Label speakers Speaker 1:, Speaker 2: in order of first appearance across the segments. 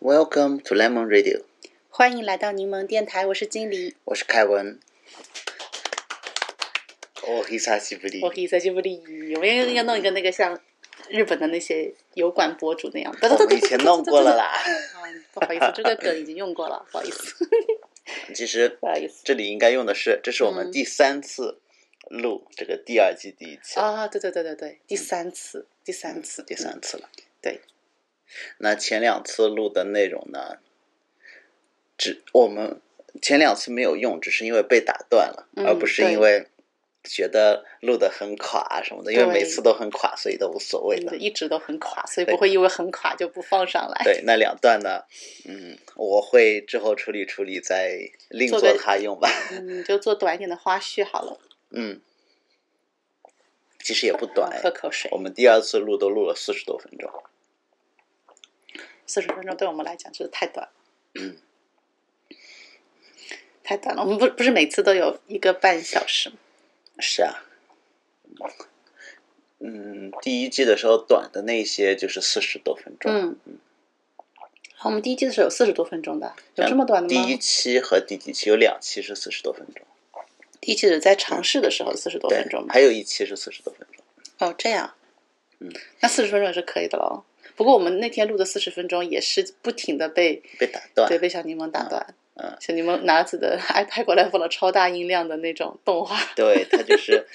Speaker 1: Welcome to Lemon Radio，
Speaker 2: 欢迎来到柠檬电台，我是经理，
Speaker 1: 我是凯文。哦，黑沙西不利
Speaker 2: 我，可以在这部里，我们要要弄一个那个像日本的那些油管博主那 样。我
Speaker 1: 我们以前弄过 了。啦。
Speaker 2: 啊不好意思，这个梗已经用过了，不好意思，
Speaker 1: 其实
Speaker 2: 不好意思。
Speaker 1: 这里应该用的是，这是我们
Speaker 2: 嗯
Speaker 1: 第三次录这个第二季第一期，
Speaker 2: 啊，对对对对对，第三次，第三次，
Speaker 1: 第三次了。
Speaker 2: 对，
Speaker 1: 那前两次录的内容呢，只我们前两次没有用，只是因为被打断了，
Speaker 2: 嗯
Speaker 1: 而不是
Speaker 2: 对
Speaker 1: 因为觉得录的很垮啊什么的，因为
Speaker 2: 对
Speaker 1: 每次都很垮，所以都无所谓
Speaker 2: 嗯
Speaker 1: 的。
Speaker 2: 一直都很垮，所以
Speaker 1: 对
Speaker 2: 不会因为很垮就不放上 来。
Speaker 1: 对，那两段呢，嗯，我会之后处理处理，再另
Speaker 2: 做
Speaker 1: 作
Speaker 2: 个
Speaker 1: 他用吧。
Speaker 2: 嗯，就做短一点的花絮好了。
Speaker 1: 嗯，其实也不短
Speaker 2: 喝，口水
Speaker 1: 我。们第二次录都录了四十多分钟。
Speaker 2: 四十分钟对我们来讲就是太短了，太短了。我们不不是每次都有一个半小时吗？
Speaker 1: 是啊，嗯，第一季的时候短的那些就是四十多分钟。
Speaker 2: 嗯，好，我们第一季的时候有四十多分钟的，有
Speaker 1: 像
Speaker 2: 这么短的
Speaker 1: 第
Speaker 2: 吗？
Speaker 1: 一期和第几期有两期是四十多分钟，
Speaker 2: 第一季是在尝试的时候四十多
Speaker 1: 对
Speaker 2: 分钟，吧？
Speaker 1: 还有一期是四十多分钟。
Speaker 2: 哦，这样，
Speaker 1: 嗯，
Speaker 2: 那四十分钟也是可以的喽。不过我们那天录的四十分钟也是不停的被
Speaker 1: 被打断
Speaker 2: 对，被小柠檬打断。
Speaker 1: 嗯
Speaker 2: 小柠檬拿自己的 iPad 过来放了超大音量的那种动画，
Speaker 1: 对他就是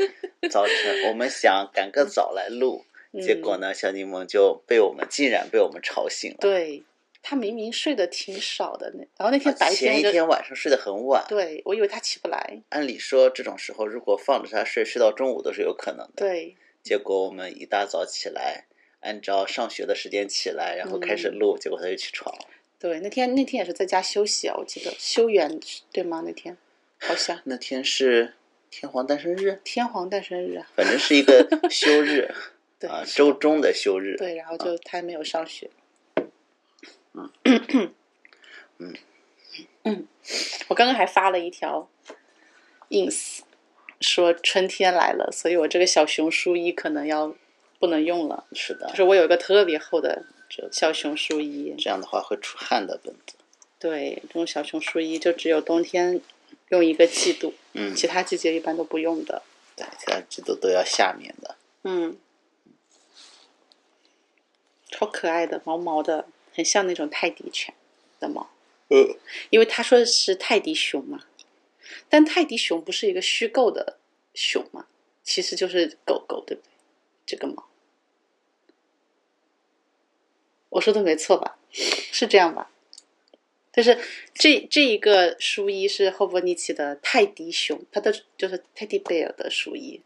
Speaker 1: 早晨，我们想赶个早来录，
Speaker 2: 嗯
Speaker 1: 结果呢，小柠檬就被我们竟然被我们吵醒了。
Speaker 2: 对他明明睡得挺少的，那然后那天
Speaker 1: 啊
Speaker 2: 白
Speaker 1: 前
Speaker 2: 天
Speaker 1: 一
Speaker 2: 就
Speaker 1: 天晚上睡得很晚，
Speaker 2: 对，我以为他起不来。
Speaker 1: 按理说这种时候如果放着他睡，睡到中午都是有可能的。
Speaker 2: 对，
Speaker 1: 结果我们一大早起来，按照上学的时间起来，然后开始
Speaker 2: 嗯
Speaker 1: 录，结果他就起床了。
Speaker 2: 对，那天那天也是在家休息啊，我记得休园对吗？那天好像
Speaker 1: 那天是天皇诞生日，
Speaker 2: 天皇诞生日啊，
Speaker 1: 反正是一个休日
Speaker 2: 对、
Speaker 1: 啊，周中的休日。
Speaker 2: 对，然后就他没有上学，
Speaker 1: 嗯
Speaker 2: 嗯，我刚刚还发了一条 ins 说春天来了，所以我这个小熊书衣可能要不能用了，
Speaker 1: 是的啊
Speaker 2: 就，是我有一个特别厚的小熊书衣，
Speaker 1: 这样的话会出汗的本子。
Speaker 2: 对，这种小熊书衣就只有冬天用一个季度，
Speaker 1: 嗯，
Speaker 2: 其他季节一般都不用的。
Speaker 1: 对，其他季度都要下面的。
Speaker 2: 嗯，超可爱的，毛毛的，很像那种泰迪犬的毛，
Speaker 1: 呃，
Speaker 2: 因为他说是泰迪熊嘛，但泰迪熊不是一个虚构的熊嘛，其实就是狗狗，对不对？这个毛，我说的没错吧？是这样吧？就是这这一个书衣是霍伯尼奇的泰迪熊，它的就是泰迪贝尔的书衣，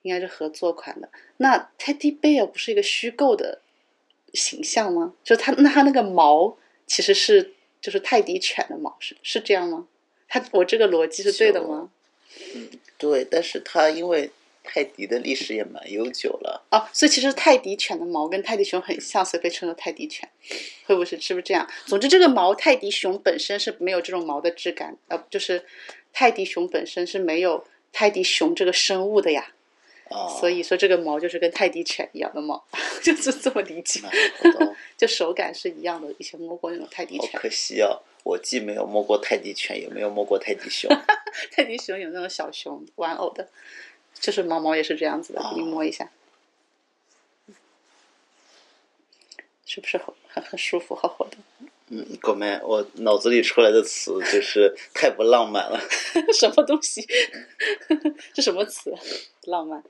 Speaker 2: 应该是合作款的。那泰迪贝尔不是一个虚构的形象吗？就它那它那个毛其实是就是泰迪犬的毛，是是这样吗？它我这个逻辑是对的吗？
Speaker 1: 对，但是它因为泰迪的历史也蛮悠久了，
Speaker 2: 哦，所以其实泰迪犬的毛跟泰迪熊很像，所以被称作泰迪犬，会不会是是不是这样？总之，这个毛泰迪熊本身是没有这种毛的质感，呃，就是泰迪熊本身是没有泰迪熊这个生物的呀，
Speaker 1: 啊、
Speaker 2: 所以说这个毛就是跟泰迪犬一样的毛， 就是这么理解
Speaker 1: 那，好 的
Speaker 2: 就手感是一样的。以前摸过那种泰迪
Speaker 1: 好
Speaker 2: 犬，
Speaker 1: 可惜哦，我既没有摸过泰迪犬，也没有摸过泰迪熊。
Speaker 2: 泰迪熊有那种小熊玩偶的，就是毛毛也是这样子的，给你摸一下，是不是很很很舒服，好好的？
Speaker 1: 嗯，狗妹，我脑子里出来的词就是太不浪漫了。
Speaker 2: 什么东西？这什么词？浪漫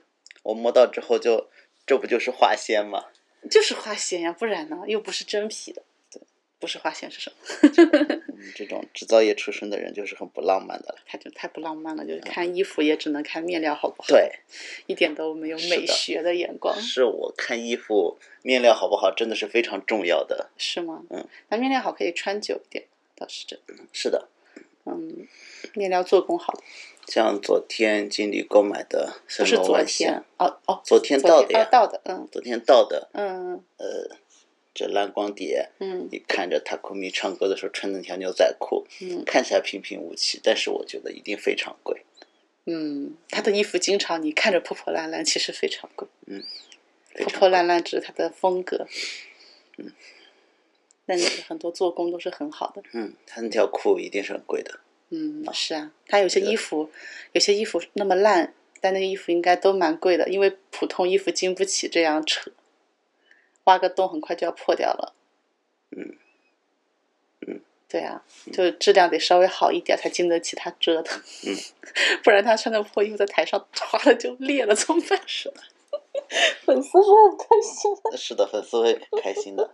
Speaker 1: 我摸到之后就，这不就是花仙吗？
Speaker 2: 就是花仙呀，不然呢？又不是真皮的，对，不是花仙是什么？
Speaker 1: 嗯这种制造业出身的人就是很不浪漫的了。
Speaker 2: 太就太不浪漫了，就是看衣服也只能看面料好不好，，
Speaker 1: 对，
Speaker 2: 一点都没有
Speaker 1: 是的
Speaker 2: 美学的眼光，是
Speaker 1: 是我看衣服面料好不好真的是非常重要的。
Speaker 2: 吗？
Speaker 1: 嗯，
Speaker 2: 那面料好可以穿久一点，倒是真的，
Speaker 1: 是的，
Speaker 2: 嗯，面料做工好，
Speaker 1: 像昨天经理购买的
Speaker 2: 不
Speaker 1: 神
Speaker 2: 是
Speaker 1: 龙
Speaker 2: 昨
Speaker 1: 万仙，
Speaker 2: 天，哦哦，
Speaker 1: 昨天
Speaker 2: 昨
Speaker 1: 到的
Speaker 2: 天
Speaker 1: 呀
Speaker 2: 哦，到的，嗯
Speaker 1: 昨天到的。
Speaker 2: 嗯
Speaker 1: 呃，这蓝光碟，
Speaker 2: 嗯
Speaker 1: 你看着塔库米唱歌的时候穿那条牛仔裤，
Speaker 2: 嗯
Speaker 1: 看起来平平无奇，但是我觉得一定非常贵。
Speaker 2: 嗯，他的衣服经常你看着破破烂烂，其实非常贵。
Speaker 1: 嗯，非
Speaker 2: 破
Speaker 1: 常
Speaker 2: 嗯破烂烂只是他的风格。但是很多做工都是很好的。
Speaker 1: 嗯，他那条裤一定是很贵的。
Speaker 2: 嗯，是啊，他有些衣服，有些衣服那么烂，但那个衣服应该都蛮贵的，因为普通衣服经不起这样扯，挖个洞很快就要破掉了。
Speaker 1: 嗯，嗯，
Speaker 2: 对啊，就质量得稍微好一点，才经得起他折腾。
Speaker 1: 嗯，
Speaker 2: 不然他穿的破衣服在台上 哗了就裂了，怎么办？是的， 粉丝会很开心。
Speaker 1: 是的，粉丝会开心的。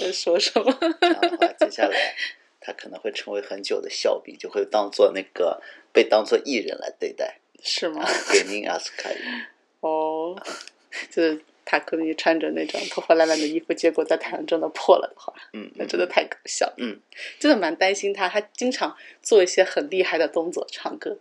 Speaker 2: 在说什么？
Speaker 1: 这样的话，接下来他可能会成为很久的笑柄，就会当做那个被当做艺人来对待。
Speaker 2: 是吗？
Speaker 1: 给您阿斯卡伊，
Speaker 2: 哦， 就是塔克米穿着那种破破烂烂的衣服，结果在台上真的破了的话，
Speaker 1: 嗯，
Speaker 2: 那
Speaker 1: 嗯
Speaker 2: 真的太搞笑了。
Speaker 1: 嗯，
Speaker 2: 真的蛮担心他，他经常做一些很厉害的动作唱歌。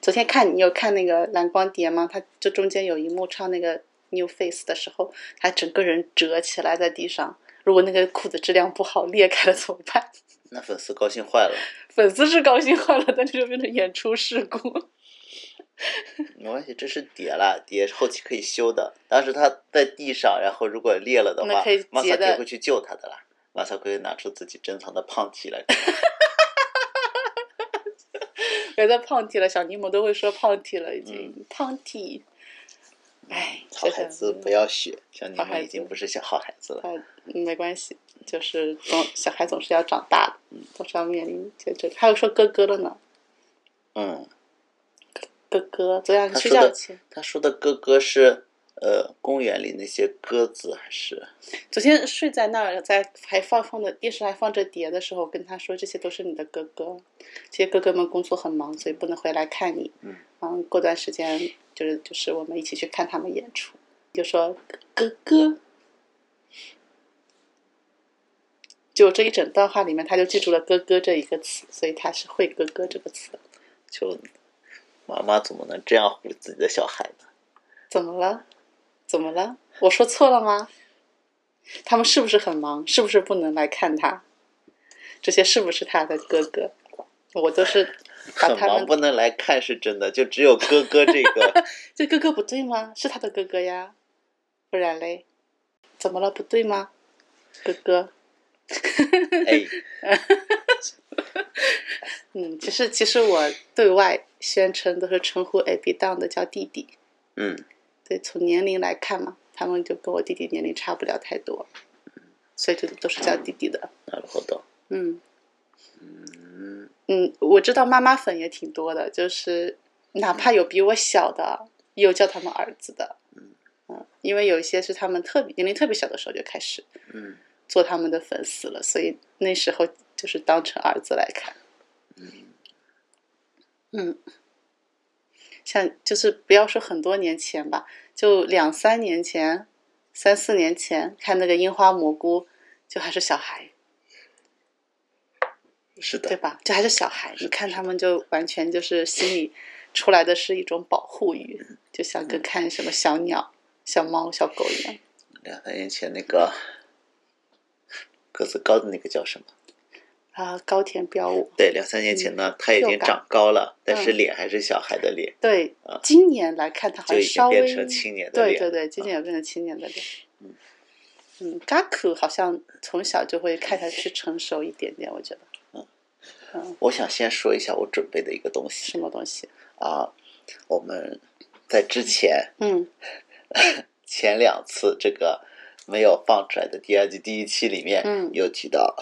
Speaker 2: 昨天看你有看那个蓝光碟吗？他就中间有一幕唱那个 New Face 的时候，他整个人折起来在地上。如果那个裤子质量不好裂开了怎么办？
Speaker 1: 那粉丝高兴坏了。
Speaker 2: 粉丝是高兴坏了，但是就变成演出事故。
Speaker 1: 没关系，这是碟啦，碟后期可以修的。当时他在地上，然后如果裂了的
Speaker 2: 那
Speaker 1: 话
Speaker 2: 可以，
Speaker 1: 马
Speaker 2: 截
Speaker 1: 萨
Speaker 2: 的
Speaker 1: 奎会去救他的啦。马萨奎拿出自己珍藏的胖体 来，
Speaker 2: 别再胖体了，小柠檬都会说胖体了，已经、胖体。哎，
Speaker 1: 好嗯孩子不要学，像你
Speaker 2: 好孩
Speaker 1: 们
Speaker 2: 子
Speaker 1: 已经不是小好孩子了。
Speaker 2: 呃，没关系，就是总小孩总是要长大的，总是要面临这这。还有说哥哥的呢，
Speaker 1: 嗯，
Speaker 2: 哥哥昨晚
Speaker 1: 他
Speaker 2: 睡
Speaker 1: 说
Speaker 2: 觉
Speaker 1: 的
Speaker 2: 前，
Speaker 1: 他说的哥哥是呃公园里那些鸽子还是？
Speaker 2: 昨天睡在那儿，在还放放的电视还放着碟的时候，我跟他说这些都是你的哥哥，这些哥哥们工作很忙，所以不能回来看你。
Speaker 1: 嗯，
Speaker 2: 然后过段时间就是就是我们一起去看他们演出，就说哥哥。就这一整段话里面，他就记住了“哥哥”这一个词，所以他是会“哥哥”这个词的。
Speaker 1: 就妈妈怎么能这样唬自己的小孩呢？
Speaker 2: 怎么了？怎么了？我说错了吗？他们是不是很忙？是不是不能来看他？这些是不是他的哥哥？我都是把
Speaker 1: 很
Speaker 2: 他
Speaker 1: 忙
Speaker 2: 们
Speaker 1: 不能来看是真的，就只有哥哥这个
Speaker 2: 这哥哥不对吗？是他的哥哥呀，不然嘞，怎么了？不对吗？哥哥，
Speaker 1: 哎，
Speaker 2: 嗯，其实其实我对外宣称都是称呼 AB 当的叫弟弟，
Speaker 1: 嗯，
Speaker 2: 对，从年龄来看嘛，他们就跟我弟弟年龄差不了太多，所以就都是叫弟弟的，
Speaker 1: なるほど。
Speaker 2: 嗯。
Speaker 1: 嗯，
Speaker 2: 嗯，我知道妈妈粉也挺多的，就是哪怕有比我小的，也有叫他们儿子的。嗯，因为有一些是他们特别年龄特别小的时候就开始
Speaker 1: 嗯
Speaker 2: 做他们的粉丝了，所以那时候就是当成儿子来看。嗯，像就是不要说很多年前吧，就两三年前、三四年前看那个樱花蘑菇，就还是小孩。
Speaker 1: 是
Speaker 2: 对
Speaker 1: 的，
Speaker 2: 吧？这还是小孩，你看他们就完全就是心里出来的是一种保护欲，就像
Speaker 1: 嗯
Speaker 2: 跟看什么小鸟、小猫、小狗一样。
Speaker 1: 两三年前那个个子高的那个叫什么？
Speaker 2: 啊，高田彪吾，
Speaker 1: 对，两三年前呢，
Speaker 2: 嗯
Speaker 1: 他已经长高了，但是脸还是小孩的脸，
Speaker 2: 对
Speaker 1: 啊，
Speaker 2: 今年来看他好
Speaker 1: 就
Speaker 2: 像
Speaker 1: 已经
Speaker 2: 稍微
Speaker 1: 变成青年的
Speaker 2: 对
Speaker 1: 脸。
Speaker 2: 对对，今年也变成青年的脸。嗯，Gaku 好像从小就会看上去成熟一点点，我觉得
Speaker 1: 我想先说一下我准备的一个东西
Speaker 2: 什么东西？
Speaker 1: 啊，我们在之前
Speaker 2: 嗯
Speaker 1: 前两次这个没有放出来的第二季第一期里面，
Speaker 2: 嗯
Speaker 1: 有提到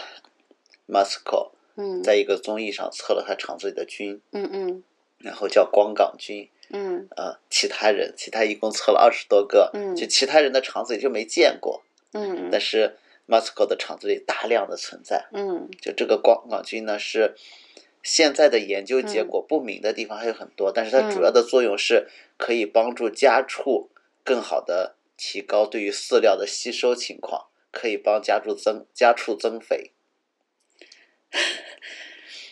Speaker 1: Masco
Speaker 2: 嗯
Speaker 1: 在一个综艺上测了他肠子里的菌，
Speaker 2: 嗯嗯
Speaker 1: 然后叫光杆菌。
Speaker 2: 嗯
Speaker 1: 呃，其他人，其他一共测了二十多个，
Speaker 2: 嗯
Speaker 1: 就其他人的肠子里就没见过，
Speaker 2: 嗯
Speaker 1: 但是 Masco 的肠子里大量的存在。
Speaker 2: 嗯
Speaker 1: 就这个光杆菌呢，是现在的研究结果不明的地方还有很多，但是它主要的作用是可以帮助家畜更好的提高对于饲料的吸收情况，可以帮家畜增家畜增肥。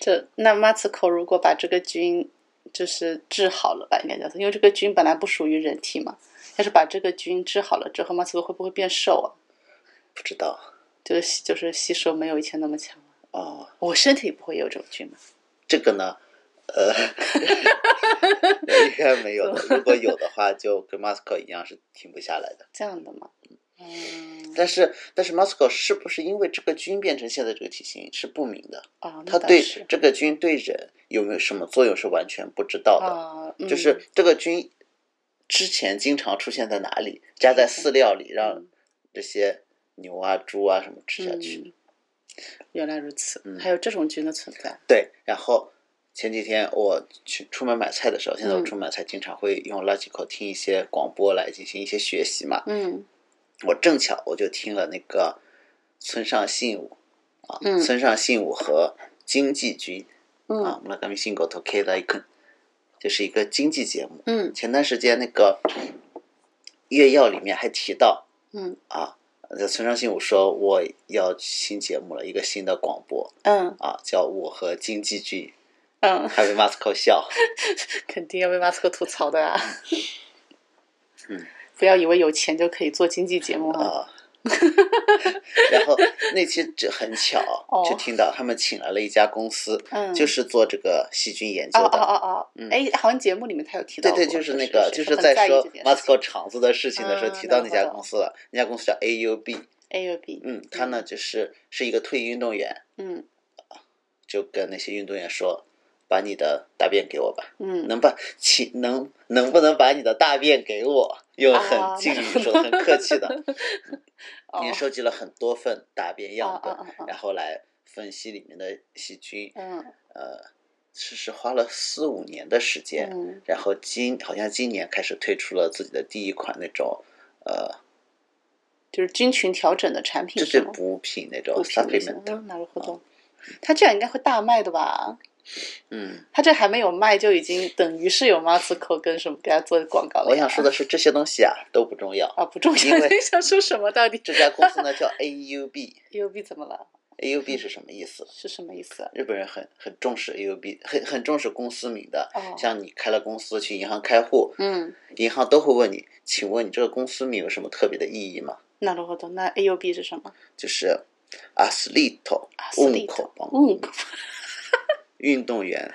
Speaker 2: 这那马茨口如果把这个菌就是治好了吧，应该叫做，因为这个菌本来不属于人体嘛。要是把这个菌治好了之后，马茨口会不会变瘦啊？
Speaker 1: 不知道
Speaker 2: 就是吸就是吸收没有以前那么强了。
Speaker 1: 哦，
Speaker 2: 我身体不会有这种菌吗？
Speaker 1: 这个呢，呃， 应该没有的。如果有的话，就跟 Masco 一样是停不下来的。
Speaker 2: 这样的吗？啊、嗯
Speaker 1: 但是但是 Moscow 是不是因为这个菌变成现在这个体型是不明的？
Speaker 2: 啊，那
Speaker 1: 它
Speaker 2: 倒
Speaker 1: 对
Speaker 2: 是
Speaker 1: 这个菌对人有没有什么作用是完全不知道的。
Speaker 2: 啊，
Speaker 1: 就
Speaker 2: 嗯
Speaker 1: 是这个菌之前经常出现在哪里，加 在饲料里，让这些牛啊、猪啊什么吃下去。
Speaker 2: 嗯嗯原来如此，
Speaker 1: 嗯
Speaker 2: 还有这种菌的存在。
Speaker 1: 对，然后前几天我去出门买菜的时候，现在我
Speaker 2: 嗯
Speaker 1: 出门买菜经常会用 Logical 听一些广播来进行一些学习嘛。
Speaker 2: 嗯
Speaker 1: 我正巧我就听了那个村上信吾啊，
Speaker 2: 嗯
Speaker 1: 村上信吾和经济君
Speaker 2: 嗯
Speaker 1: 啊，村上信吾と経済君，这是一个经济节目。
Speaker 2: 嗯
Speaker 1: 前段时间那个月曜里面还提到
Speaker 2: 嗯
Speaker 1: 啊，在村上信吾说我要新节目了，一个新的广播
Speaker 2: 嗯
Speaker 1: 啊，叫我和经济君。
Speaker 2: 嗯，
Speaker 1: 还被马斯克笑。
Speaker 2: 肯定要被马斯克吐槽的啊。
Speaker 1: 嗯，
Speaker 2: 不要以为有钱就可以做经济节目啊。
Speaker 1: 啊。 然后那期就很巧，
Speaker 2: 哦
Speaker 1: 就听到他们请来了一家公司，
Speaker 2: 嗯，
Speaker 1: 就是做这个细菌研
Speaker 2: 哦
Speaker 1: 究
Speaker 2: 哦
Speaker 1: 的。
Speaker 2: 哦哦
Speaker 1: 嗯，
Speaker 2: 哎，好像节目里面他有提到
Speaker 1: 对
Speaker 2: 过，
Speaker 1: 对，就是那个，就是
Speaker 2: 是
Speaker 1: 在说马
Speaker 2: 马斯
Speaker 1: 斯克厂子的事情的时候
Speaker 2: 啊
Speaker 1: 提到那
Speaker 2: 那
Speaker 1: 家
Speaker 2: 个
Speaker 1: 公司了。那家公司叫 AUB，
Speaker 2: A 和 B，
Speaker 1: 嗯，他呢就是是一个退役运动员，
Speaker 2: 嗯
Speaker 1: 就跟那些运动员说，把你的大便给我吧，
Speaker 2: 嗯，
Speaker 1: 能把请能能不能把你的大便给我？用
Speaker 2: 啊
Speaker 1: 很敬语说的，很客气的，
Speaker 2: 哦
Speaker 1: 您收集了很多份大便样本，
Speaker 2: 啊啊啊啊
Speaker 1: 然后来分析里面的细菌。
Speaker 2: 嗯
Speaker 1: 呃，是是花了四五年的时间，
Speaker 2: 嗯
Speaker 1: 然后今好像今年开始推出了自己的第一款那种呃，
Speaker 2: 就是菌群调整的产品
Speaker 1: 就是是
Speaker 2: 吗？
Speaker 1: 补品那种
Speaker 2: 不平衡
Speaker 1: supplement。
Speaker 2: 嗯，なるほど。他这样应该会大卖的吧？
Speaker 1: 嗯，
Speaker 2: 他这还没有卖就已经等于是有马斯克跟什么给他做广告了呀。
Speaker 1: 我想说的是这些东西啊都不重要。
Speaker 2: 啊，不重
Speaker 1: 因
Speaker 2: 要，
Speaker 1: 为
Speaker 2: 你想说什么？到底
Speaker 1: 这家公司 呢叫 AUB，AUB
Speaker 2: U B 怎么了？
Speaker 1: 是什么意思？
Speaker 2: 是什么意思？
Speaker 1: 日本人很很重视 AUB，很很重视公司名的。
Speaker 2: 哦，
Speaker 1: 像你开了公司去银行开户，
Speaker 2: 嗯，
Speaker 1: 银行都会问你，请问你这个公司名有什么特别的意义吗？
Speaker 2: なるほど。那 A U B 是什么？
Speaker 1: 就是 athlete，
Speaker 2: 啊，私立
Speaker 1: 运
Speaker 2: 的
Speaker 1: 口，帮
Speaker 2: 嗯，
Speaker 1: 运动员，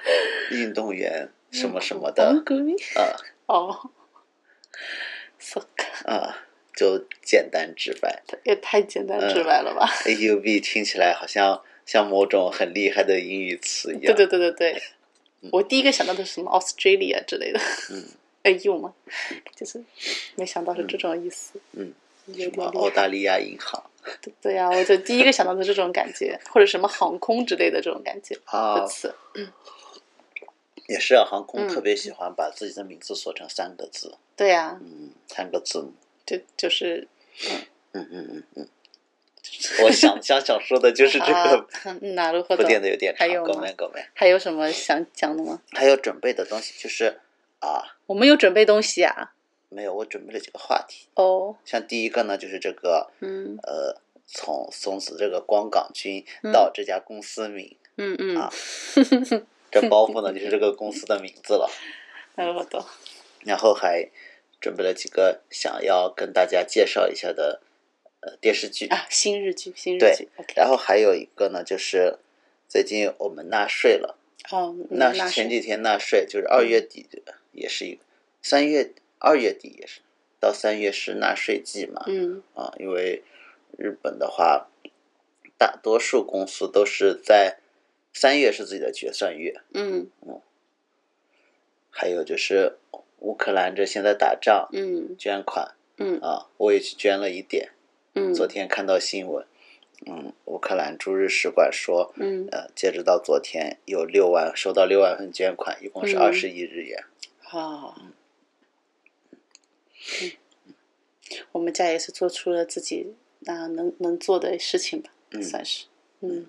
Speaker 1: 运动员什么什么的，啊
Speaker 2: 哦，そっか，
Speaker 1: 啊，就简单直白。
Speaker 2: 也太简单直白了吧？
Speaker 1: AUB 听起来好像像某种很厉害的英语词一
Speaker 2: 对
Speaker 1: 样。
Speaker 2: 对对对对，我第一个想到的是什么 Australia 之类的，
Speaker 1: 嗯，
Speaker 2: 哎呦嘛，就是没想到是这种意思，
Speaker 1: 嗯，
Speaker 2: 有
Speaker 1: 什么
Speaker 2: 点
Speaker 1: 澳
Speaker 2: 厉
Speaker 1: 大
Speaker 2: 害。
Speaker 1: 利亚银行
Speaker 2: 对对呀、我就第一个想到的是这种感觉，或者什么航空之类的这种感觉
Speaker 1: 啊
Speaker 2: 的，词。
Speaker 1: 也是啊，航空
Speaker 2: 嗯
Speaker 1: 特别喜欢把自己的名字缩成三个字，
Speaker 2: 对呀、
Speaker 1: 嗯，三个字母。
Speaker 2: 就就是
Speaker 1: 嗯嗯嗯嗯，我想想想说的就是这个，
Speaker 2: 嗯哪路活
Speaker 1: 铺
Speaker 2: 动？
Speaker 1: 垫的有点
Speaker 2: 啊还
Speaker 1: 长
Speaker 2: 有，吗
Speaker 1: 够没够没。
Speaker 2: 还有什么想讲的吗？
Speaker 1: 还有准备的东西就是啊，
Speaker 2: 我们有准备东西啊。
Speaker 1: 没有，我准备了几个话题，
Speaker 2: 哦，
Speaker 1: 像第一个呢就是这个
Speaker 2: 嗯
Speaker 1: 呃，从松子这个光港君到这家公司名，
Speaker 2: 嗯嗯
Speaker 1: 啊，这包袱 呢就是这个公司的名字了，
Speaker 2: 哪路活动？
Speaker 1: 然后还准备了几个想要跟大家介绍一下的呃电视剧，
Speaker 2: 啊，新日剧，新日
Speaker 1: 对
Speaker 2: 剧。OK，
Speaker 1: 然后还有一个呢就是最近我们纳税了。
Speaker 2: 哦，
Speaker 1: 那
Speaker 2: 是
Speaker 1: 是前几天嗯纳税，嗯就是二月底的，也是一个，三月二月底也是，到三月是纳税季嘛，
Speaker 2: 嗯
Speaker 1: 啊，因为日本的话，大多数公司都是在三月是自己的决算月，
Speaker 2: 嗯
Speaker 1: 还有就是乌克兰这现在打仗
Speaker 2: 嗯
Speaker 1: 捐款
Speaker 2: 嗯
Speaker 1: 啊，我也去捐了一点，
Speaker 2: 嗯，
Speaker 1: 昨天看到新闻，嗯，乌克兰驻日使馆说，
Speaker 2: 嗯
Speaker 1: 呃，截止到昨天有六万收到六万份捐款，一共是
Speaker 2: 嗯
Speaker 1: 二十亿日元。
Speaker 2: 好。嗯我们家也是做出了自己啊能能做的事情吧，
Speaker 1: 嗯
Speaker 2: 算是嗯。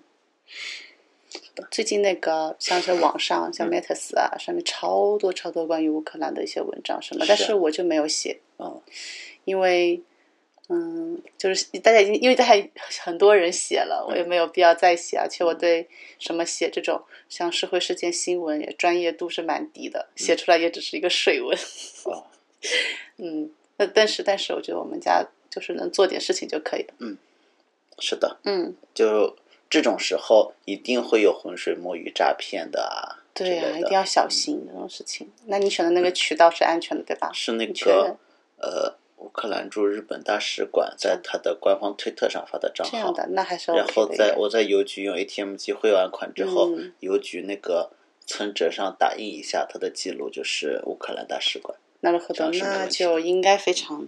Speaker 2: 最近那个像是网上像 Metas 啊，上面超多超多关于乌克兰的一些文章什么，
Speaker 1: 是
Speaker 2: 但是哦我就没有写，
Speaker 1: 嗯
Speaker 2: 因为嗯，就是大家已经因为大家很多人写了，我也没有必要再写，而且我对什么写这种像社会事件新闻也专业度是蛮低的，写出来也只是一个水文。
Speaker 1: 哦，
Speaker 2: 嗯，那但是但是我觉得我们家就是能做点事情就可以了。
Speaker 1: 是的，
Speaker 2: 嗯，
Speaker 1: 就这种时候一定会有浑水摸鱼、诈骗的啊，
Speaker 2: 对
Speaker 1: 之
Speaker 2: 呀、
Speaker 1: 类的嗯
Speaker 2: 一定要小心这种事情。那你选的那个渠道是安全的，对吧？
Speaker 1: 是那
Speaker 2: 你确认
Speaker 1: 个呃乌克兰驻日本大使馆在他的官方推特上发的账
Speaker 2: 这样
Speaker 1: 号，
Speaker 2: 的那还是 OK
Speaker 1: 然
Speaker 2: 的
Speaker 1: 后在
Speaker 2: 呀
Speaker 1: 我在邮局用 ATM 机汇完款之后
Speaker 2: 嗯，
Speaker 1: 邮局那个存折上打印一下他的记录，就是乌克兰大使馆。
Speaker 2: 那如何
Speaker 1: 这
Speaker 2: 的，
Speaker 1: 样是没
Speaker 2: 那
Speaker 1: 问题
Speaker 2: 就应该非常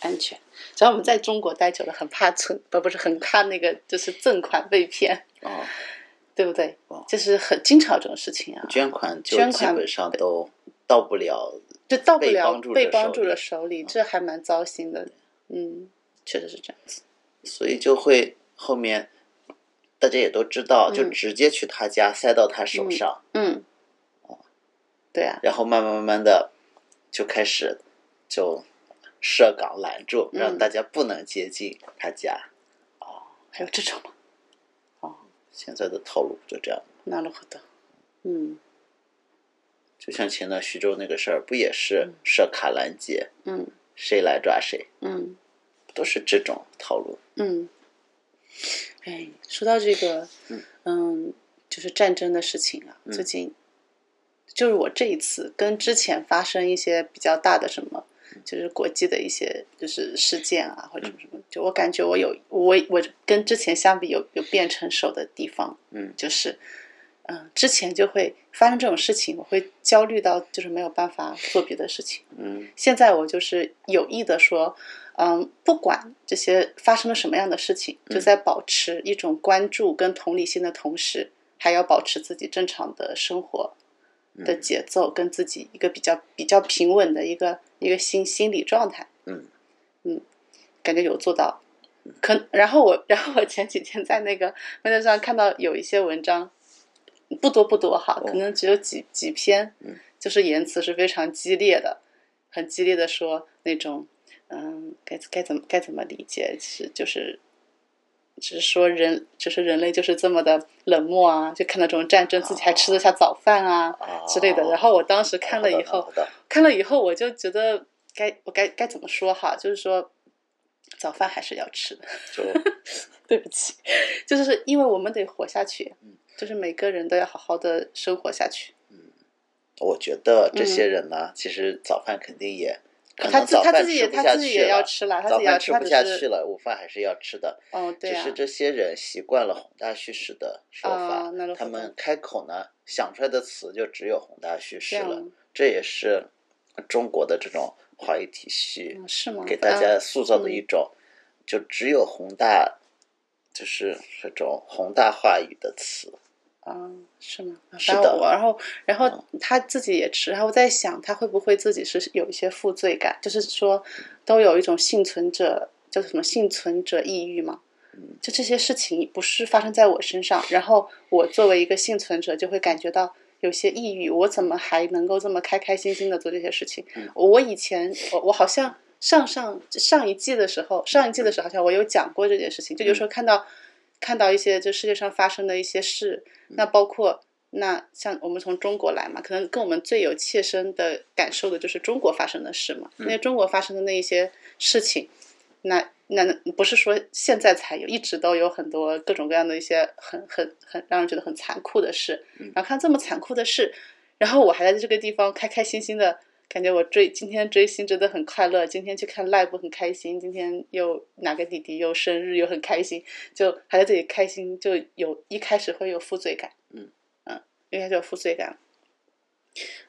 Speaker 2: 安全。只要我们在中国待久了，很怕存，不不是很怕那个，就是赠款被骗，
Speaker 1: 哦，
Speaker 2: 对不对
Speaker 1: 哦？
Speaker 2: 就是很经常有这种事情啊，
Speaker 1: 捐款就
Speaker 2: 捐
Speaker 1: 基
Speaker 2: 款
Speaker 1: 本上都到不了。
Speaker 2: 就到不
Speaker 1: 被
Speaker 2: 了
Speaker 1: 帮助者
Speaker 2: 被帮
Speaker 1: 手
Speaker 2: 助
Speaker 1: 里嗯
Speaker 2: 者手里，这还蛮糟心的。嗯，确实是这样子。
Speaker 1: 所以就会后面大家也都知道，就
Speaker 2: 嗯
Speaker 1: 直接去他家塞到他手上，
Speaker 2: 嗯，对啊，
Speaker 1: 然后慢慢慢慢的就开始就设岗拦住，
Speaker 2: 嗯
Speaker 1: 让大家不能接近他家。
Speaker 2: 还有这种吗？
Speaker 1: 现在的套路就这样，
Speaker 2: 那如何的？嗯
Speaker 1: 就像前段徐州那个事儿，不也是设卡拦截，
Speaker 2: 嗯
Speaker 1: 谁来抓谁，
Speaker 2: 嗯。
Speaker 1: 都是这种套路。
Speaker 2: 嗯，哎，说到这个，嗯，就是战争的事情啊，最近就是我这一次跟之前发生一些比较大的什么，就是国际的一些就是事件啊，或者什么什么，就我感觉我有我我跟之前相比有有变成熟的地方，
Speaker 1: 嗯，
Speaker 2: 就是。嗯，之前就会发生这种事情，我会焦虑到就是没有办法做别的事情。
Speaker 1: 嗯
Speaker 2: 现在我就是有意的说，嗯，不管这些发生了什么样的事情，就在保持一种关注跟同理心的同时，还要保持自己正常的生活
Speaker 1: 嗯
Speaker 2: 的节奏，跟自己一个比较比较平稳的一个一个心心理状态。
Speaker 1: 嗯
Speaker 2: 嗯，感觉有做到。可然后我然后我前几天在那个微博上看到有一些文章，不多不多哈，
Speaker 1: 哦
Speaker 2: 可能只有几几篇
Speaker 1: 嗯，
Speaker 2: 就是言辞是非常激烈的，很激烈的说那种，嗯，该该怎么该怎么理解，是就是。只是说人，就是人类就是这么的冷漠啊！就看到这种战争，自己还吃
Speaker 1: 哦
Speaker 2: 得下早饭啊
Speaker 1: 啊
Speaker 2: 之类的。然后我当时看了以
Speaker 1: 好
Speaker 2: 后，
Speaker 1: 的，
Speaker 2: 看了以后，我就觉得该我该该怎么说哈，就是说早饭还是要吃的。
Speaker 1: 就
Speaker 2: 对不起，就是因为我们得活下去
Speaker 1: 嗯，
Speaker 2: 就是每个人都要好好的生活下去。
Speaker 1: 我觉得这些人呢，其实早饭肯定也可
Speaker 2: 嗯啊他
Speaker 1: 能
Speaker 2: 自
Speaker 1: 早
Speaker 2: 他
Speaker 1: 饭
Speaker 2: 自己
Speaker 1: 吃
Speaker 2: 也
Speaker 1: 不
Speaker 2: 他
Speaker 1: 下
Speaker 2: 自己
Speaker 1: 去
Speaker 2: 也要
Speaker 1: 了，
Speaker 2: 吃啦，他自
Speaker 1: 早
Speaker 2: 己要
Speaker 1: 饭
Speaker 2: 吃，
Speaker 1: 吃
Speaker 2: 他
Speaker 1: 不下
Speaker 2: 只
Speaker 1: 去
Speaker 2: 是
Speaker 1: 了，午饭还是要吃的。
Speaker 2: 哦，对
Speaker 1: 只
Speaker 2: 啊
Speaker 1: 是，这些人习惯了宏大叙事的说
Speaker 2: 啊
Speaker 1: 法，
Speaker 2: なるほど
Speaker 1: 他们开口呢想出来的词就只有宏大叙
Speaker 2: 这
Speaker 1: 事
Speaker 2: 样
Speaker 1: 了。这也是中国的这种华语体系
Speaker 2: 嗯是吗？
Speaker 1: 给大家
Speaker 2: 啊
Speaker 1: 塑造的一种，就只有宏大，就是这种宏大话语的词。
Speaker 2: 啊，是吗？啊
Speaker 1: 是
Speaker 2: 然后
Speaker 1: 的嗯
Speaker 2: 我然后然后他自己也吃，然后我在想，他会不会自己是有一些负罪感，就是说都有一种幸存者，叫什么幸存者抑郁嘛。就这些事情不是发生在我身上，然后我作为一个幸存者，就会感觉到有些抑郁。我怎么还能够这么开开心心的做这些事情？我以前我我好像上上上一季的时候，上一季的时候好像我有讲过这件事情，就有时候看到看到一些就世界上发生的一些事，那包括那像我们从中国来嘛，可能跟我们最有切身的感受的就是中国发生的事嘛，那中国发生的那一些事情，那那不是说现在才有，一直都有很多各种各样的一些很很很让人觉得很残酷的事。然后看这么残酷的事，然后我还在这个地方开开心心的，感觉我追今天追星真的很快乐，今天去看 live 很开心，今天又哪个弟弟又生日又很开心，就还在这里开心，就有一开始会有负罪感，
Speaker 1: 嗯
Speaker 2: 嗯，一开始有负罪感，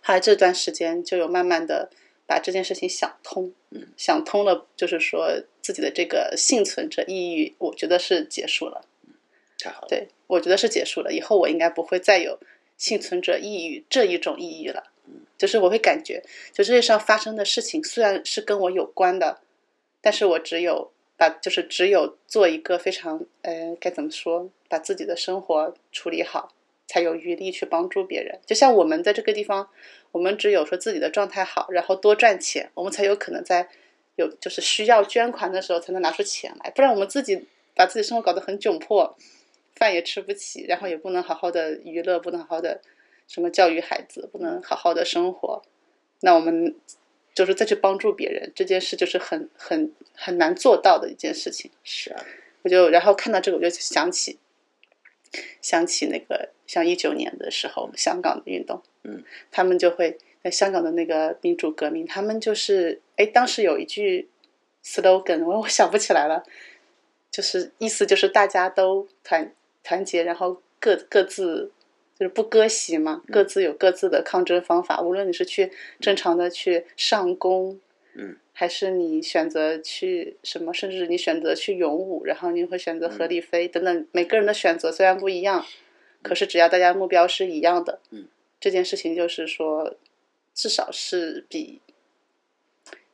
Speaker 2: 后来这段时间就有慢慢的把这件事情想通，
Speaker 1: 嗯，
Speaker 2: 想通了，就是说自己的这个幸存者抑郁，我觉得是结束了。
Speaker 1: 太好了，
Speaker 2: 对，我觉得是结束了。以后我应该不会再有幸存者抑郁这一种抑郁了。就是我会感觉，就世界上发生的事情虽然是跟我有关的，但是我只有把，就是只有做一个非常，呃，该怎么说，把自己的生活处理好，才有余力去帮助别人。就像我们在这个地方，我们只有说自己的状态好，然后多赚钱，我们才有可能在有就是需要捐款的时候才能拿出钱来，不然我们自己把自己生活搞得很窘迫，饭也吃不起，然后也不能好好的娱乐，不能好好的什么教育孩子，不能好好的生活，那我们就是再去帮助别人这件事，就是很很很难做到的一件事情。
Speaker 1: 是啊，
Speaker 2: 我就然后看到这个，我就想起想起那个像一九年的时候香港的运动，
Speaker 1: 嗯，
Speaker 2: 他们就会在香港的那个民主革命，他们就是哎，当时有一句 slogan，我我想不起来了，就是意思就是大家都团团结，然后各各自就是不割席嘛，各自有各自的抗争方法，无论你是去正常的去上工，
Speaker 1: 嗯，
Speaker 2: 还是你选择去什么，甚至你选择去勇武，然后你会选择合理飞、等等，每个人的选择虽然不一样，可是只要大家目标是一样的，
Speaker 1: 嗯，
Speaker 2: 这件事情就是说，至少是比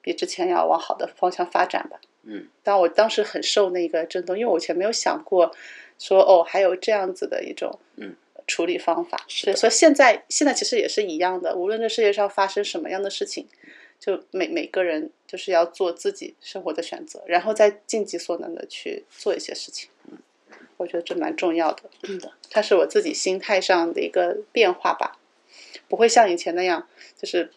Speaker 2: 比之前要往好的方向发展吧。
Speaker 1: 嗯
Speaker 2: 但我当时很受那个震动，因为我以前没有想过说哦，还有这样子的一种
Speaker 1: 嗯
Speaker 2: 处理方法。
Speaker 1: 是
Speaker 2: 对
Speaker 1: 的
Speaker 2: 所以现在现在其实也是一样的，无论这世界上发生什么样的事情，就每每个人就是要做自己生活的选择，然后再尽己所能的去做一些事情。
Speaker 1: 嗯
Speaker 2: 我觉得这蛮重要的。嗯的，它是我自己心态上的一个变化吧，不会像以前那样，就是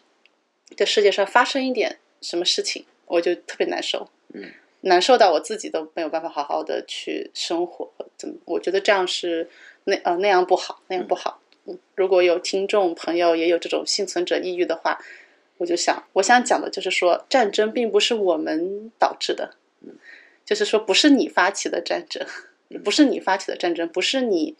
Speaker 2: 这世界上发生一点什么事情，我就特别难受。
Speaker 1: 嗯，
Speaker 2: 难受到我自己都没有办法好好的去生活，怎么？我觉得这样是那呃那样不好，那样不好。嗯如果有听众朋友也有这种幸存者抑郁的话，我就想，我想讲的就是说，战争并不是我们导致的，就是说不是你发起的战争， 不是你发起的战争，不是你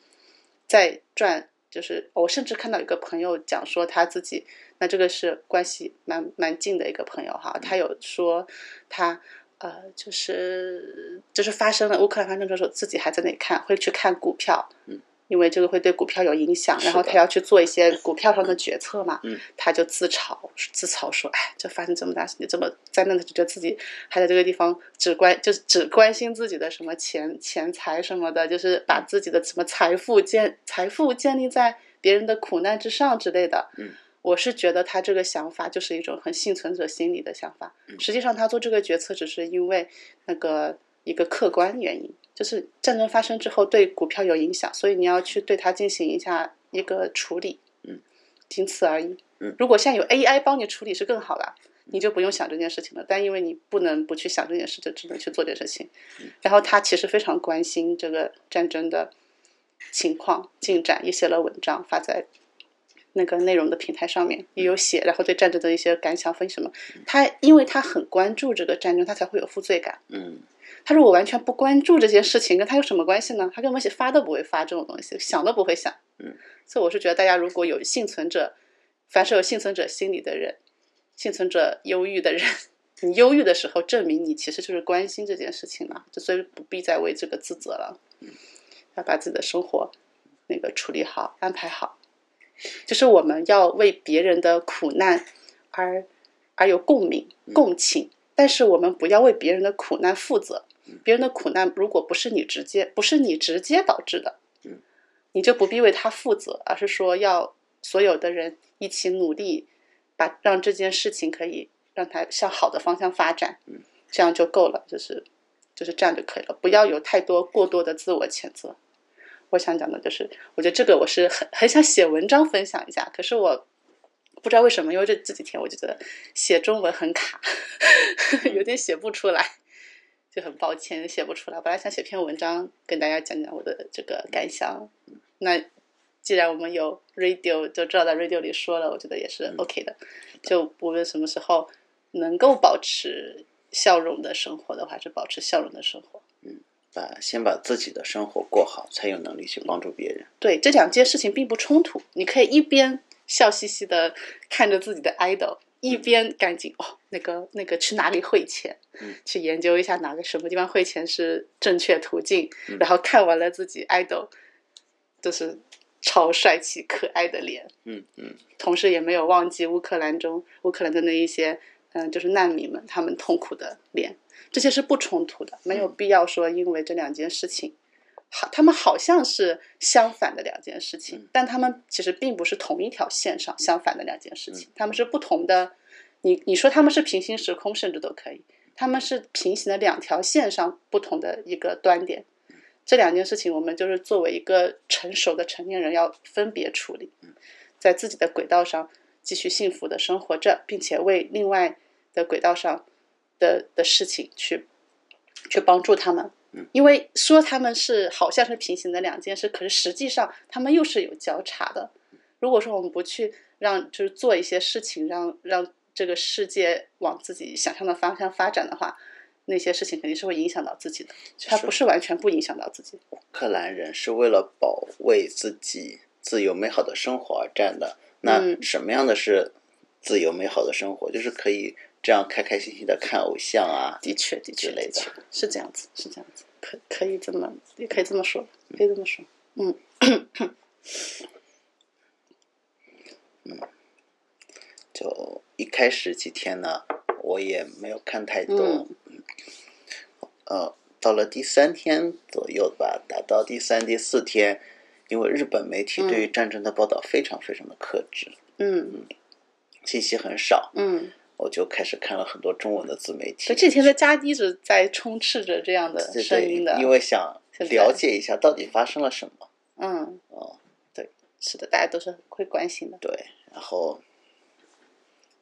Speaker 2: 在赚。就是我甚至看到有个朋友讲说他自己，那这个是关系蛮蛮近的一个朋友哈，他有说他呃，就是就是发生了乌克兰发生的时候，自己还在那里看，会去看股票，
Speaker 1: 嗯，
Speaker 2: 因为这个会对股票有影响，
Speaker 1: 是
Speaker 2: 然后
Speaker 1: 的
Speaker 2: 他要去做一些股票上的决策嘛，
Speaker 1: 嗯，
Speaker 2: 他就自嘲自嘲说，哎，这发生这么大事情，这么灾难的事，觉得自己还在这个地方只关就是只关心自己的什么钱钱财什么的，就是把自己的什么财富建财富建立在别人的苦难之上之类的，
Speaker 1: 嗯。
Speaker 2: 我是觉得他这个想法就是一种很幸存者心理的想法，
Speaker 1: 嗯
Speaker 2: 实际上他做这个决策只是因为那个一个客观原因，就是战争发生之后对股票有影响，所以你要去对它进行一下一个处理，
Speaker 1: 嗯，
Speaker 2: 仅此而已。
Speaker 1: 嗯
Speaker 2: 如果现在有 AI 帮你处理是更好了，你就不用想这件事情了。但因为你不能不去想这件事，就只能去做这件事情。然后他其实非常关心这个战争的情况进展，也写了文章发在那个内容的平台上面，也有写，然后对战争的一些感想分析什么。他因为他很关注这个战争，他才会有负罪感。
Speaker 1: 嗯
Speaker 2: 他如果完全不关注这件事情，跟他有什么关系呢？他根本写发都不会发这种东西，想都不会想。
Speaker 1: 嗯，
Speaker 2: 所以我是觉得大家如果有幸存者，凡是有幸存者心理的人，幸存者忧郁的人，你忧郁的时候，证明你其实就是关心这件事情了，就所以不必再为这个自责了。要把自己的生活那个处理好、安排好，就是我们要为别人的苦难而而有共鸣、共情，但是我们不要为别人的苦难负责。别人的苦难如果不是你直接不是你直接导致的
Speaker 1: 嗯，
Speaker 2: 你就不必为他负责，而是说要所有的人一起努力，把让这件事情可以让它向好的方向发展
Speaker 1: 嗯，
Speaker 2: 这样就够了，就是就是这样就可以了，不要有太多过多的自我谴责。我想讲的就是，我觉得这个我是很很想写文章分享一下，可是我不知道为什么，因为这这几天我就觉得写中文很卡， 有点写不出来，就很抱歉写不出来。本来想写篇文章跟大家讲讲我的这个感想，那既然我们有 radio，就知道在 radio 里说了，我觉得也是 OK 的。就无论什么时候能够保持笑容的生活的话，就保持笑容的生活。
Speaker 1: 把先把自己的生活过好，才有能力去帮助别人。
Speaker 2: 对，这两件事情并不冲突。你可以一边笑嘻嘻的看着自己的 idol，一边赶紧哦，那个那个去哪里汇钱，
Speaker 1: 嗯
Speaker 2: 去研究一下哪个什么地方汇钱是正确途径，
Speaker 1: 嗯
Speaker 2: 然后看完了自己 idol，就是超帅气可爱的脸，
Speaker 1: 嗯嗯
Speaker 2: 同时也没有忘记乌克兰中乌克兰的那一些，嗯、就是难民们他们痛苦的脸，这些是不冲突的，没有必要说因为这两件事情，好，他们好像是相反的两件事情
Speaker 1: 嗯，
Speaker 2: 但他们其实并不是同一条线上相反的两件事情，他们是不同的。你你说他们是平行时空，甚至都可以，他们是平行的两条线上不同的一个端点。这两件事情，我们就是作为一个成熟的成年人，要分别处理。在自己的轨道上继续幸福的生活着，并且为另外的轨道上的的事情去去帮助他们
Speaker 1: 嗯。
Speaker 2: 因为说他们是好像是平行的两件事，可是实际上他们又是有交叉的。
Speaker 1: 嗯
Speaker 2: 如果说我们不去让就是做一些事情，让让这个世界往自己想象的方向发展的话，那些事情肯定是会影响到自己的，
Speaker 1: 其
Speaker 2: 它
Speaker 1: 实
Speaker 2: 不是完全不影响到自己。
Speaker 1: 乌克兰人是为了保卫自己自由美好的生活而战的。那
Speaker 2: 嗯
Speaker 1: 什么样的是自由美好的生活？就是可以这样开开心心的看偶像啊。
Speaker 2: 的确，的确，
Speaker 1: 之类
Speaker 2: 的
Speaker 1: 的
Speaker 2: 确是这样子，是这样子，可可以这么，也可以这么说，可以这么说。嗯，
Speaker 1: 就一开始几天呢，我也没有看太多。
Speaker 2: 嗯
Speaker 1: 呃，到了第三天左右吧，打到第三、第四天，因为日本媒体对于战争的报道非常非常的克制，
Speaker 2: 嗯
Speaker 1: 信息很少，
Speaker 2: 嗯，
Speaker 1: 我就开始看了很多中文的自媒体
Speaker 2: 所以。这几天在家一直在充斥着这样的
Speaker 1: 对
Speaker 2: 声音的
Speaker 1: 对，，因为想
Speaker 2: 现在
Speaker 1: 了解一下到底发生了什么。
Speaker 2: 嗯，
Speaker 1: 哦，
Speaker 2: 是的，大家都是会关心的。
Speaker 1: 对，然后，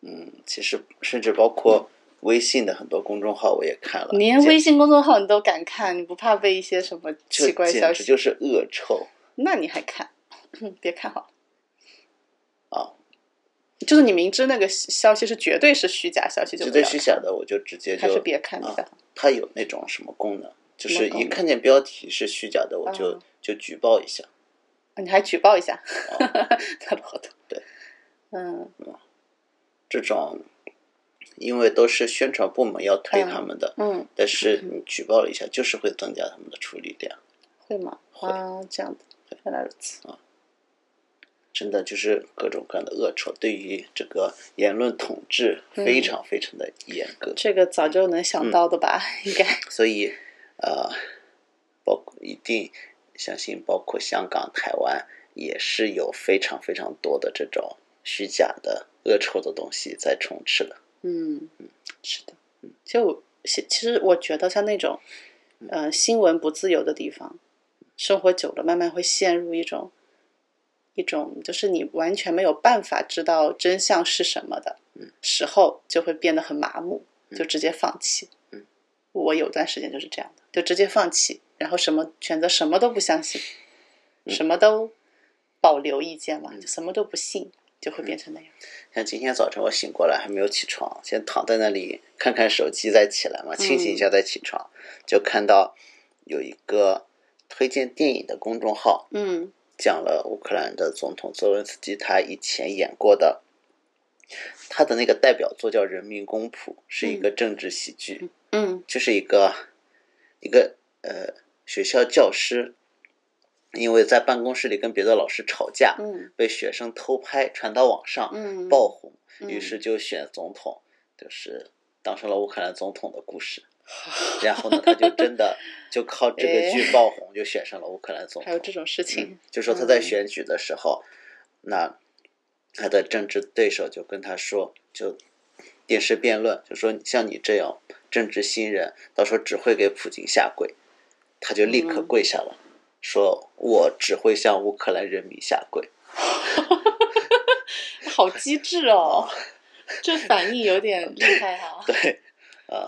Speaker 1: 嗯，其实甚至包括微信的很多公众号我也看了，
Speaker 2: 连
Speaker 1: 简
Speaker 2: 微信公众号你都敢看，你不怕被一些什么
Speaker 1: 这
Speaker 2: 奇怪消
Speaker 1: 简直
Speaker 2: 息？
Speaker 1: 就是恶臭
Speaker 2: 那你还看？嗯别看好了，
Speaker 1: 啊！
Speaker 2: 就是你明知那个消息是绝对是虚假消息就
Speaker 1: 绝
Speaker 2: 不
Speaker 1: 对
Speaker 2: 要
Speaker 1: 虚
Speaker 2: 看
Speaker 1: 假的，我就直接
Speaker 2: 还
Speaker 1: 就是
Speaker 2: 别看比
Speaker 1: 啊
Speaker 2: 较好。
Speaker 1: 它有那种什么功能，就
Speaker 2: 什么
Speaker 1: 是
Speaker 2: 功
Speaker 1: 一
Speaker 2: 能
Speaker 1: 看见标题是虚假的，我就
Speaker 2: 啊
Speaker 1: 就举报一下。
Speaker 2: 你还举报一下， 他的活动。
Speaker 1: 对，
Speaker 2: 嗯，
Speaker 1: 这种，因为都是宣传部门要推
Speaker 2: 嗯
Speaker 1: 他们的，
Speaker 2: 嗯，
Speaker 1: 但是你举报了一下，就是会增加他们的处理量。
Speaker 2: 会吗？
Speaker 1: 会
Speaker 2: 啊，这样的，原来如此。
Speaker 1: 真的就是各种各样的恶臭，对于这个言论统治非
Speaker 2: 嗯
Speaker 1: 常非常的严格，
Speaker 2: 这个早就能想到的吧？应该。
Speaker 1: 所以呃，包括一定相信，包括香港、台湾也是有非常非常多的这种虚假的恶臭的东西在充斥的。
Speaker 2: 嗯，是的。嗯其实我，其其实我觉得像那种，呃，新闻不自由的地方，生活久了，慢慢会陷入一种，一种就是你完全没有办法知道真相是什么的时候，就会变得很麻木，就直接放弃。
Speaker 1: 嗯，
Speaker 2: 我有段时间就是这样的，就直接放弃，然后什么选择什么都不相信，什么都保留意见嘛，就什么都不信，就会变成那样。
Speaker 1: 像今天早晨我醒过来还没有起床，先躺在那里看看手机再起来嘛，清醒一下再起床，就看到有一个推荐电影的公众号，
Speaker 2: 嗯
Speaker 1: 讲了乌克兰的总统泽伦斯基他以前演过的，他的那个代表作叫《人民公仆》，是一个政治喜剧，
Speaker 2: 嗯
Speaker 1: 就是一个一个呃学校教师，因为在办公室里跟别的老师吵架，
Speaker 2: 嗯
Speaker 1: 被学生偷拍传到网上，
Speaker 2: 嗯，
Speaker 1: 爆红，
Speaker 2: 嗯
Speaker 1: 于是就选总统，就是当上了乌克兰总统的故 事。然后呢，他就真的就靠这个剧爆红，就选上了乌克兰总统。
Speaker 2: 还有这种事情
Speaker 1: 嗯，就说他在
Speaker 2: 嗯
Speaker 1: 选举的时候，那他的政治对手就跟他说，就电视辩论，就说像你这样政治新人，到时候只会给普京下跪，他就立刻
Speaker 2: 嗯
Speaker 1: 跪下了，说我只会向乌克兰人民下跪。
Speaker 2: 好机智 哦！这反应有点厉害啊，
Speaker 1: 对，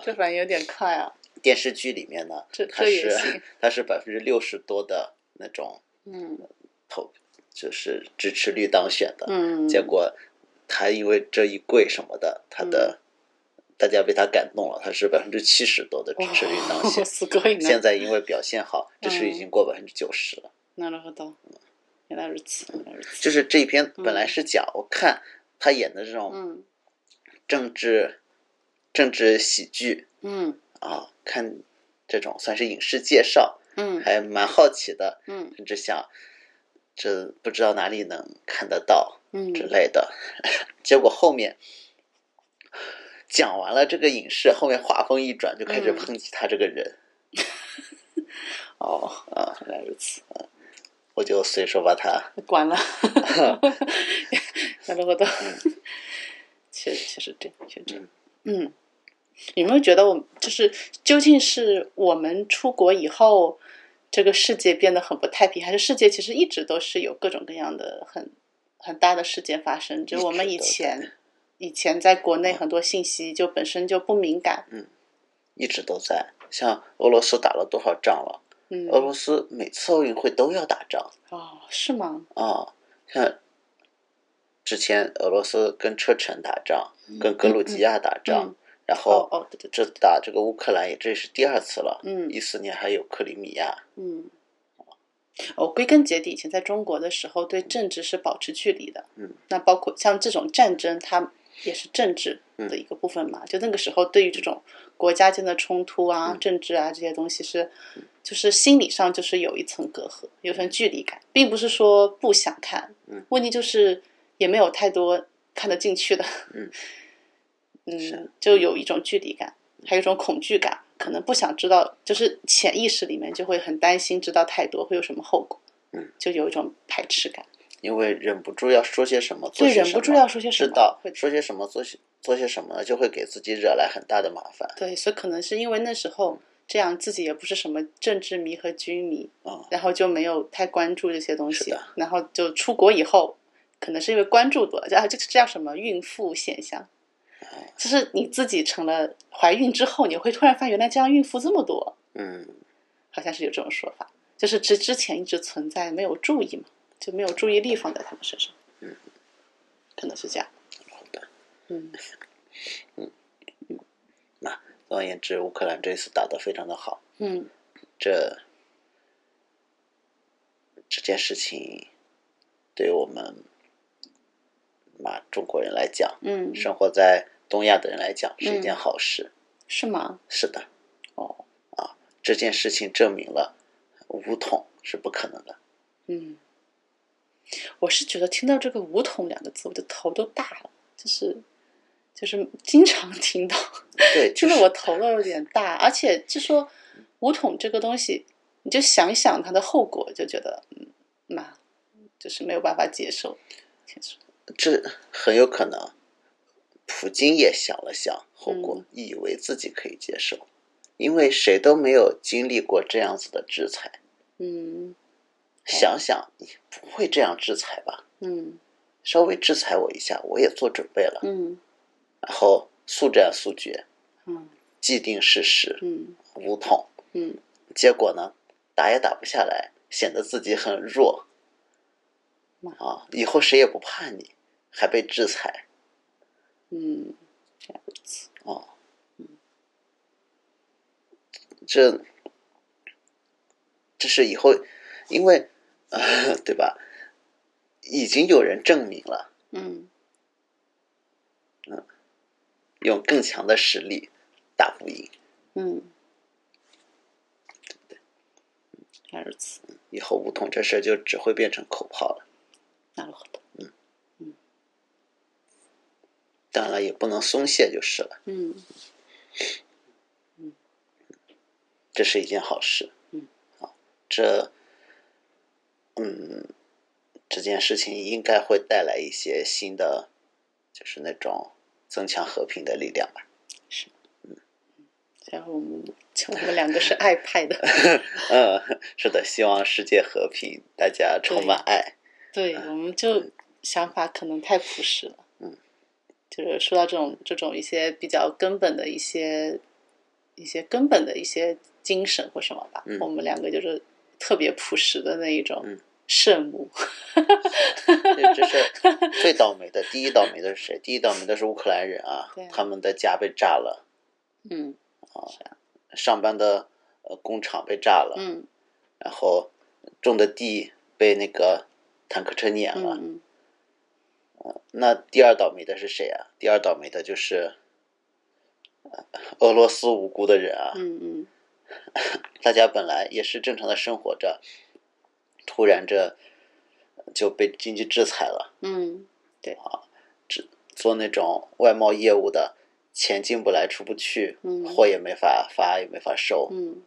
Speaker 2: 这反应有点快啊。
Speaker 1: 电视剧里面呢
Speaker 2: 这，
Speaker 1: 他
Speaker 2: 这也
Speaker 1: 是
Speaker 2: 行
Speaker 1: 他是百分之六十多的那种
Speaker 2: 嗯
Speaker 1: 投，就是支持率当选的，
Speaker 2: 嗯，
Speaker 1: 结果他因为这一跪什么的，他
Speaker 2: 嗯
Speaker 1: 的、大家被他感动了，他是百分之七十多的支持率当选。
Speaker 2: すごい
Speaker 1: 现
Speaker 2: な。
Speaker 1: 在因为表现好，支持率
Speaker 2: 嗯
Speaker 1: 已经过百分之九十了。
Speaker 2: なるほど。原来如此，原来如此。
Speaker 1: 就是这篇本来是讲、我看他演的这种
Speaker 2: 嗯
Speaker 1: 政治、政治喜剧
Speaker 2: 嗯
Speaker 1: 啊，看这种算是影视介绍，
Speaker 2: 嗯
Speaker 1: 还蛮好奇的，
Speaker 2: 嗯
Speaker 1: 甚至想这不知道哪里能看得到，
Speaker 2: 嗯，
Speaker 1: 之类的。 结果后面讲完了这个影视，后面话锋一转，就开始
Speaker 2: 嗯
Speaker 1: 抨击他这个人，
Speaker 2: 哦啊，原来如此。
Speaker 1: 我就随手把他
Speaker 2: 管 了，那如果都，确实确实这样，确实这样。嗯，有没有觉得我们就是究竟是我们出国以后，这个世界变得很不太平，还是世界其实一直都是有各种各样的很很大的事件发生？只是我们以前以前在国内很多信息就本身就不敏感，
Speaker 1: 一直都在。像俄罗斯打了多少仗了？
Speaker 2: 嗯，
Speaker 1: 俄罗斯每次奥运会都要打仗
Speaker 2: 哦，是吗？
Speaker 1: 啊、像之前俄罗斯跟车臣打仗，跟格鲁吉亚打仗，然后
Speaker 2: 嗯哦哦对对
Speaker 1: 这打这个乌克兰也这是第二次了，
Speaker 2: 嗯
Speaker 1: 一四年还有克里米亚，
Speaker 2: 嗯，哦，归根结底，以前在中国的时候，对政治是保持距离的。
Speaker 1: 嗯，
Speaker 2: 那包括像这种战争，它也是政治
Speaker 1: 嗯
Speaker 2: 的一个部分嘛。就那个时候，对于这种国家间的冲突啊、
Speaker 1: 嗯
Speaker 2: 政治啊这些东西是，就是心理上就是有一层隔阂，有一层距离感，并不是说不想看，
Speaker 1: 嗯
Speaker 2: 问题就是也没有太多看得进去的。
Speaker 1: 嗯，
Speaker 2: 嗯
Speaker 1: 是，啊
Speaker 2: 就有一种距离感，还有一种恐惧感，可能不想知道，就是潜意识里面就会很担心知道太多会有什么后果，
Speaker 1: 嗯，
Speaker 2: 就有一种排斥感，
Speaker 1: 因为忍不住要说些什么，做
Speaker 2: 对，
Speaker 1: 些
Speaker 2: 忍
Speaker 1: 什
Speaker 2: 不
Speaker 1: 么，
Speaker 2: 住要说些什
Speaker 1: 知
Speaker 2: 么，
Speaker 1: 道
Speaker 2: 会
Speaker 1: 说些什么，做些做些什么，就会给自己惹来很大的麻烦
Speaker 2: 对，所以可能是因为那时候这样，自己也不是什么政治迷和军迷，
Speaker 1: 啊、
Speaker 2: 然后就没有太关注这些东
Speaker 1: 是
Speaker 2: 西
Speaker 1: 的，
Speaker 2: 然后就出国以后，可能是因为关注多了，叫这叫什么孕妇现象，
Speaker 1: 哎
Speaker 2: 就是你自己成了怀孕之后，你会突然发现原来这样孕妇这么多，
Speaker 1: 嗯，
Speaker 2: 好像是有这种说法，就是之之前一直存在，没有注意嘛，就没有注意力放在他们身上，
Speaker 1: 嗯，
Speaker 2: 可能是这样，
Speaker 1: 好的。
Speaker 2: 嗯，
Speaker 1: 总而言之，乌克兰这次打得非常的好，
Speaker 2: 嗯，
Speaker 1: 这这件事情对我们嘛中国人来讲，
Speaker 2: 嗯，
Speaker 1: 生活在东亚的人来讲是一件好事。
Speaker 2: 是吗？
Speaker 1: 是的，啊
Speaker 2: 哦，
Speaker 1: 这件事情证明了武统是不可 能的。
Speaker 2: 嗯，我是觉得听到这个“武统”两个字，我的头都大了，就是就是经常听到，
Speaker 1: 对，
Speaker 2: 听
Speaker 1: 就
Speaker 2: 得
Speaker 1: 是
Speaker 2: 我头都有点大，而且就说武统这个东西，你就想一想它的后果，就觉得嗯，那就是没有办法接受，其实，
Speaker 1: 这很有可能，普京也想了想后果
Speaker 2: 嗯，
Speaker 1: 以为自己可以接受，因为谁都没有经历过这样子的制裁。
Speaker 2: 嗯
Speaker 1: 想想你不会这样制裁吧？
Speaker 2: 嗯
Speaker 1: 稍微制裁我一下，我也做准备了。
Speaker 2: 嗯
Speaker 1: 然后速战速决，
Speaker 2: 嗯
Speaker 1: 既定事实，
Speaker 2: 嗯
Speaker 1: 武统。
Speaker 2: 嗯，
Speaker 1: 结果呢，打也打不下来，显得自己很弱
Speaker 2: 哇。
Speaker 1: 啊，以后谁也不怕你，还被制裁
Speaker 2: 嗯，这样子，
Speaker 1: 哦。这这是以后，因为、 呃、对吧？已经有人证明了，
Speaker 2: 嗯
Speaker 1: 用更强的实力打不赢。
Speaker 2: 嗯，这样子，
Speaker 1: 以后武统这事儿就只会变成口号了。
Speaker 2: なるほど。
Speaker 1: 当然了，也不能松懈就是了，
Speaker 2: 嗯
Speaker 1: 这是一件好事。
Speaker 2: 嗯，
Speaker 1: 啊，这，嗯，这件事情应该会带来一些新的，就是那种增强和平的力量吧。
Speaker 2: 然后我们，我们两个是爱派的，
Speaker 1: 嗯，是的，希望世界和平，大家充满爱。
Speaker 2: 对，我们就想法可能太朴实了。
Speaker 1: 嗯，
Speaker 2: 就是说到这种这种一些比较根本的一些一些根本的一些精神或什么吧，
Speaker 1: 嗯
Speaker 2: 我们两个就是特别朴实的那一种
Speaker 1: 嗯
Speaker 2: 圣母。
Speaker 1: 这这 是最倒霉的，第一倒霉的是谁？第一倒霉的是乌克兰人啊
Speaker 2: 对啊，
Speaker 1: 他们的家被炸了，
Speaker 2: 嗯
Speaker 1: 上班的呃工厂被炸了，
Speaker 2: 嗯
Speaker 1: 然后种的地被那个坦克车碾了。
Speaker 2: 嗯
Speaker 1: 那第二倒霉的是谁啊？第二倒霉的就是呃俄罗斯无辜的人啊！
Speaker 2: 嗯嗯
Speaker 1: 大家本来也是正常的生活着，突然这就被经济制裁了，
Speaker 2: 嗯
Speaker 1: 做那种外贸业务的，钱进不来出不去，
Speaker 2: 嗯
Speaker 1: 货也没法发也没法收，
Speaker 2: 嗯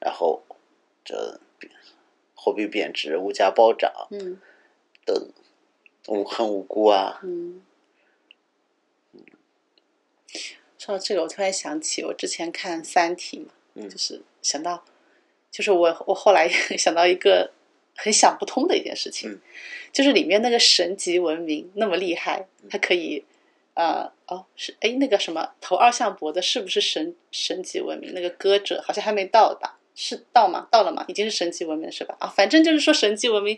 Speaker 1: 然后这货币贬值，物价暴涨，
Speaker 2: 嗯
Speaker 1: 等无很无辜啊！
Speaker 2: 嗯。说到这个，我突然想起我之前看《三体》嘛，
Speaker 1: 嗯
Speaker 2: 就是想到，就是我我后来 也想到一个很想不通的一件事情，
Speaker 1: 嗯
Speaker 2: 就是里面那个神级文明那么厉害，它可以。呃，哦，是哎，那个什么头二项脖子是不是神神级文明？那个歌者好像还没到吧？是到吗？到了吗？已经是神级文明是吧？啊，反正就是说神级文明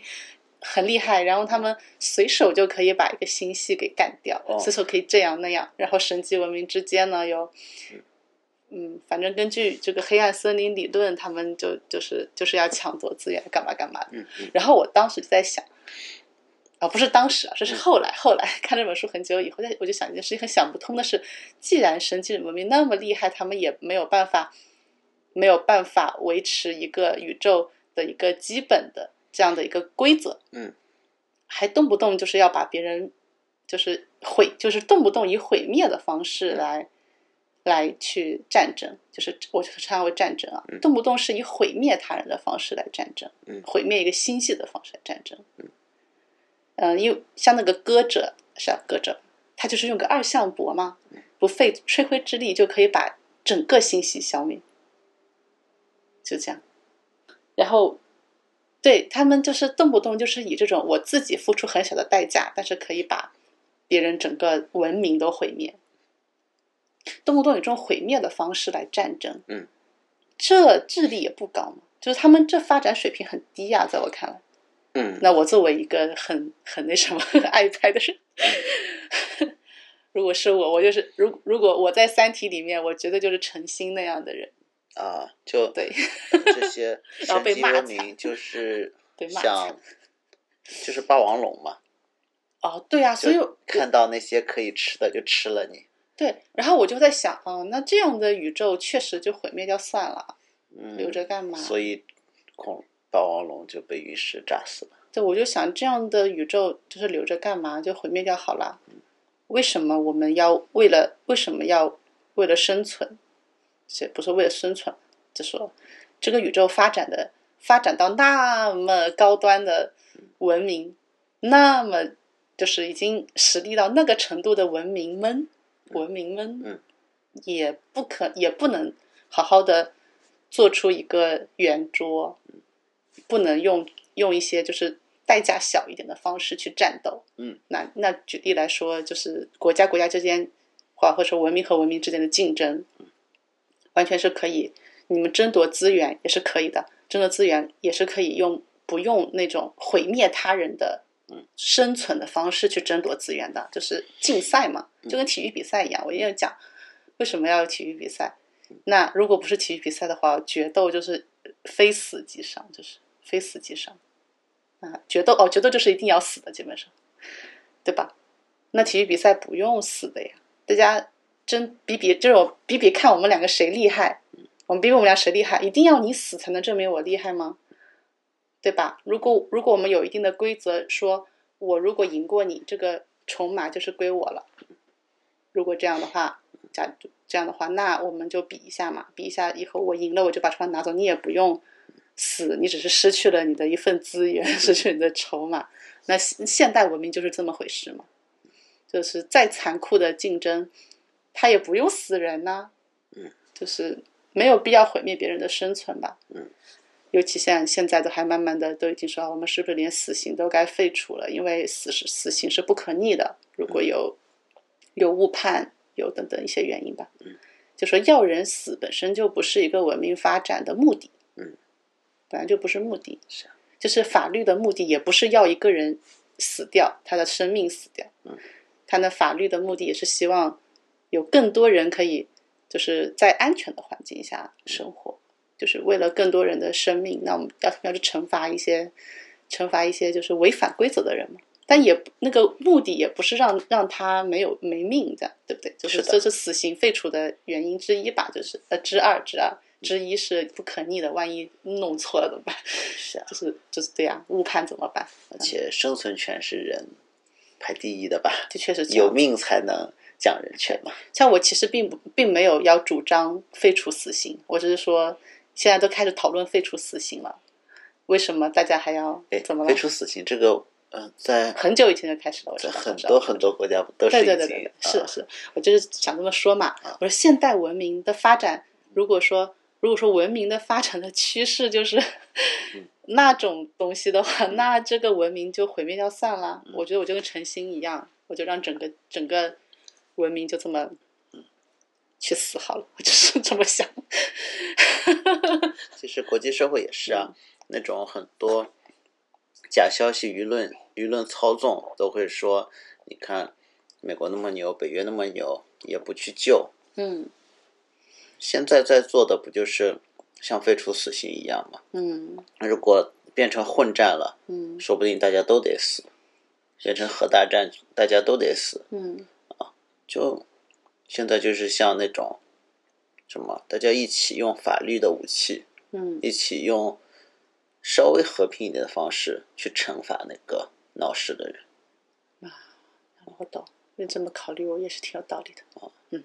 Speaker 2: 很厉害，然后他们随手就可以把一个星系给干掉，
Speaker 1: 哦
Speaker 2: 随手可以这样那样。然后神级文明之间呢，有，嗯，反正根据这个黑暗森林理论，他们就就是就是要抢夺资源，干嘛干嘛的。
Speaker 1: 嗯嗯
Speaker 2: 然后我当时就在想，啊，不是当时啊，这是后来，后来看这本书很久以后，但我就想一件事情，很想不通的是，既然神奇文明那么厉害，他们也没有办法，没有办法维持一个宇宙的一个基本的这样的一个规则，
Speaker 1: 嗯，
Speaker 2: 还动不动就是要把别人，就是毁，就是动不动以毁灭的方
Speaker 1: 嗯
Speaker 2: 式来。来去战争，就是我称它为战争啊
Speaker 1: 嗯，
Speaker 2: 动不动是以毁灭他人的方式来战争。毁灭一个星系的方式来战争。嗯，因为像那个歌者是啊，歌者，他就是用个二向箔嘛，不费吹灰之力就可以把整个星系消灭，就这样。然后，对他们就是动不动就是以这种我自己付出很小的代价，但是可以把别人整个文明都毁灭，动不动以这种毁灭的方式来战争。
Speaker 1: 嗯，
Speaker 2: 这智力也不高嘛，就是他们这发展水平很低啊呀、在我看来。
Speaker 1: 嗯，
Speaker 2: 那我作为一个很很那什么 爱拍的人，如果是我，我就是如如果我在《三体》里面，我绝对就是陈星那样的人，
Speaker 1: 啊，就
Speaker 2: 对
Speaker 1: 这些
Speaker 2: 然后
Speaker 1: 神
Speaker 2: 被
Speaker 1: 级
Speaker 2: 骂
Speaker 1: 文
Speaker 2: 惨
Speaker 1: 明就是
Speaker 2: 被骂
Speaker 1: 像
Speaker 2: 惨。
Speaker 1: 就是霸王龙嘛，
Speaker 2: 哦，对啊，所以我
Speaker 1: 看到那些可以吃的就吃了你，
Speaker 2: 对，然后我就在想，哦，那这样的宇宙确实就毁灭掉算了，
Speaker 1: 嗯，
Speaker 2: 留着干嘛？
Speaker 1: 所以恐霸王龙就被陨石炸死了。
Speaker 2: 对，我就想这样的宇宙就是留着干嘛？就毁灭掉好了。为什么我们要为了为什么要为了生存？是不是为了生存？就说这个宇宙发展的发展到那么高端的文明，那么就是已经实力到那个程度的文明们，文明们，
Speaker 1: 嗯
Speaker 2: 也不可也不能好好的做出一个圆桌，不能用用一些就是代价小一点的方式去战斗。
Speaker 1: 嗯，
Speaker 2: 那那举例来说，就是国家国家之间，或或者说文明和文明之间的竞争，完全是可以，你们争夺资源也是可以的，争夺资源也是可以用不用那种毁灭他人的。生存的方式去争夺资源的，就是竞赛嘛，就跟体育比赛一样。我也有讲，为什么要有体育比赛？那如果不是体育比赛的话，决斗就是非死即伤，就是非死即伤啊！决斗哦，决斗就是一定要死的，基本上，对吧？那体育比赛不用死的呀，大家真比比这种比比看我们两个谁厉害，我们比比我们俩谁厉害，一定要你死才能证明我厉害吗？对吧？如果如果我们有一定的规则，说我如果赢过你，这个筹码就是归我了。如果这样的话，假这样的话，那我们就比一下嘛，比一下以后我赢了，我就把筹码拿走，你也不用死，你只是失去了你的一份资源， 失去你的筹码。那现现代文明就是这么回事嘛，就是再残酷的竞争，他也不用死人呐、
Speaker 1: 嗯，
Speaker 2: 就是没有必要毁灭别人的生存吧，
Speaker 1: 嗯。
Speaker 2: 尤其像现在都还慢慢的都已经说，啊我们是不是连死刑都该废除了？因为死是死刑是不可逆的，如果有有误判，有等等一些原因吧。
Speaker 1: 嗯，
Speaker 2: 就说要人死本身就不是一个文明发展的目的。
Speaker 1: 嗯，
Speaker 2: 本来就不是目的。
Speaker 1: 是啊
Speaker 2: 就是法律的目的也不是要一个人死掉，他的生命死掉。
Speaker 1: 嗯，
Speaker 2: 他的法律的目的也是希望有更多人可以就是在安全的环境下
Speaker 1: 嗯
Speaker 2: 生活。就是为了更多人的生命，那我们要要去惩罚一些，惩罚一些就是违反规则的人嘛。但也不那个目的也不是让让他没有没命的，对不对？就是
Speaker 1: 是的
Speaker 2: 这是死刑废除的原因之一吧，就是呃之二之二
Speaker 1: 嗯
Speaker 2: 之一是不可逆的，万一弄错了怎么办？
Speaker 1: 是啊，
Speaker 2: 就是就是这样，误判怎么办？
Speaker 1: 而且生存权是人排第一的吧？
Speaker 2: 这确实这样
Speaker 1: 有命才能讲人权嘛。
Speaker 2: 像我其实并不并没有要主张废除死刑，我只是说现在都开始讨论废除死刑了，为什么大家还要
Speaker 1: 哎，
Speaker 2: 怎么
Speaker 1: 废
Speaker 2: 了？
Speaker 1: 除死刑这个，嗯、在
Speaker 2: 很久以前就开始了，我知
Speaker 1: 在
Speaker 2: 道
Speaker 1: 很
Speaker 2: 我知道
Speaker 1: 多很多国家都是
Speaker 2: 对
Speaker 1: 已经
Speaker 2: 对对对，对是
Speaker 1: 啊
Speaker 2: 是，我就是想这么说嘛。我说现代文明的发展，如果说如果说文明的发展的趋势就是 那种东西的话，那这个文明就毁灭掉算了。我觉得我就跟陈星一样，我就让整个整个文明就这么去死好了，我就是这么想。嗯
Speaker 1: 其实国际社会也是啊，那种很多假消息、舆论、舆论操纵，都会说，你看美国那么牛，北约那么牛，也不去救。
Speaker 2: 嗯
Speaker 1: 现在在做的不就是像废除死刑一样吗？
Speaker 2: 嗯
Speaker 1: 如果变成混战了，
Speaker 2: 嗯
Speaker 1: 说不定大家都得死；变成核大战，大家都得死。
Speaker 2: 嗯
Speaker 1: 就现在就是像那种什么，大家一起用法律的武器，
Speaker 2: 嗯
Speaker 1: 一起用稍微和平一点的方式去惩罚那个闹事的人。
Speaker 2: 我哦懂。你这么考虑，我也是挺有道理的。哦，嗯，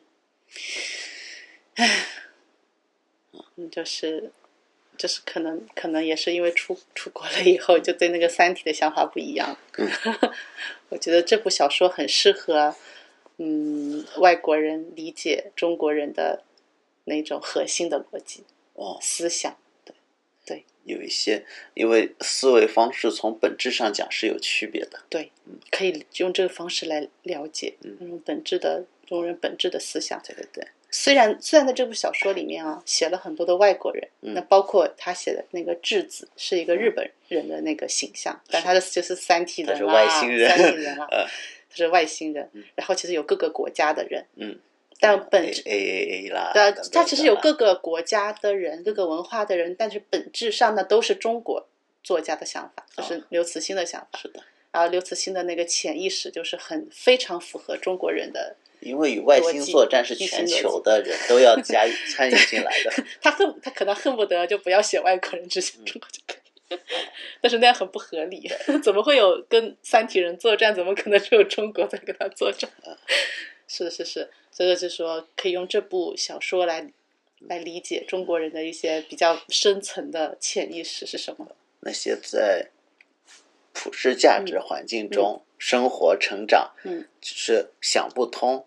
Speaker 2: 唉，嗯，就是，就是可能可能也是因为出出国了以后，就对那个《三体》的想法不一样。 我觉得这部小说很适合，嗯，外国人理解中国人的那种核心的逻辑
Speaker 1: 哦，
Speaker 2: 思想。
Speaker 1: 有一些因为思维方式从本质上讲是有区别的。
Speaker 2: 对，可以用这个方式来了解
Speaker 1: 嗯
Speaker 2: 那种本质的中国人本质的思想。
Speaker 1: 对对对，
Speaker 2: 虽然虽然在这部小说里面啊，写了很多的外国人，
Speaker 1: 嗯
Speaker 2: 那包括他写的那个质子是一个日本人的那个形象，但他的就是三体人
Speaker 1: 他
Speaker 2: 啦，
Speaker 1: 是外星人，
Speaker 2: 三体人啦啊
Speaker 1: 呃，
Speaker 2: 他是外星人
Speaker 1: 嗯。
Speaker 2: 然后其实有各个国家的人，
Speaker 1: 嗯，
Speaker 2: 但本
Speaker 1: A
Speaker 2: 质
Speaker 1: A A 啦，
Speaker 2: 的
Speaker 1: 等等
Speaker 2: 他其实有
Speaker 1: 等
Speaker 2: 各个国家的人、各个文化的人，但是本质上呢都是中国作家的想法，就是刘慈欣的想法。
Speaker 1: 等哦是的，
Speaker 2: 然后刘慈欣的那个潜意识就是很非常符合中国人的
Speaker 1: 因为与外
Speaker 2: 逻
Speaker 1: 星
Speaker 2: 辑
Speaker 1: 作战是
Speaker 2: 一
Speaker 1: 全
Speaker 2: 群逻
Speaker 1: 球的人都 要加参与进来的。
Speaker 2: 他恨他可能恨不得就不要写外国人，只写中国就可以。但是那样很不合理， 怎么会有跟三体人作战？怎么可能只有中国在跟他作战？ 是是是，所以就是说可以用这部小说来来理解中国人的一些比较深层的潜意识是什么。
Speaker 1: 那些在普世价值环境中生活成长，
Speaker 2: 嗯，
Speaker 1: 就是想不通，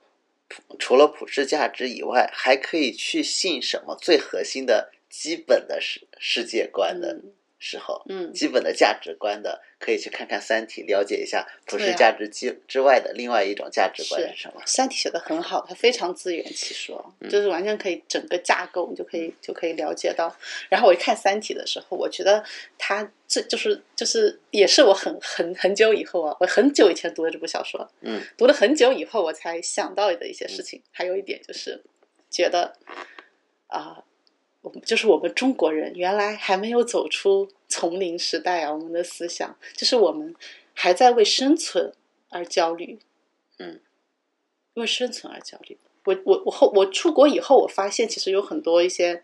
Speaker 1: 普除了普世价值以外，还可以去信什么最核心的、基本的世世界观的
Speaker 2: 嗯
Speaker 1: 时候，
Speaker 2: 嗯
Speaker 1: 基本的价值观的，可以去看看《三体》，了解一下普
Speaker 2: 对
Speaker 1: 世
Speaker 2: 啊
Speaker 1: 价值之之外的另外一种价值观
Speaker 2: 是
Speaker 1: 是什么。
Speaker 2: 三体写的很好，它非常自圆其说，就是完全可以整个架构，你就可以就可以了解到。然后我一看《三体》的时候，我觉得它这就是就是也是我很很很久以后啊，我很久以前读的这部小说，
Speaker 1: 嗯，
Speaker 2: 读了很久以后我才想到的一些事情。还有一点就是，觉得啊、我们就是我们中国人原来还没有走出丛林时代啊，我们的思想就是我们还在为生存而焦虑，
Speaker 1: 嗯，
Speaker 2: 为生存而焦虑。我我我后我出国以后，我发现其实有很多一些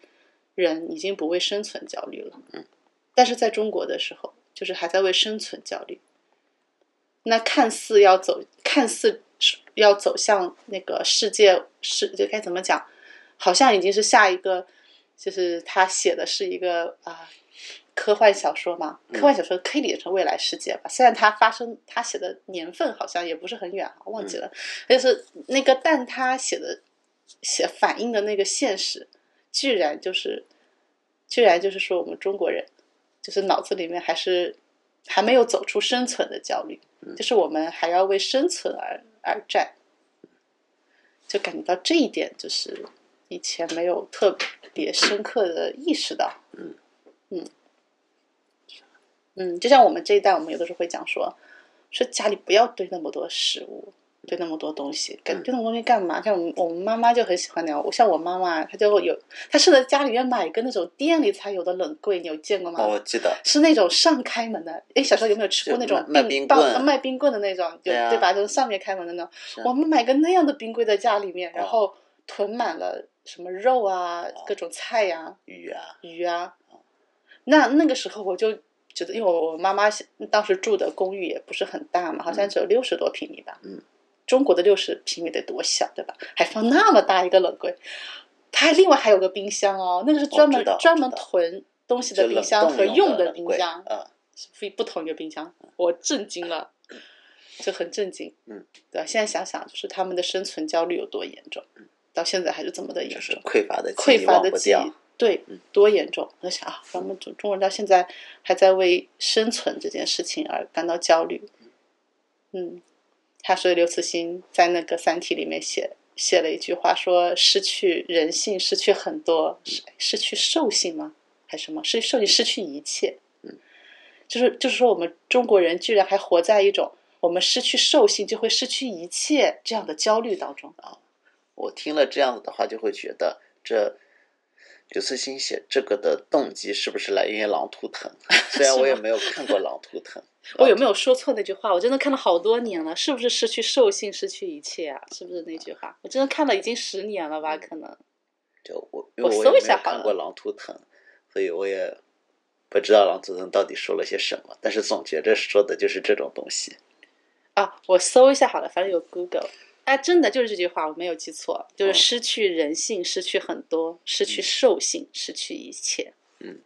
Speaker 2: 人已经不为生存焦虑了，
Speaker 1: 嗯，
Speaker 2: 但是在中国的时候，就是还在为生存焦虑。那看似要走，看似是要走向那个世界世，就该怎么讲？好像已经是下一个，就是他写的是一个啊、科幻小说嘛，科幻小说可以理解成未来世界吧。虽然它发生，他写的年份好像也不是很远啊，忘记了。就是那个，但他写的写反映的那个现实，居然就是，居然就是说我们中国人，就是脑子里面还是还没有走出生存的焦虑，就是我们还要为生存而而战，就感觉到这一点，就是以前没有特别深刻的意识到。
Speaker 1: 嗯
Speaker 2: 嗯嗯，就像我们这一代，我们有的时候会讲说，说家里不要堆那么多食物。堆那么多东西，干
Speaker 1: 嗯
Speaker 2: 堆那么多东西干嘛？像我们我们妈妈就很喜欢那样，我像我妈妈，她就有，她是在家里面买一个那种店里才有的冷柜，你有见过吗？
Speaker 1: 哦，我记得，
Speaker 2: 是那种上开门的。哎，小时候有没有吃过
Speaker 1: 就
Speaker 2: 那种
Speaker 1: 卖卖冰
Speaker 2: 棒
Speaker 1: 棍
Speaker 2: 呃卖冰棍的那种，有
Speaker 1: 对啊
Speaker 2: 对吧？就是上面开门的那种
Speaker 1: 啊。
Speaker 2: 我们买个那样的冰柜在家里面，然
Speaker 1: 哦
Speaker 2: 后囤满了什么肉
Speaker 1: 嗯
Speaker 2: 啊、各种菜呀、
Speaker 1: 鱼啊，
Speaker 2: 鱼啊。那那个时候我就觉得，因为我我妈妈当时住的公寓也不是很大嘛，好像只有六十多平米吧。
Speaker 1: 嗯。
Speaker 2: 中国的六十平米得多小，对吧？还放那么大一个冷柜，它还另外还有个冰箱哦，那个是专
Speaker 1: 我
Speaker 2: 门
Speaker 1: 知道
Speaker 2: 专门
Speaker 1: 我知道
Speaker 2: 囤东西
Speaker 1: 就
Speaker 2: 的
Speaker 1: 冷
Speaker 2: 冰箱
Speaker 1: 冻
Speaker 2: 和用
Speaker 1: 的
Speaker 2: 冰箱，
Speaker 1: 啊，
Speaker 2: 是不不同一个冰箱，我震惊了，就很震惊。
Speaker 1: 嗯，
Speaker 2: 对吧？现在想想，就是他们的生存焦虑有多严重，
Speaker 1: 嗯
Speaker 2: 到现在还是这么的严
Speaker 1: 就是
Speaker 2: 重，
Speaker 1: 匮乏的记忆
Speaker 2: 匮乏
Speaker 1: 忘
Speaker 2: 的
Speaker 1: 不
Speaker 2: 记忆
Speaker 1: 掉。，
Speaker 2: 对
Speaker 1: 嗯，
Speaker 2: 多严重！我在想啊，咱们中中国人到现在还在为生存这件事情而感到焦虑。嗯，他所以刘慈欣在那个《三体》里面写写了一句话，说失去人性，失去
Speaker 1: 嗯嗯
Speaker 2: 很多，失失去兽性吗？还是什么？失去兽性，失去一切。就是就是说我们中国人居然还活在一种我们失去兽性就会失去一切这样的焦虑当中。
Speaker 1: 我听了这样子的话，就会觉得这刘慈欣写这个的动机是不是来源于狼图 腾？虽然我也没有看过狼图腾，
Speaker 2: 我有没有说错那句话？我真的看了好多年了，是不是失去兽性，失去一切啊？是不是那句话？我真的看了已经十年了
Speaker 1: 嗯
Speaker 2: 吧？可能
Speaker 1: 就我因
Speaker 2: 我
Speaker 1: 为我也
Speaker 2: 搜
Speaker 1: 没
Speaker 2: 一
Speaker 1: 有
Speaker 2: 下好
Speaker 1: 看
Speaker 2: 了
Speaker 1: 过狼图腾，所以我也不知道狼图腾到底说了些什么，但是总觉着说的就是这种东西。
Speaker 2: 啊，我搜一下好了，反正有 Google。哎，真的就是这句话，我没有记错，就是
Speaker 1: 嗯
Speaker 2: 失去人性，失去很多，失去
Speaker 1: 嗯
Speaker 2: 兽性，失去一切。
Speaker 1: 嗯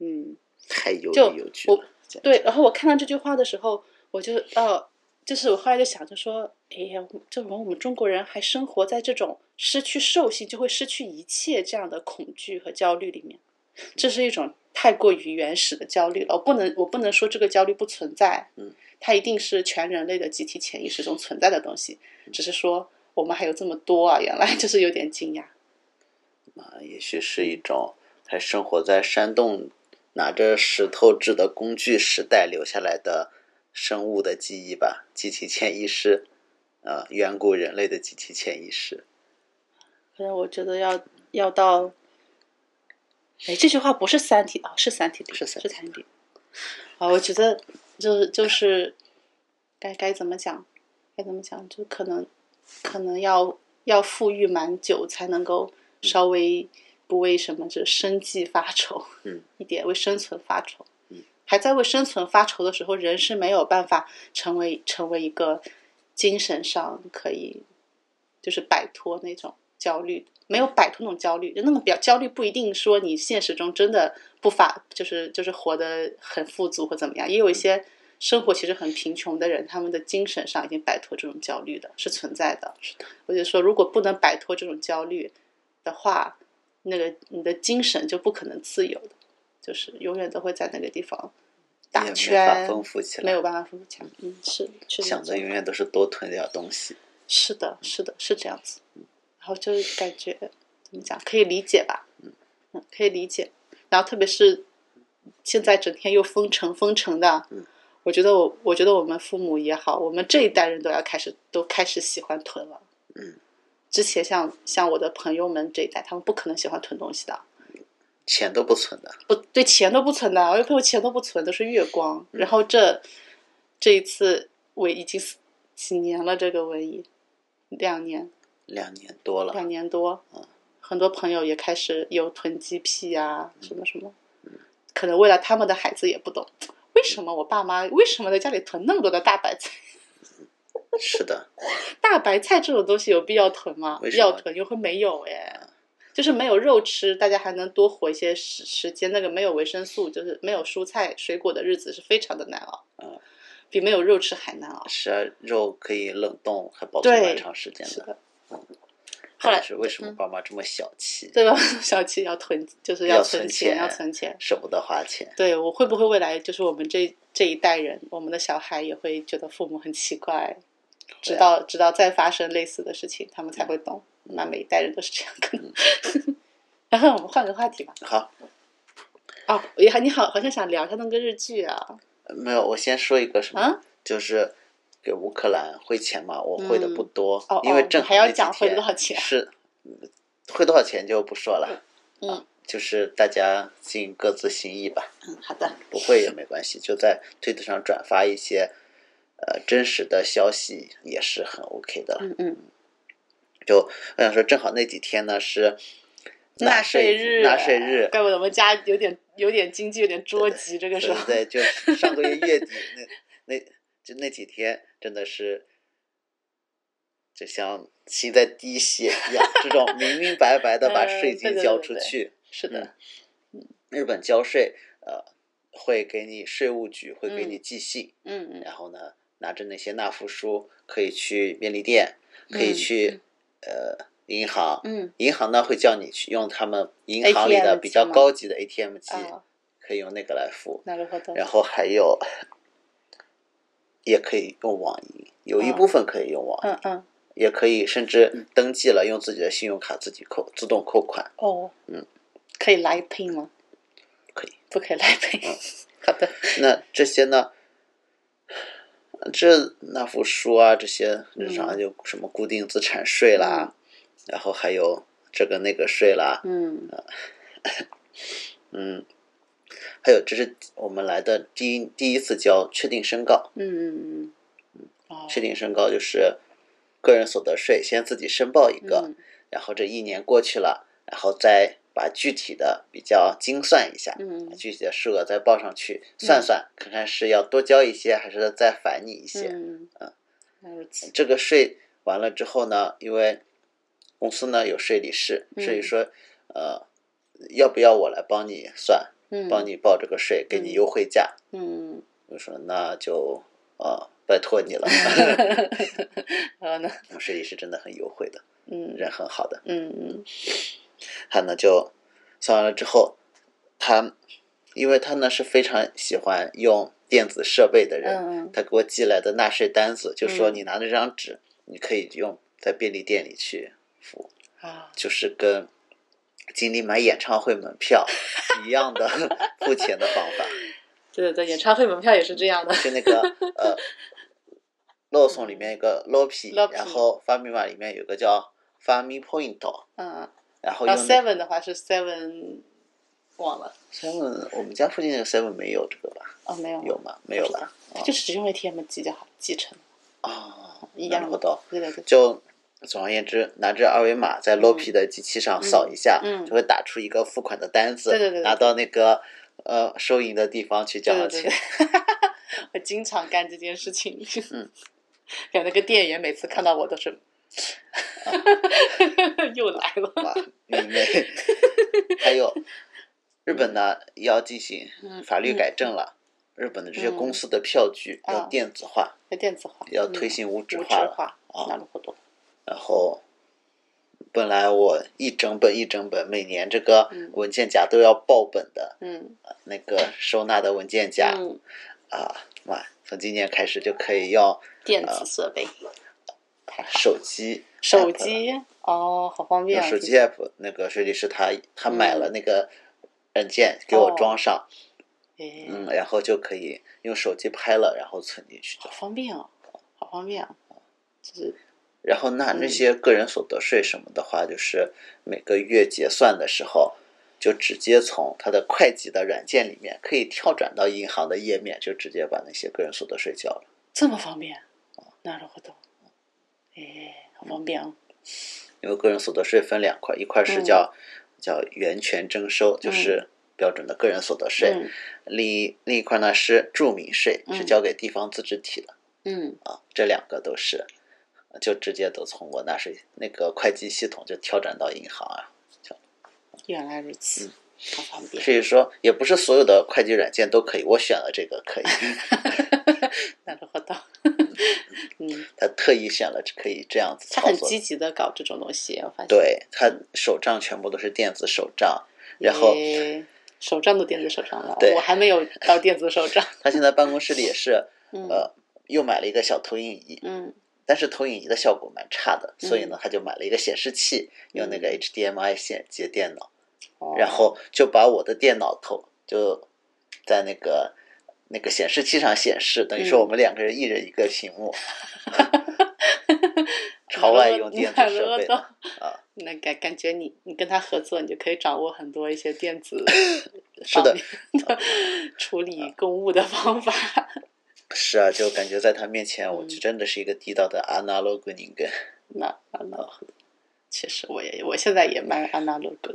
Speaker 2: 嗯。
Speaker 1: 太有
Speaker 2: 就
Speaker 1: 理有据
Speaker 2: 我
Speaker 1: 了，这
Speaker 2: 对，然后我看到这句话的时候，我就呃，就是我后来就想，就说，哎呀，就我们我们中国人还生活在这种失去兽性就会失去一切这样的恐惧和焦虑里面，这是一种太过于原始的焦虑了。我不能，我不能说这个焦虑不存在，
Speaker 1: 嗯，
Speaker 2: 它一定是全人类的集体潜意识中存在的东西，只是说我们还有这么多啊，原来 就是有点惊讶。
Speaker 1: 啊，也许是一种还生活在山洞，拿着石头制的工具时代留下来的生物的记忆吧，集体潜意识，啊，远古人类的集体潜意识。
Speaker 2: 反正我觉得要要到，哎，这句话不是《三体》啊、是《三体》
Speaker 1: 是
Speaker 2: 是
Speaker 1: 三
Speaker 2: 《三体》啊，我觉得就是就是该该怎么讲，该怎么讲，就可能可能要要富裕蛮久才能够
Speaker 1: 嗯
Speaker 2: 稍微不为什么这生计发愁，
Speaker 1: 嗯，
Speaker 2: 一点为生存发愁，
Speaker 1: 嗯，
Speaker 2: 还在为生存发愁的时候，人是没有办法成为成为一个精神上可以就是摆脱那种焦虑，没有摆脱那种焦虑。就那种表焦虑不一定说你现实中真的不发，就是就是活得很富足或怎么样，也有一
Speaker 1: 嗯
Speaker 2: 些生活其实很贫穷的人，他们的精神上已经摆脱这种焦虑的，是存在的。是的，我就说，如果不能摆脱这种焦虑的话，那个你的精神就不可能自由的，就是永远都会在那个地方打
Speaker 1: 也
Speaker 2: 圈
Speaker 1: 没法，丰富起
Speaker 2: 没
Speaker 1: 来，
Speaker 2: 有办法富强。嗯，是，确实
Speaker 1: 想
Speaker 2: 是这
Speaker 1: 的
Speaker 2: 样
Speaker 1: 永远都是多囤点东西。
Speaker 2: 是的，是的，是这样子。然后就是感觉怎么讲，可以理解吧？嗯，可以理解。然后特别是现在整天又封城封城的，
Speaker 1: 嗯
Speaker 2: 我觉得我我觉得我们父母也好，我们这一代人都要开始都开始喜欢囤了。
Speaker 1: 嗯，
Speaker 2: 之前像像我的朋友们这一代，他们不可能喜欢囤东西的，
Speaker 1: 钱都不存的，
Speaker 2: 不对，钱都不存的，我有朋友钱都不存，都是月光。
Speaker 1: 嗯
Speaker 2: 然后这这一次我已经四几年了，这个瘟疫两年。
Speaker 1: 两年多了，
Speaker 2: 两年多
Speaker 1: 嗯，
Speaker 2: 很多朋友也开始有囤积癖啊，什么什么，
Speaker 1: 嗯
Speaker 2: 嗯可能为了他们的孩子也不懂，为什么我爸妈为什么在家里囤那么多的大白菜？
Speaker 1: 是的，
Speaker 2: 大白菜这种东西有必要囤吗
Speaker 1: 为？什么嗯
Speaker 2: 要囤又会没有哎，就是没有肉吃，大家还能多活一些时时间。那个没有维生素，就是没有蔬菜水果的日子是非常的难熬，
Speaker 1: 嗯，
Speaker 2: 比没有肉吃还难熬。
Speaker 1: 是啊，肉可以冷冻，还保存
Speaker 2: 对
Speaker 1: 蛮长时间
Speaker 2: 是
Speaker 1: 的。
Speaker 2: 的，后
Speaker 1: 这
Speaker 2: 来
Speaker 1: 也是为什么
Speaker 2: 嗯
Speaker 1: 爸妈这么小气，
Speaker 2: 对吧？ 小七要囤，就是
Speaker 1: 要
Speaker 2: 存
Speaker 1: 存
Speaker 2: 钱，
Speaker 1: 钱
Speaker 2: 要存钱。
Speaker 1: 舍不得花钱？
Speaker 2: 对我会不会未来就是我们这这一代人，我们的小孩也会觉得父母很奇怪，直到直到再发生类似的事情，他们才
Speaker 1: 嗯
Speaker 2: 会懂。那每一代人都是这样，可能。 然后我们换个话题吧。
Speaker 1: 好，
Speaker 2: 哦，也还你好，好像想聊一下那个日剧啊。
Speaker 1: 没有，我先说一个什么，
Speaker 2: 啊
Speaker 1: 就是给乌克兰汇钱嘛，我汇的不多，
Speaker 2: 哦哦
Speaker 1: 因为正好
Speaker 2: 还要
Speaker 1: 那几
Speaker 2: 讲汇
Speaker 1: 天
Speaker 2: 多少钱
Speaker 1: 是嗯汇多少钱就不说了，
Speaker 2: 嗯
Speaker 1: 啊就是大家尽各自心意吧，
Speaker 2: 嗯，好的。
Speaker 1: 不会也没关系，就在推特上转发一些呃真实的消息也是很 OK 的了。
Speaker 2: 嗯嗯，
Speaker 1: 就我想说，正好那几天呢是
Speaker 2: 纳税日，
Speaker 1: 纳税日，
Speaker 2: 怪不得我们家有点有点经济有点捉急，这个时
Speaker 1: 对
Speaker 2: 候。
Speaker 1: 对，就上个月月底那那就那几天真的是，就像心在滴血一样，这种明明白白的把
Speaker 2: 嗯
Speaker 1: 税
Speaker 2: 对
Speaker 1: 金
Speaker 2: 对
Speaker 1: 交
Speaker 2: 对
Speaker 1: 出
Speaker 2: 对
Speaker 1: 去。
Speaker 2: 是的
Speaker 1: 嗯，日本交税，呃，会给你税务局会给你
Speaker 2: 嗯
Speaker 1: 寄信，
Speaker 2: 嗯嗯
Speaker 1: 然后呢，拿着那些纳付书可以去便利店，可以
Speaker 2: 嗯
Speaker 1: 去、呃银行。
Speaker 2: 嗯
Speaker 1: 银行呢会叫你去用他们银行里
Speaker 2: ATM
Speaker 1: 的比较
Speaker 2: 机吗
Speaker 1: 高级的 ATM 机，
Speaker 2: 啊，
Speaker 1: 可以用那个来付。
Speaker 2: なるほど。
Speaker 1: 然后还有，也可以用网银，有一
Speaker 2: 嗯
Speaker 1: 部分可以用网银，
Speaker 2: 嗯嗯，
Speaker 1: 也可以甚至登记了用自己的信用卡自己扣自动扣款，
Speaker 2: 哦，
Speaker 1: 嗯，
Speaker 2: 可以来配吗？
Speaker 1: 可以。
Speaker 2: 不可以来配？好的，
Speaker 1: 那这些呢？这那附书啊，这些日
Speaker 2: 嗯
Speaker 1: 常就什么固定资产税啦，然后还有这个那个税啦，
Speaker 2: 嗯
Speaker 1: 嗯，还有这是我们来的第一第一次交确定申告，
Speaker 2: 嗯嗯嗯，哦
Speaker 1: 确定申告就是个人所得税先自己申报一个，
Speaker 2: 嗯
Speaker 1: 然后这一年过去了，然后再把具体的比较精算一下，
Speaker 2: 嗯
Speaker 1: 具体的数额再报上去，算算看看是要多交一些，还是再返你一些。
Speaker 2: 嗯，那如此，
Speaker 1: 这个税完了之后呢，因为公司呢有税理师，
Speaker 2: 嗯
Speaker 1: 税理说，呃，要不要我来帮你算，
Speaker 2: 嗯，
Speaker 1: 帮你报这个税，给你
Speaker 2: 嗯
Speaker 1: 优惠价？
Speaker 2: 嗯，
Speaker 1: 我说那就呃，拜托 你了。
Speaker 2: 然后呢，
Speaker 1: 税理师真的很优惠的，
Speaker 2: 嗯
Speaker 1: 人很好的。
Speaker 2: 嗯
Speaker 1: 他呢就算完了之后，他因为他呢是非常喜欢用电子设备的人，
Speaker 2: 嗯
Speaker 1: 他给我寄来的纳税单子就说
Speaker 2: 嗯
Speaker 1: 你拿那张纸，你可以用在便利店里去付，
Speaker 2: 啊，
Speaker 1: 就是跟经理买演唱会门 票一样的付钱的方法，
Speaker 2: 对对对，演唱会门票也是这样的，
Speaker 1: 就那个呃。漏送里面有个 Lopi，
Speaker 2: Lopi
Speaker 1: 然后发密码里面有个叫发密 Point，
Speaker 2: 嗯，
Speaker 1: 然后用那
Speaker 2: 然后 seven 的话是 seven，忘了
Speaker 1: Seven，我们家附近那个 Seven 没有这个吧？
Speaker 2: 哦，没有
Speaker 1: 有吗？没有吧？
Speaker 2: 他就是只用 ATM 寄就好，继承
Speaker 1: 啊，
Speaker 2: 一样
Speaker 1: 然后到
Speaker 2: 对对对，
Speaker 1: 就总而言之，拿着二维码在 Lopi 的机器上扫一下，
Speaker 2: 嗯嗯
Speaker 1: 就会打出一个付款的单子，
Speaker 2: 对对对对
Speaker 1: 拿到那个呃收银的地方去交
Speaker 2: 对
Speaker 1: 上
Speaker 2: 对
Speaker 1: 钱。
Speaker 2: 对， 我经常干这件事情，
Speaker 1: 嗯，
Speaker 2: 感觉那个店员每次看到我都是
Speaker 1: 啊
Speaker 2: 又来了，
Speaker 1: 哇，明 媚。还有日本呢，
Speaker 2: 嗯
Speaker 1: 要进行法律改正了。日本的这些公司的票据
Speaker 2: 嗯
Speaker 1: 要
Speaker 2: 啊
Speaker 1: 电子化，
Speaker 2: 要电子化，
Speaker 1: 要
Speaker 2: 嗯
Speaker 1: 推行无
Speaker 2: 无
Speaker 1: 纸
Speaker 2: 纸
Speaker 1: 化了。
Speaker 2: 化，
Speaker 1: 啊
Speaker 2: なるほど，
Speaker 1: 然后本来我一整本一整本，每年这个
Speaker 2: 嗯
Speaker 1: 文件夹都要报本的，
Speaker 2: 嗯，
Speaker 1: 那个收纳的文件夹
Speaker 2: 嗯
Speaker 1: 啊，哇，从今年开始就可以要
Speaker 2: 电子设备，
Speaker 1: 手机 app 啊了，
Speaker 2: 手机哦，好方便
Speaker 1: 用
Speaker 2: 啊，
Speaker 1: 手
Speaker 2: 这
Speaker 1: 机
Speaker 2: 些
Speaker 1: app，那个税理师他他买了那个软件给
Speaker 2: 哦
Speaker 1: 我装上，
Speaker 2: 哎
Speaker 1: 嗯，然后就可以用手机拍了，然后存进去就
Speaker 2: 好。方便哦，好方便哦，就是
Speaker 1: 然后那
Speaker 2: 嗯
Speaker 1: 那些个人所得税什么的话，就是每个月结算的时候，就直接从他的会计的软件里面可以跳转到银行的页面，就直接把那些个人所得税交了。
Speaker 2: 这么方便，なるほど，哎，好方便哦，
Speaker 1: 嗯因为个人所得税分两块，一块
Speaker 2: 嗯
Speaker 1: 是叫、叫源泉征收，就是标准的个人所得税；
Speaker 2: 嗯
Speaker 1: 另一另一块呢是住民税，是
Speaker 2: 嗯
Speaker 1: 交给地方自治体的、
Speaker 2: 嗯，
Speaker 1: 啊。这两个都是，就直接都从我纳税那个会计系统就跳转到银行啊。
Speaker 2: 原来如
Speaker 1: 嗯
Speaker 2: 此，好方便，
Speaker 1: 所以说，也不是所有的会计软件都可以，我选了这个可以，
Speaker 2: なるほど， 嗯，
Speaker 1: 他特意选了可以这样子
Speaker 2: 他
Speaker 1: 操
Speaker 2: 很
Speaker 1: 作
Speaker 2: 积
Speaker 1: 的。
Speaker 2: 极的搞这种东西，我发现，
Speaker 1: 对他手账全部都是电子手账，然后
Speaker 2: 哎手账都电子手账了，
Speaker 1: 对
Speaker 2: 我还没有到电子手账，
Speaker 1: 他现在办公室里也是，
Speaker 2: 嗯
Speaker 1: 呃，又买了一个小投影仪，
Speaker 2: 嗯
Speaker 1: 但是投影仪的效果蛮差的，所以呢
Speaker 2: 嗯，
Speaker 1: 他就买了一个显示器，用那个 HDMI 线接电脑，
Speaker 2: 哦
Speaker 1: 然后就把我的电脑头就在那个那个显示器上显示，等于说
Speaker 2: 嗯
Speaker 1: 我们两个人一人一个屏 幕，朝外用电子设备
Speaker 2: なるほど
Speaker 1: 啊，
Speaker 2: 那感感觉你你跟他合作，你就可以掌握很多一些电 子
Speaker 1: 是的
Speaker 2: 方面的处
Speaker 1: 啊
Speaker 2: 理公务的方法。
Speaker 1: 是啊，就感觉在他面前，我
Speaker 2: 嗯
Speaker 1: 就真的是一个地道的 analog 人格。
Speaker 2: 那那那，
Speaker 1: 哦
Speaker 2: 其实我也我现在也蛮 analog 的，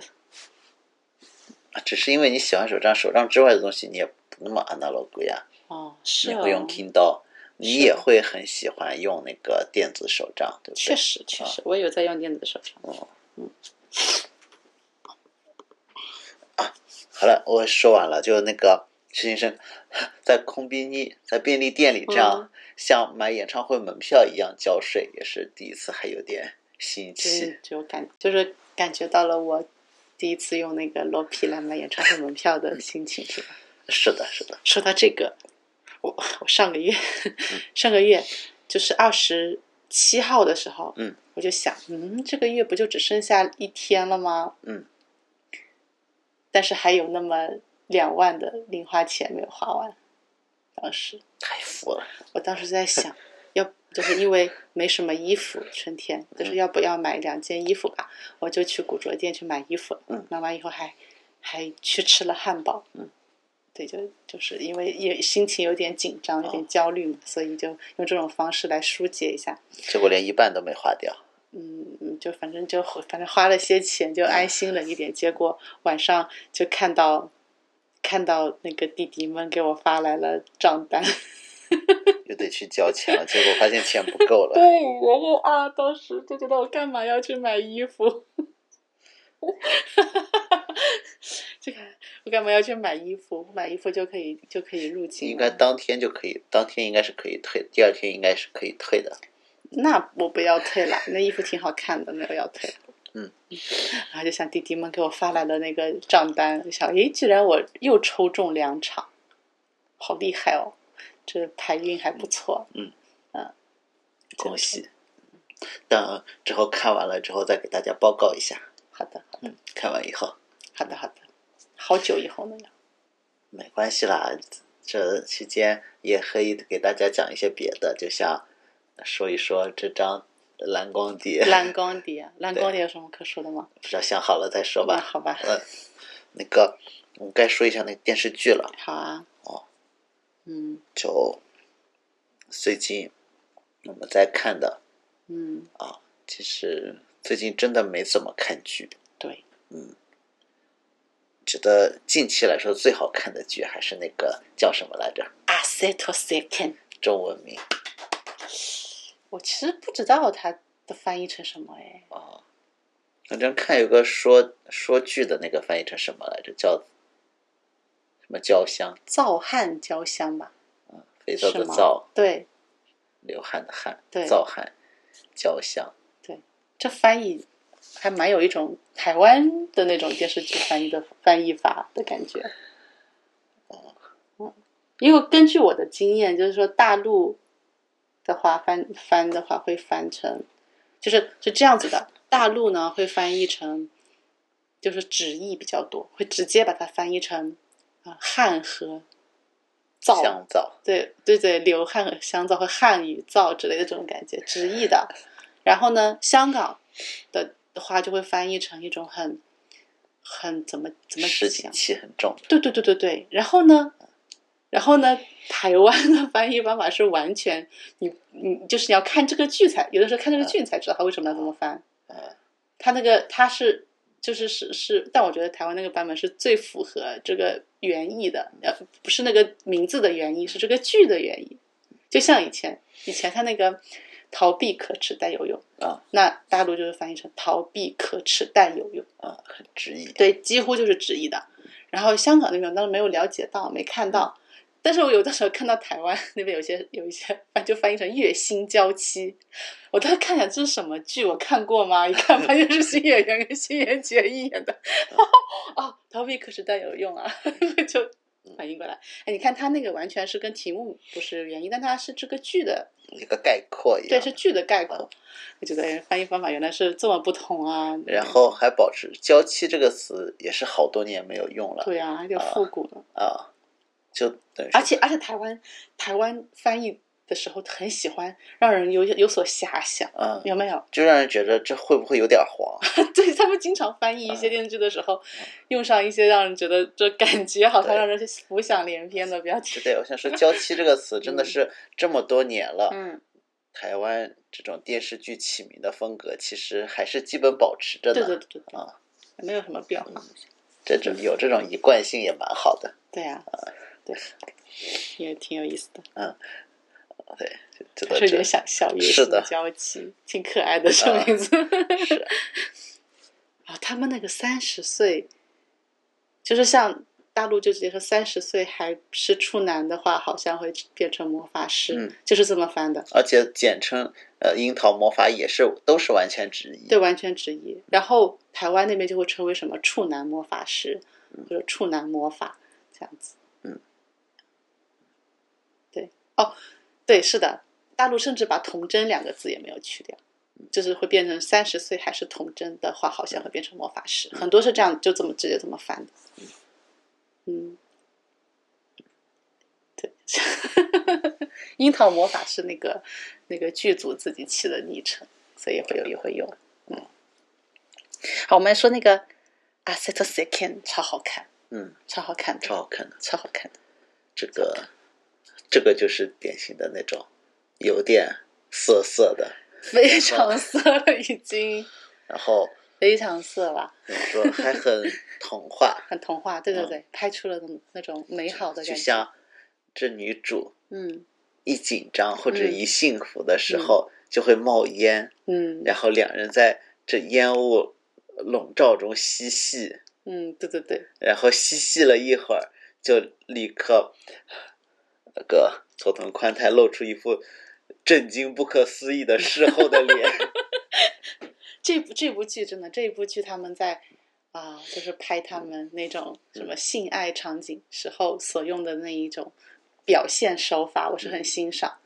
Speaker 1: 只是因为你喜欢手账，手账之外的东西你也不那么 analog 呀，
Speaker 2: 哦，是
Speaker 1: 你
Speaker 2: 哦
Speaker 1: 会用 Kindle，你
Speaker 2: 是
Speaker 1: 也
Speaker 2: 啊
Speaker 1: 会很喜欢用那个电子手账，对不对？啊
Speaker 2: 确实确实，我也有在用电子手账。
Speaker 1: 好了，我说完了，就那个实习生在空宾尼在便利店里这样、
Speaker 2: 嗯
Speaker 1: 像买演唱会门票一样交税，也是第一次，还有点新奇
Speaker 2: 嗯。，就感就是感觉到了我第一次用那个 l o p 来买演唱会门票的心情，是吧？
Speaker 1: 是的，是的，
Speaker 2: 说到这个，我我上个月上个月就是二十七号的时候，
Speaker 1: 嗯，
Speaker 2: 我就想，嗯，这个月不就只剩下一天了吗？
Speaker 1: 嗯，
Speaker 2: 但是还有那么两万的零花钱没有花完，当时
Speaker 1: 太服了。
Speaker 2: 我当时在想，要就是因为没什么衣服，春天
Speaker 1: 嗯
Speaker 2: 就是要不要买两件衣服吧？我就去古着店去买衣服，
Speaker 1: 嗯
Speaker 2: 买完以后还还去吃了汉堡，
Speaker 1: 嗯，
Speaker 2: 对，就就是因为也心情有点紧张，有点
Speaker 1: 哦
Speaker 2: 焦虑嘛，所以就用这种方式来疏解一下。
Speaker 1: 结果连一半都没花掉，
Speaker 2: 嗯，嗯，就反正就反正花了些钱，就安心了一点。结果晚上就看到看到那个弟弟们给我发来了账单，
Speaker 1: 又得去交钱了，结果发现钱不够
Speaker 2: 对，
Speaker 1: 了。
Speaker 2: 然后啊，当时就觉得我干嘛要去买衣服， 这个我干嘛要去买衣服？买衣服就可以就可以入境了，
Speaker 1: 应该当天就可以，当天应该是可以退，第二天应该是可以退的。
Speaker 2: 那我不要退了，那衣服挺好看的，那我要退了。
Speaker 1: 嗯，
Speaker 2: 然后就像弟弟们给我发来了那个账单，我想，诶，居然我又抽中两场，好厉害哦！这牌运还不错。
Speaker 1: 嗯
Speaker 2: 嗯，
Speaker 1: 恭喜！等之后看完了之后再给大家报告一下。
Speaker 2: 好的，好的，
Speaker 1: 看完以后
Speaker 2: 好的，好的，好久以后呢？
Speaker 1: 没关系啦，这期间也可以给大家讲一些别的，就像说一说这张蓝光碟，
Speaker 2: 蓝光碟，蓝光碟有什么可说的吗？
Speaker 1: 不知道想好了再说
Speaker 2: 好吧，
Speaker 1: 吧。
Speaker 2: 好吧，
Speaker 1: 嗯，那个我们该说一下那个电视剧了，
Speaker 2: 好啊。
Speaker 1: 哦，
Speaker 2: 嗯
Speaker 1: 就最近我们在看的，
Speaker 2: 嗯，
Speaker 1: 其实最近真的没怎么看剧，
Speaker 2: 对，
Speaker 1: 觉得近期来说最好看的剧还是那个叫什么来着？
Speaker 2: a set o second。
Speaker 1: 中文名
Speaker 2: 我其实不知道它的翻译成什么哎。
Speaker 1: 啊，反正看有个说说剧的那个翻译成什么来着？叫什么焦香？
Speaker 2: 造汉交香吧，
Speaker 1: 肥皂
Speaker 2: 是
Speaker 1: 的
Speaker 2: 吗？
Speaker 1: 皂，
Speaker 2: 对，
Speaker 1: 流汗的汗，
Speaker 2: 对
Speaker 1: 皂汗，焦香。
Speaker 2: 这翻译还蛮有一种台湾的那种电视剧翻译的翻译法的感觉。
Speaker 1: 哦
Speaker 2: 嗯，因为根据我的经验，就是说大陆的话翻翻的话会翻成，就是是这样子的，大陆呢会翻译成，就是直译比较多，会直接把它翻译成啊、汉和造
Speaker 1: 香皂，
Speaker 2: 对对对，流汗和香皂和汉语皂之类的这种感觉，直译的。然后呢，香港的的话就会翻译成一种很很怎么怎么
Speaker 1: 湿气
Speaker 2: 讲？
Speaker 1: 气很重。
Speaker 2: 对对对对对。然后呢，然后呢，台湾的翻译方法是完全你你就是你要看这个剧才，有的时候看这个剧你才知道他为什么要这么翻。
Speaker 1: 嗯，
Speaker 2: 他那个他是就是是是，但我觉得台湾那个版本是最符合这个原意的，呃，不是那个名字的原意，是这个剧的原意。就像以前，以前他那个“逃避可耻但有用”，
Speaker 1: 啊，
Speaker 2: 那大陆就是翻译成“逃避可耻但有用
Speaker 1: 啊，很直译”，。
Speaker 2: 对，几乎就是直译的。然后香港那边我当时没有了解到，没看到，但是我有的时候看到台湾那边有些有一些 翻就翻译成“月薪娇妻”，我当时看了这是什么剧？我看过吗？一看发现是新演员跟新垣结衣演的， 哦，逃避可是但有用啊， 就反应过来。哎，你看他那个完全是跟题目不是原因，但他是这个剧的，
Speaker 1: 一个概括一样。
Speaker 2: 对，是剧的嗯概括。我觉得哎翻译方法原来是这么不同啊。
Speaker 1: 然后还保持“娇妻”这个词也是好多年没有用了
Speaker 2: 对啊，还有复古呢。
Speaker 1: 啊，就等于是
Speaker 2: 而且而且台湾台湾翻译的时候很喜欢让人有有所遐想，
Speaker 1: 嗯，
Speaker 2: 有没有？
Speaker 1: 就让人觉得这会不会有点黄？
Speaker 2: 对他们经常翻译一
Speaker 1: 嗯
Speaker 2: 些电视剧的时候，用上一些让人觉得这感觉好像
Speaker 1: 对
Speaker 2: 让人浮想联翩的标题。
Speaker 1: 对，我想说“娇妻”这个词真的是这么多年了，
Speaker 2: 嗯，
Speaker 1: 台湾这种电视剧起名的风格其实还是基本保持着
Speaker 2: 对
Speaker 1: 呢。
Speaker 2: 对对对对
Speaker 1: 啊，
Speaker 2: 没有什么变化
Speaker 1: 嗯。这种有这种一贯性也蛮好的。
Speaker 2: 对呀，
Speaker 1: 嗯
Speaker 2: 对，也挺有意思的。
Speaker 1: 对，这
Speaker 2: 有
Speaker 1: 个
Speaker 2: 点
Speaker 1: 这
Speaker 2: 想笑，也
Speaker 1: 是的
Speaker 2: 娇妻，挺可爱的这
Speaker 1: 啊
Speaker 2: 名字。
Speaker 1: 是
Speaker 2: 啊，他们那个三十岁，就是像大陆就直接说三十岁还是处男的话，好像会变成魔法师，
Speaker 1: 嗯
Speaker 2: 就是这么翻的，
Speaker 1: 而且简称呃樱桃魔法也是都是完全直译。
Speaker 2: 对，完全质疑。然后台湾那边就会称为什么处男魔法师，或者处男魔法这样子。
Speaker 1: 嗯，
Speaker 2: 对，哦，对，是的，大陆甚至把童真两个字也没有去掉。就是会变成三十岁还是童真的话，好像会变成魔法师，很多是这样，就这么直接这么翻的。嗯，樱桃魔法是那个那个剧组自己起的昵称，所以会有也会用。嗯，好，我们来说那个啊 s e t s e c o n 超好看，
Speaker 1: 嗯，
Speaker 2: 超好看的，
Speaker 1: 超好看的。
Speaker 2: 超好看的。
Speaker 1: 这个，这个就是典型的那种有点涩涩的，
Speaker 2: 非常色了，已经
Speaker 1: 然后
Speaker 2: 非常色了，
Speaker 1: 怎么说还 很童话，
Speaker 2: 很童话，对对对，拍出了那种那种美好的
Speaker 1: 嗯就
Speaker 2: 感觉。
Speaker 1: 像这女主
Speaker 2: 嗯
Speaker 1: 一紧张或者
Speaker 2: 嗯
Speaker 1: 一幸福的时候就会冒烟，
Speaker 2: 嗯
Speaker 1: 然后两人在这烟雾笼罩中嬉戏，
Speaker 2: 嗯，对对对，
Speaker 1: 然后嬉戏了一会儿，就立刻那个佐藤宽太露出一副震惊、不可思议的事后的脸。
Speaker 2: 这部这部剧真的，这一部剧他们在啊、就是拍他们那种什么性爱场景时候所用的那一种表现手法，我是很欣赏，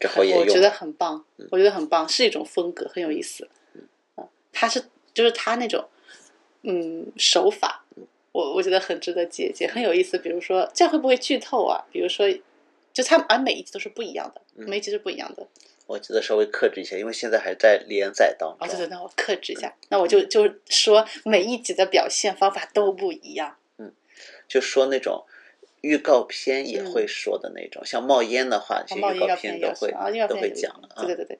Speaker 1: 之后也用
Speaker 2: 我
Speaker 1: 了
Speaker 2: 觉得很棒
Speaker 1: 嗯，
Speaker 2: 我觉得很棒，是一种风格，很有意思。嗯，他是就是他那种嗯手法，我我觉得很值得借鉴，很有意思。比如说，这样会不会剧透啊？比如说，就他们啊，每一集都是不一样的，
Speaker 1: 嗯
Speaker 2: 每一集是不一样的。
Speaker 1: 我觉得稍微克制一下，因为现在还在连载当
Speaker 2: 哦，对对，
Speaker 1: 中。
Speaker 2: 那我克制一
Speaker 1: 嗯
Speaker 2: 下，那我就就说每一集的表现方法都不一样。
Speaker 1: 就说那种预告片也会说的那种，像嗯哦冒烟的话，
Speaker 2: 啊
Speaker 1: 这些
Speaker 2: 冒
Speaker 1: 预
Speaker 2: 烟
Speaker 1: 告
Speaker 2: 要
Speaker 1: 片
Speaker 2: 片
Speaker 1: 都
Speaker 2: 要是
Speaker 1: 会
Speaker 2: 啊，要
Speaker 1: 都
Speaker 2: 片
Speaker 1: 会
Speaker 2: 也
Speaker 1: 讲了啊
Speaker 2: 对。对对对，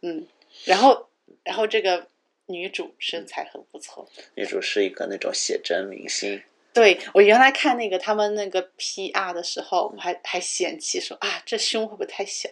Speaker 2: 嗯，然后然后这个女主身材很不错，
Speaker 1: 女主是一个那种写真明星，
Speaker 2: 对我原来看那个他们那个 PR 的时候，我还还嫌弃说啊，这胸会不会太小？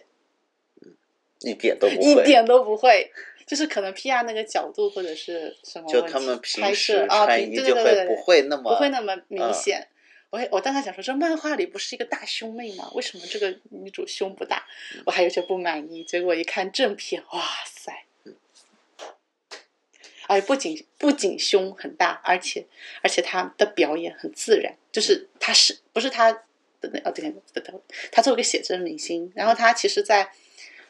Speaker 1: 一点都不
Speaker 2: 一
Speaker 1: 会。
Speaker 2: 点都不会，就是可能 PR 那个角度或者是什么
Speaker 1: 就
Speaker 2: 问
Speaker 1: 他
Speaker 2: 题
Speaker 1: 们
Speaker 2: 拍
Speaker 1: 平
Speaker 2: 摄
Speaker 1: 时
Speaker 2: 啊，
Speaker 1: 穿
Speaker 2: 对
Speaker 1: 衣
Speaker 2: 对
Speaker 1: 就
Speaker 2: 对对
Speaker 1: 会
Speaker 2: 对，
Speaker 1: 不会那
Speaker 2: 不
Speaker 1: 么
Speaker 2: 会那么明
Speaker 1: 嗯
Speaker 2: 显。我还我当时想说，这漫画里不是一个大胸妹吗？为什么这个女主胸不大？
Speaker 1: 嗯
Speaker 2: 我还有些不满意。结果一看正片，哇塞！
Speaker 1: 嗯
Speaker 2: 哎，不仅不仅胸很大，而且而且她的表演很自然，就是她是不是她的那哦对对对对，她作为一个写真明星，然后她其实在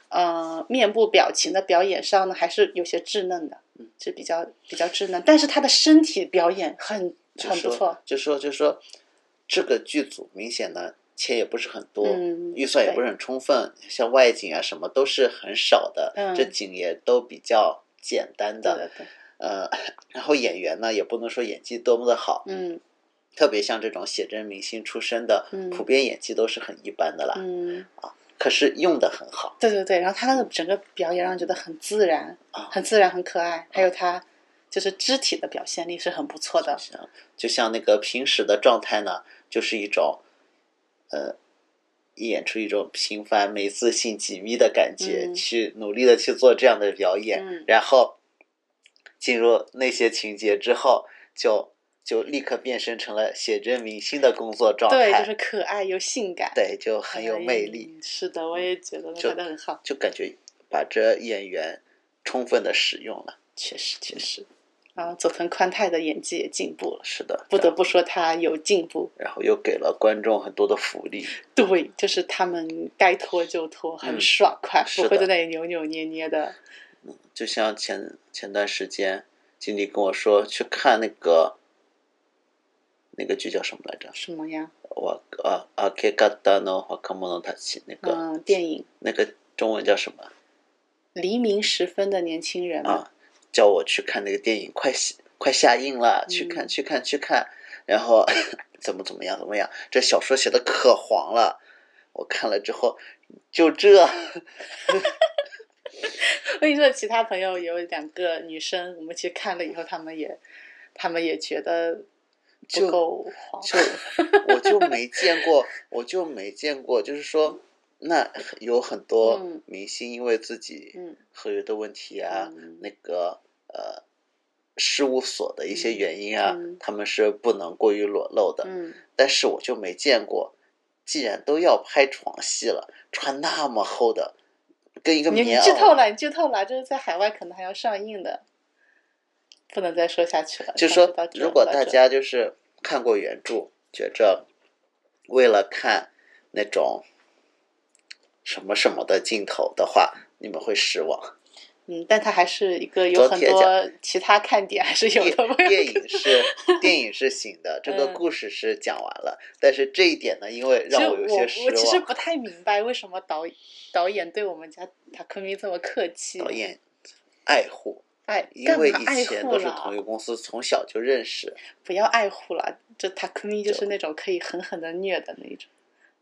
Speaker 2: 呃面部表情的表演上呢，还是有些稚嫩的，
Speaker 1: 嗯
Speaker 2: 是比较比较稚嫩，但是她的身体表演很
Speaker 1: 就
Speaker 2: 很不
Speaker 1: 说
Speaker 2: 错，
Speaker 1: 就说就说这个剧组明显呢钱也不是很多，
Speaker 2: 嗯
Speaker 1: 预算也
Speaker 2: 对
Speaker 1: 不是很充分，像外景啊什么都是很少的，
Speaker 2: 嗯
Speaker 1: 这景也都比较简单
Speaker 2: 对
Speaker 1: 的。
Speaker 2: 对对，
Speaker 1: 呃， 然后演员呢也不能说演技多么的好，
Speaker 2: 嗯
Speaker 1: 特别像这种写真明星出身的，
Speaker 2: 嗯
Speaker 1: 普遍演技都是很一般的啦。
Speaker 2: 嗯，
Speaker 1: 可是用的很好，
Speaker 2: 对对对，然后他那个整个表演让人觉得很自然，
Speaker 1: 啊
Speaker 2: 很自然，很可爱，还有他就是肢体的表现力是很不错的，
Speaker 1: 像就像那个平时的状态呢，就是一种，呃，演出一种平凡、没自信、紧密的感觉，
Speaker 2: 嗯
Speaker 1: 去努力的去做这样的表演，
Speaker 2: 嗯
Speaker 1: 然后进入那些情节之后，就就立刻变身成了写真明星的工作状
Speaker 2: 对，
Speaker 1: 态，
Speaker 2: 就是可爱又性感，
Speaker 1: 对就很有魅力，
Speaker 2: 嗯。是的，我也觉得他
Speaker 1: 就
Speaker 2: 拍的很好，
Speaker 1: 就感觉把这演员充分的使用了。
Speaker 2: 确实确
Speaker 1: 嗯
Speaker 2: 实。然后佐藤宽太的演技也进步了，
Speaker 1: 是的，
Speaker 2: 不得不说他有进步。
Speaker 1: 然后又给了观众很多的福利，
Speaker 2: 对，就是他们该拖就拖，很
Speaker 1: 嗯
Speaker 2: 爽快，
Speaker 1: 是
Speaker 2: 不会
Speaker 1: 的
Speaker 2: 在那里扭扭捏捏的。
Speaker 1: 就像前前段时间，经理跟我说去看那个那个剧叫什么来着？
Speaker 2: 什么呀？
Speaker 1: 我啊啊 K 嘎达诺和卡莫诺塔奇那个、
Speaker 2: 嗯，电影
Speaker 1: 那个中文叫什么
Speaker 2: 《黎明时分的年轻人》嘛。
Speaker 1: 啊？叫我去看那个电影，快下快下映了，去看
Speaker 2: 嗯
Speaker 1: 去看去看。然后 怎么怎么样怎么样？这小说写的可黄了，我看了之后就这，
Speaker 2: 我跟你说，其他朋友有两个女生，我们去看了以后，她们也，她们也觉得不
Speaker 1: 就
Speaker 2: 够黄。
Speaker 1: 就我就没见过，我就没见过，就是说，那有很多
Speaker 2: 嗯
Speaker 1: 明星因为自己
Speaker 2: 嗯
Speaker 1: 合约的问题啊，
Speaker 2: 嗯
Speaker 1: 那个呃事务所的一些
Speaker 2: 嗯
Speaker 1: 原因啊，
Speaker 2: 嗯
Speaker 1: 他们是不能过于裸露的。
Speaker 2: 嗯，
Speaker 1: 但是我就没见过，既然都要拍床戏了，穿那么厚的，跟一个
Speaker 2: 你你
Speaker 1: 棉
Speaker 2: 剧透
Speaker 1: 袄。
Speaker 2: 了，你剧透了，就是在海外可能还要上映的，不能再说下去了。
Speaker 1: 就是
Speaker 2: 上次
Speaker 1: 说
Speaker 2: 到，这
Speaker 1: 如果
Speaker 2: 到
Speaker 1: 大
Speaker 2: 这
Speaker 1: 家就是看过原著，觉着为了看那种什么什么的镜头的话，你们会失望。
Speaker 2: 嗯，但它还是一个有很多其他看点，还是有的。
Speaker 1: 电 影是电影是行的，这个故事是讲完了，但是这一点呢，因为让
Speaker 2: 我
Speaker 1: 有些失望。
Speaker 2: 我其实不太明白为什么导导演对我们家塔克米这么客气。
Speaker 1: 导演爱护
Speaker 2: 爱，
Speaker 1: 因为以
Speaker 2: 爱
Speaker 1: 前
Speaker 2: 护
Speaker 1: 都是
Speaker 2: 了
Speaker 1: 同一个公司，从小就认识。
Speaker 2: 不要爱护了，这塔克米就是那种可以狠狠的虐的那一种，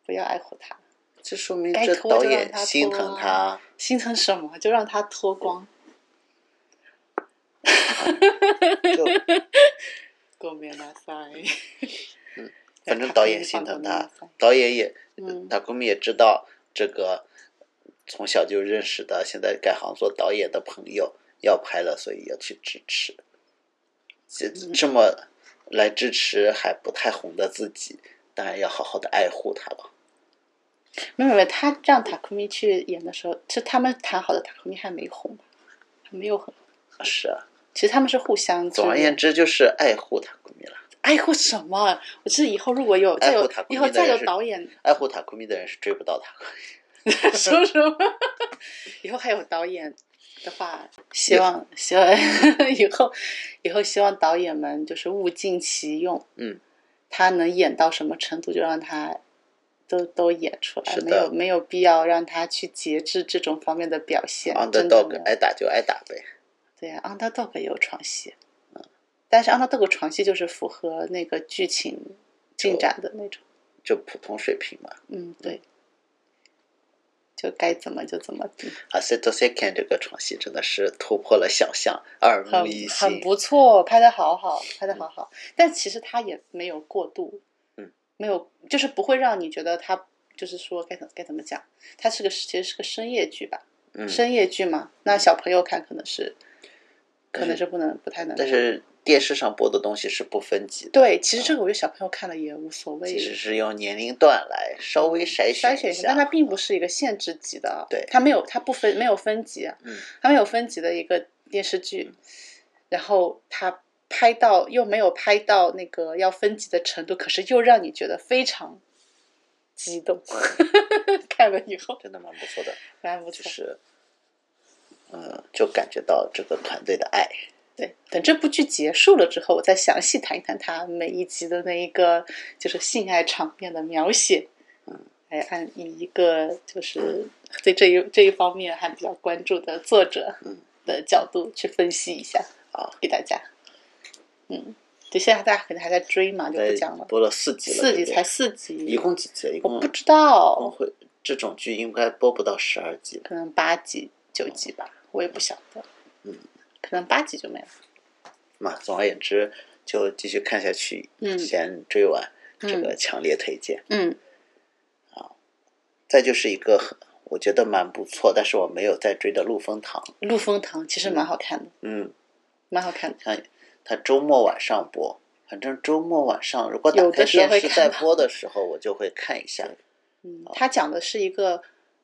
Speaker 2: 不要爱护他，
Speaker 1: 这说明
Speaker 2: 该
Speaker 1: 这
Speaker 2: 脱
Speaker 1: 导
Speaker 2: 就让
Speaker 1: 演
Speaker 2: 他
Speaker 1: 心
Speaker 2: 脱
Speaker 1: 疼
Speaker 2: 啊
Speaker 1: 他，
Speaker 2: 心疼什么就让他脱光。
Speaker 1: 就
Speaker 2: ごめんなさい。
Speaker 1: 反正导演心疼他，导演也
Speaker 2: 嗯，
Speaker 1: 塔库米也知道这个从小就认识的，现在改行做导演的朋友要拍了，所以要去支持。这
Speaker 2: 嗯
Speaker 1: 这么来支持还不太红的自己，当然要好好的爱护他了。
Speaker 2: 没有没有，他让塔库米去演的时候，其实他们谈好的塔库米还没红吧，还没有很。
Speaker 1: 是啊，
Speaker 2: 其实他们是互相。
Speaker 1: 总而言
Speaker 2: 之，
Speaker 1: 之就是爱护塔库米了。
Speaker 2: 爱护什么？我觉得以后如果有再
Speaker 1: 爱护
Speaker 2: 有
Speaker 1: 哎塔库米
Speaker 2: 以
Speaker 1: 的
Speaker 2: 后再有
Speaker 1: 人是
Speaker 2: 导 演
Speaker 1: 爱护塔库米的人是追不到他，
Speaker 2: 说什么， 以后还有导演的话，希望希望 以后以后希望导演们就是物尽其用。
Speaker 1: 嗯，
Speaker 2: 他能演到什么程度，就让他都都演出来
Speaker 1: 是，的
Speaker 2: 没有没有必要让他去节制这种方面的表现。真的没
Speaker 1: underdog
Speaker 2: 有
Speaker 1: 挨打就挨打呗。
Speaker 2: 对啊，Underdog 也有床戏，嗯但是 Underdog 床戏就是符合那个剧情进展的那种，
Speaker 1: 就普通水平嘛。
Speaker 2: 嗯，对，就该怎么就怎么地，
Speaker 1: 啊 s e t o Second 这个床戏真的是突破了想象，耳目
Speaker 2: 很
Speaker 1: 一新。
Speaker 2: 很不错，拍的好好，拍的好好，但其实他也没有过度，
Speaker 1: 嗯，
Speaker 2: 没有，就是不会让你觉得他就是说该怎该怎么讲，它是个其实是个深夜剧吧，
Speaker 1: 嗯，
Speaker 2: 深夜剧嘛，那小朋友看可能是，
Speaker 1: 但
Speaker 2: 可能
Speaker 1: 是
Speaker 2: 是不能不太能看，
Speaker 1: 但是电视上播的东西是不分级的，
Speaker 2: 对，其实这个我觉得小朋友看了也无所谓，
Speaker 1: 其实是用年龄段来稍微筛
Speaker 2: 筛
Speaker 1: 选
Speaker 2: 选
Speaker 1: 一
Speaker 2: 一下，但
Speaker 1: 下。
Speaker 2: 它并不是一个限制级的，
Speaker 1: 对
Speaker 2: 它没有，它不分，没有分级啊，
Speaker 1: 嗯
Speaker 2: 它没有分级的一个电视剧，然后它拍到又没有拍到那个要分级的程度，可是又让你觉得非常激动，
Speaker 1: 嗯
Speaker 2: 看了以后
Speaker 1: 真的蛮不错的，
Speaker 2: 蛮不
Speaker 1: 就
Speaker 2: 错，
Speaker 1: 是，嗯，就感觉到这个团队的爱。
Speaker 2: 对，等这部剧结束了之后，我再详细谈一谈它每一集的那一个就是性爱场面的描写。嗯，来按以一个就是对这一这一方面还比较关注的作者
Speaker 1: 嗯
Speaker 2: 的角度去分析一下，
Speaker 1: 好，
Speaker 2: 给大家。嗯，就现在大家可能还在追嘛，就不
Speaker 1: 对
Speaker 2: 讲了。
Speaker 1: 播了四集了，
Speaker 2: 四集
Speaker 1: 对不对
Speaker 2: 才，四集，
Speaker 1: 一共嗯几集？一
Speaker 2: 我
Speaker 1: 共
Speaker 2: 不知
Speaker 1: 共
Speaker 2: 道，
Speaker 1: 会这种剧应该播不到十二集吧。
Speaker 2: 可能八集九集吧，我也不晓得。
Speaker 1: 嗯，
Speaker 2: 可能八集就没了。嗯
Speaker 1: 嘛，总而言之，就继续看下去，
Speaker 2: 嗯
Speaker 1: 先追完，
Speaker 2: 嗯
Speaker 1: 这个强烈推荐。
Speaker 2: 嗯
Speaker 1: 再就是一个很我觉得蛮不错，但是我没有再追的《陆风堂》。
Speaker 2: 陆风堂其实蛮好看的，
Speaker 1: 嗯，
Speaker 2: 蛮好看的。
Speaker 1: 看它周末晚上播，反正周末晚上如果打
Speaker 2: 有
Speaker 1: 开
Speaker 2: 的时候
Speaker 1: 电
Speaker 2: 会
Speaker 1: 视在
Speaker 2: 看到
Speaker 1: 播的时候，我就会看一下。
Speaker 2: 嗯，他讲的是一个，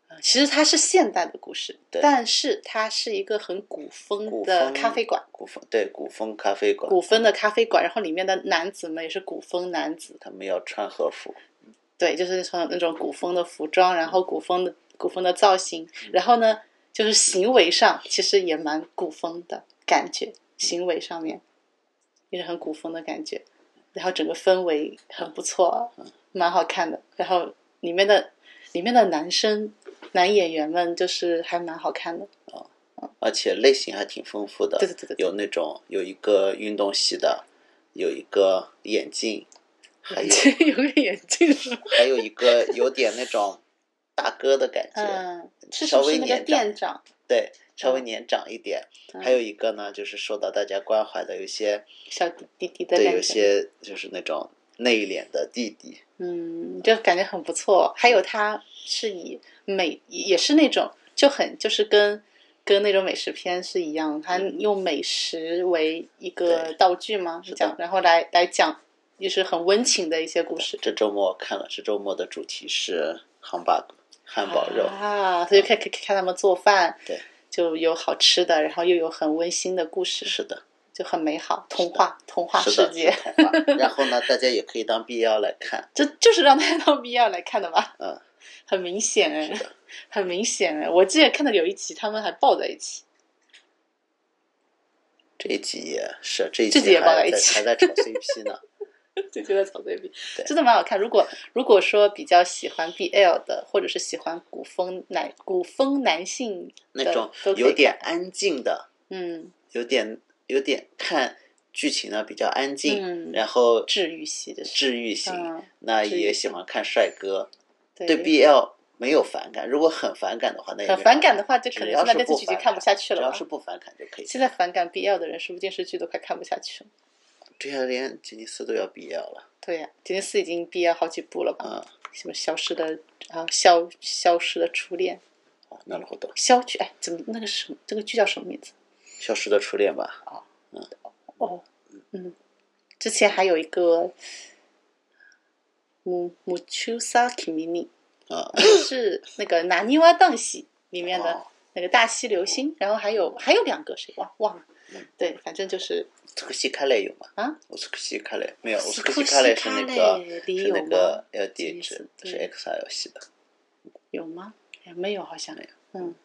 Speaker 2: 呃其实它是现代的故事，
Speaker 1: 对
Speaker 2: 但是它是一个很古风
Speaker 1: 古
Speaker 2: 的
Speaker 1: 风
Speaker 2: 咖啡馆，
Speaker 1: 古风对古风咖啡馆，
Speaker 2: 古风的咖啡馆，然后里面的男子们也是古风男子，
Speaker 1: 他们要穿和服，
Speaker 2: 对，就是穿那种古风的服装，然后古风的古风的造型，
Speaker 1: 嗯
Speaker 2: 然后呢，就是行为上其实也蛮古风的感觉，行为上面也是很古风的感觉，然后整个氛围很不错，
Speaker 1: 嗯
Speaker 2: 蛮好看的。然后里面的里面的男生男演员们就是还蛮好看的，
Speaker 1: 而且类型还挺丰富的。
Speaker 2: 对对对对对
Speaker 1: 有那种有一个运动系的，有一个眼镜，还 有嗯
Speaker 2: 有个眼镜是吧？
Speaker 1: 还有一个有点那种大哥的感觉，
Speaker 2: 嗯，是
Speaker 1: 稍
Speaker 2: 不
Speaker 1: 微
Speaker 2: 是那个
Speaker 1: 年
Speaker 2: 店长？
Speaker 1: 对，稍微年长一点。
Speaker 2: 嗯
Speaker 1: 还有一个呢，就是受到大家关怀的，有一些
Speaker 2: 小弟弟弟的
Speaker 1: 对，
Speaker 2: 感
Speaker 1: 有
Speaker 2: 觉，
Speaker 1: 些就是那种内敛的弟弟，
Speaker 2: 嗯，就感觉很不错。还有它是以美，也是那种就很就是跟跟那种美食片是一样，它用美食为一个
Speaker 1: 嗯对
Speaker 2: 道具吗？
Speaker 1: 的
Speaker 2: 讲，然后来来讲，就是很温情的一些故事。
Speaker 1: 这周末我看了，这周末的主题是 hamburg 汉堡肉，
Speaker 2: 啊，所以看看看他们做饭，
Speaker 1: 对，
Speaker 2: 就有好吃的，然后又有很温馨的故事，
Speaker 1: 是的，
Speaker 2: 就很美好，童话童话
Speaker 1: 是
Speaker 2: 世
Speaker 1: 的，
Speaker 2: 界，
Speaker 1: 是童话。然后呢，大家也可以当 B 幺来看，
Speaker 2: 这 就是让大家到 B 二来看的吧？
Speaker 1: 嗯，
Speaker 2: 很明显哎
Speaker 1: 是的，
Speaker 2: 很明显哎，我记得看到有一集他们还抱在一起。
Speaker 1: 这一集也是这一
Speaker 2: 这集
Speaker 1: 集
Speaker 2: 也抱在
Speaker 1: 还
Speaker 2: 一
Speaker 1: 在
Speaker 2: 起
Speaker 1: 还在炒 CP 呢。
Speaker 2: 就觉得草对比
Speaker 1: 对
Speaker 2: 真的蛮好看。如果如果说比较喜欢 BL 的，或者是喜欢古风男古风男性的
Speaker 1: 那种
Speaker 2: 都可以
Speaker 1: 有点
Speaker 2: 看
Speaker 1: 安静的，
Speaker 2: 嗯
Speaker 1: 有点有点看剧情呢比较安静，
Speaker 2: 嗯
Speaker 1: 然后
Speaker 2: 治愈系的是
Speaker 1: 治愈型，
Speaker 2: 嗯
Speaker 1: 那
Speaker 2: 治愈
Speaker 1: 也
Speaker 2: 型
Speaker 1: 喜欢看帅哥。
Speaker 2: 对
Speaker 1: 对 BL 没有反感，如果很反感的话，那也
Speaker 2: 很
Speaker 1: 没
Speaker 2: 反
Speaker 1: 法
Speaker 2: 感的话，就可
Speaker 1: 只
Speaker 2: 能
Speaker 1: 要
Speaker 2: 现在
Speaker 1: 是
Speaker 2: 电
Speaker 1: 不
Speaker 2: 视剧已
Speaker 1: 反感，
Speaker 2: 经看不下去
Speaker 1: 只
Speaker 2: 了
Speaker 1: 要
Speaker 2: 吧
Speaker 1: 是。不反感就可以。
Speaker 2: 现在反感 BL 的人，是不是电视剧都快看不下去了？
Speaker 1: 这些连吉尼斯都要毕业了，
Speaker 2: 对呀、杰尼斯已经 BL 好几部了吧？
Speaker 1: 啊、
Speaker 2: 什么消失的啊，消消失的初恋，
Speaker 1: 哦，那了活动，
Speaker 2: 消去哎，怎么那个什么这个剧叫什么名字？
Speaker 1: 消失的初恋吧，
Speaker 2: 哦，嗯，之前还有一个，嗯，母丘萨 Kimi
Speaker 1: 啊、
Speaker 2: 哦是那个《拿尼瓦当喜》里面的
Speaker 1: 哦
Speaker 2: 那个大西流星，然后还有还有两个谁忘忘了
Speaker 1: 嗯，
Speaker 2: 对，反正就是
Speaker 1: 这个西卡雷有吗？
Speaker 2: 啊，
Speaker 1: 我是西卡雷没有，我是
Speaker 2: 库
Speaker 1: 西卡雷
Speaker 2: 西
Speaker 1: 是
Speaker 2: 卡
Speaker 1: 那个
Speaker 2: 嘞里
Speaker 1: 是
Speaker 2: 有
Speaker 1: 那
Speaker 2: 吗
Speaker 1: 个 L
Speaker 2: 吉
Speaker 1: D
Speaker 2: 尼斯
Speaker 1: 值
Speaker 2: 对
Speaker 1: 是 XL 系的，
Speaker 2: 有吗？哎没有，好像
Speaker 1: 没有。
Speaker 2: 嗯，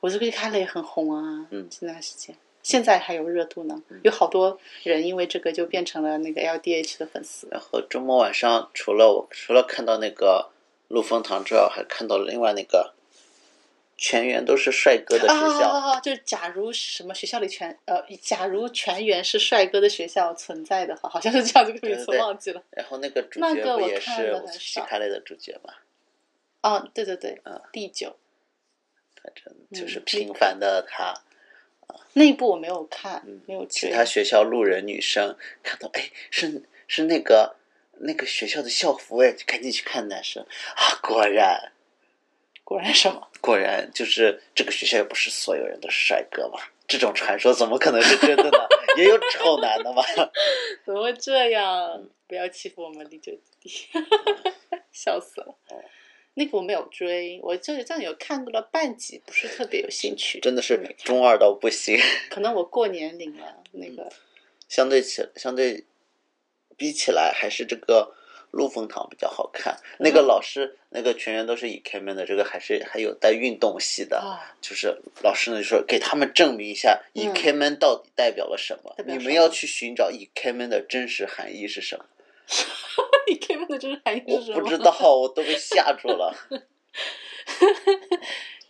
Speaker 2: 我这个卡雷很红啊，
Speaker 1: 嗯
Speaker 2: 这段时间，现在还有热度呢，有好多人因为这个就变成了那个 LDH 的粉丝。
Speaker 1: 然后周末晚上除了我除了看到那个陆丰堂之外，我还看到了另外那个全员都是帅哥的学校，
Speaker 2: 啊啊啊！就是假如什么学校里全呃，假如全员是帅哥的学校存在的话，好像是这样这个
Speaker 1: 对
Speaker 2: 名词
Speaker 1: 对
Speaker 2: 忘记了。
Speaker 1: 然后那个主
Speaker 2: 那
Speaker 1: 角
Speaker 2: 个
Speaker 1: 不
Speaker 2: 我
Speaker 1: 也
Speaker 2: 看
Speaker 1: 是
Speaker 2: 得
Speaker 1: 我
Speaker 2: 很
Speaker 1: 是西
Speaker 2: 少
Speaker 1: 卡雷的主角嘛？
Speaker 2: 哦，对对对
Speaker 1: 嗯，
Speaker 2: 第九
Speaker 1: 反正就是
Speaker 2: 嗯
Speaker 1: 平凡的他。
Speaker 2: 那一部我没有看，没有
Speaker 1: 其
Speaker 2: 追。
Speaker 1: 嗯他学校路人女生看到，哎，是是那个那个学校的校服，哎，就赶紧去看男生啊！果然，
Speaker 2: 果然什 么？
Speaker 1: 果然就是这个学校也不是所有人都是帅哥嘛。这种传说怎么可能是真的呢？ 也有丑男的嘛。
Speaker 2: 怎么会这样？不要欺负我们李九弟，
Speaker 1: 嗯
Speaker 2: 笑死了。
Speaker 1: 哦
Speaker 2: 那个我没有追，我就是这样有看过了半集，不是特别有兴趣。
Speaker 1: 真的
Speaker 2: 没
Speaker 1: 是
Speaker 2: 看
Speaker 1: 中二到不行。
Speaker 2: 可能我过年领了那个，
Speaker 1: 相对起相对比起来，还是这个陆凤堂比较好看。那个老师，那个全员都是以开门的，这个还是还有带运动系的。
Speaker 2: 啊
Speaker 1: 就是老师呢就说给他们证明一下
Speaker 2: 嗯
Speaker 1: e k m n 到底代表了什么，
Speaker 2: 代表
Speaker 1: 你们
Speaker 2: 什么
Speaker 1: 要去寻找 e k m n 的真实含义是什么。
Speaker 2: 你 K 梦的真是含义
Speaker 1: 我
Speaker 2: 是什么？
Speaker 1: 不知道，我都被吓住了。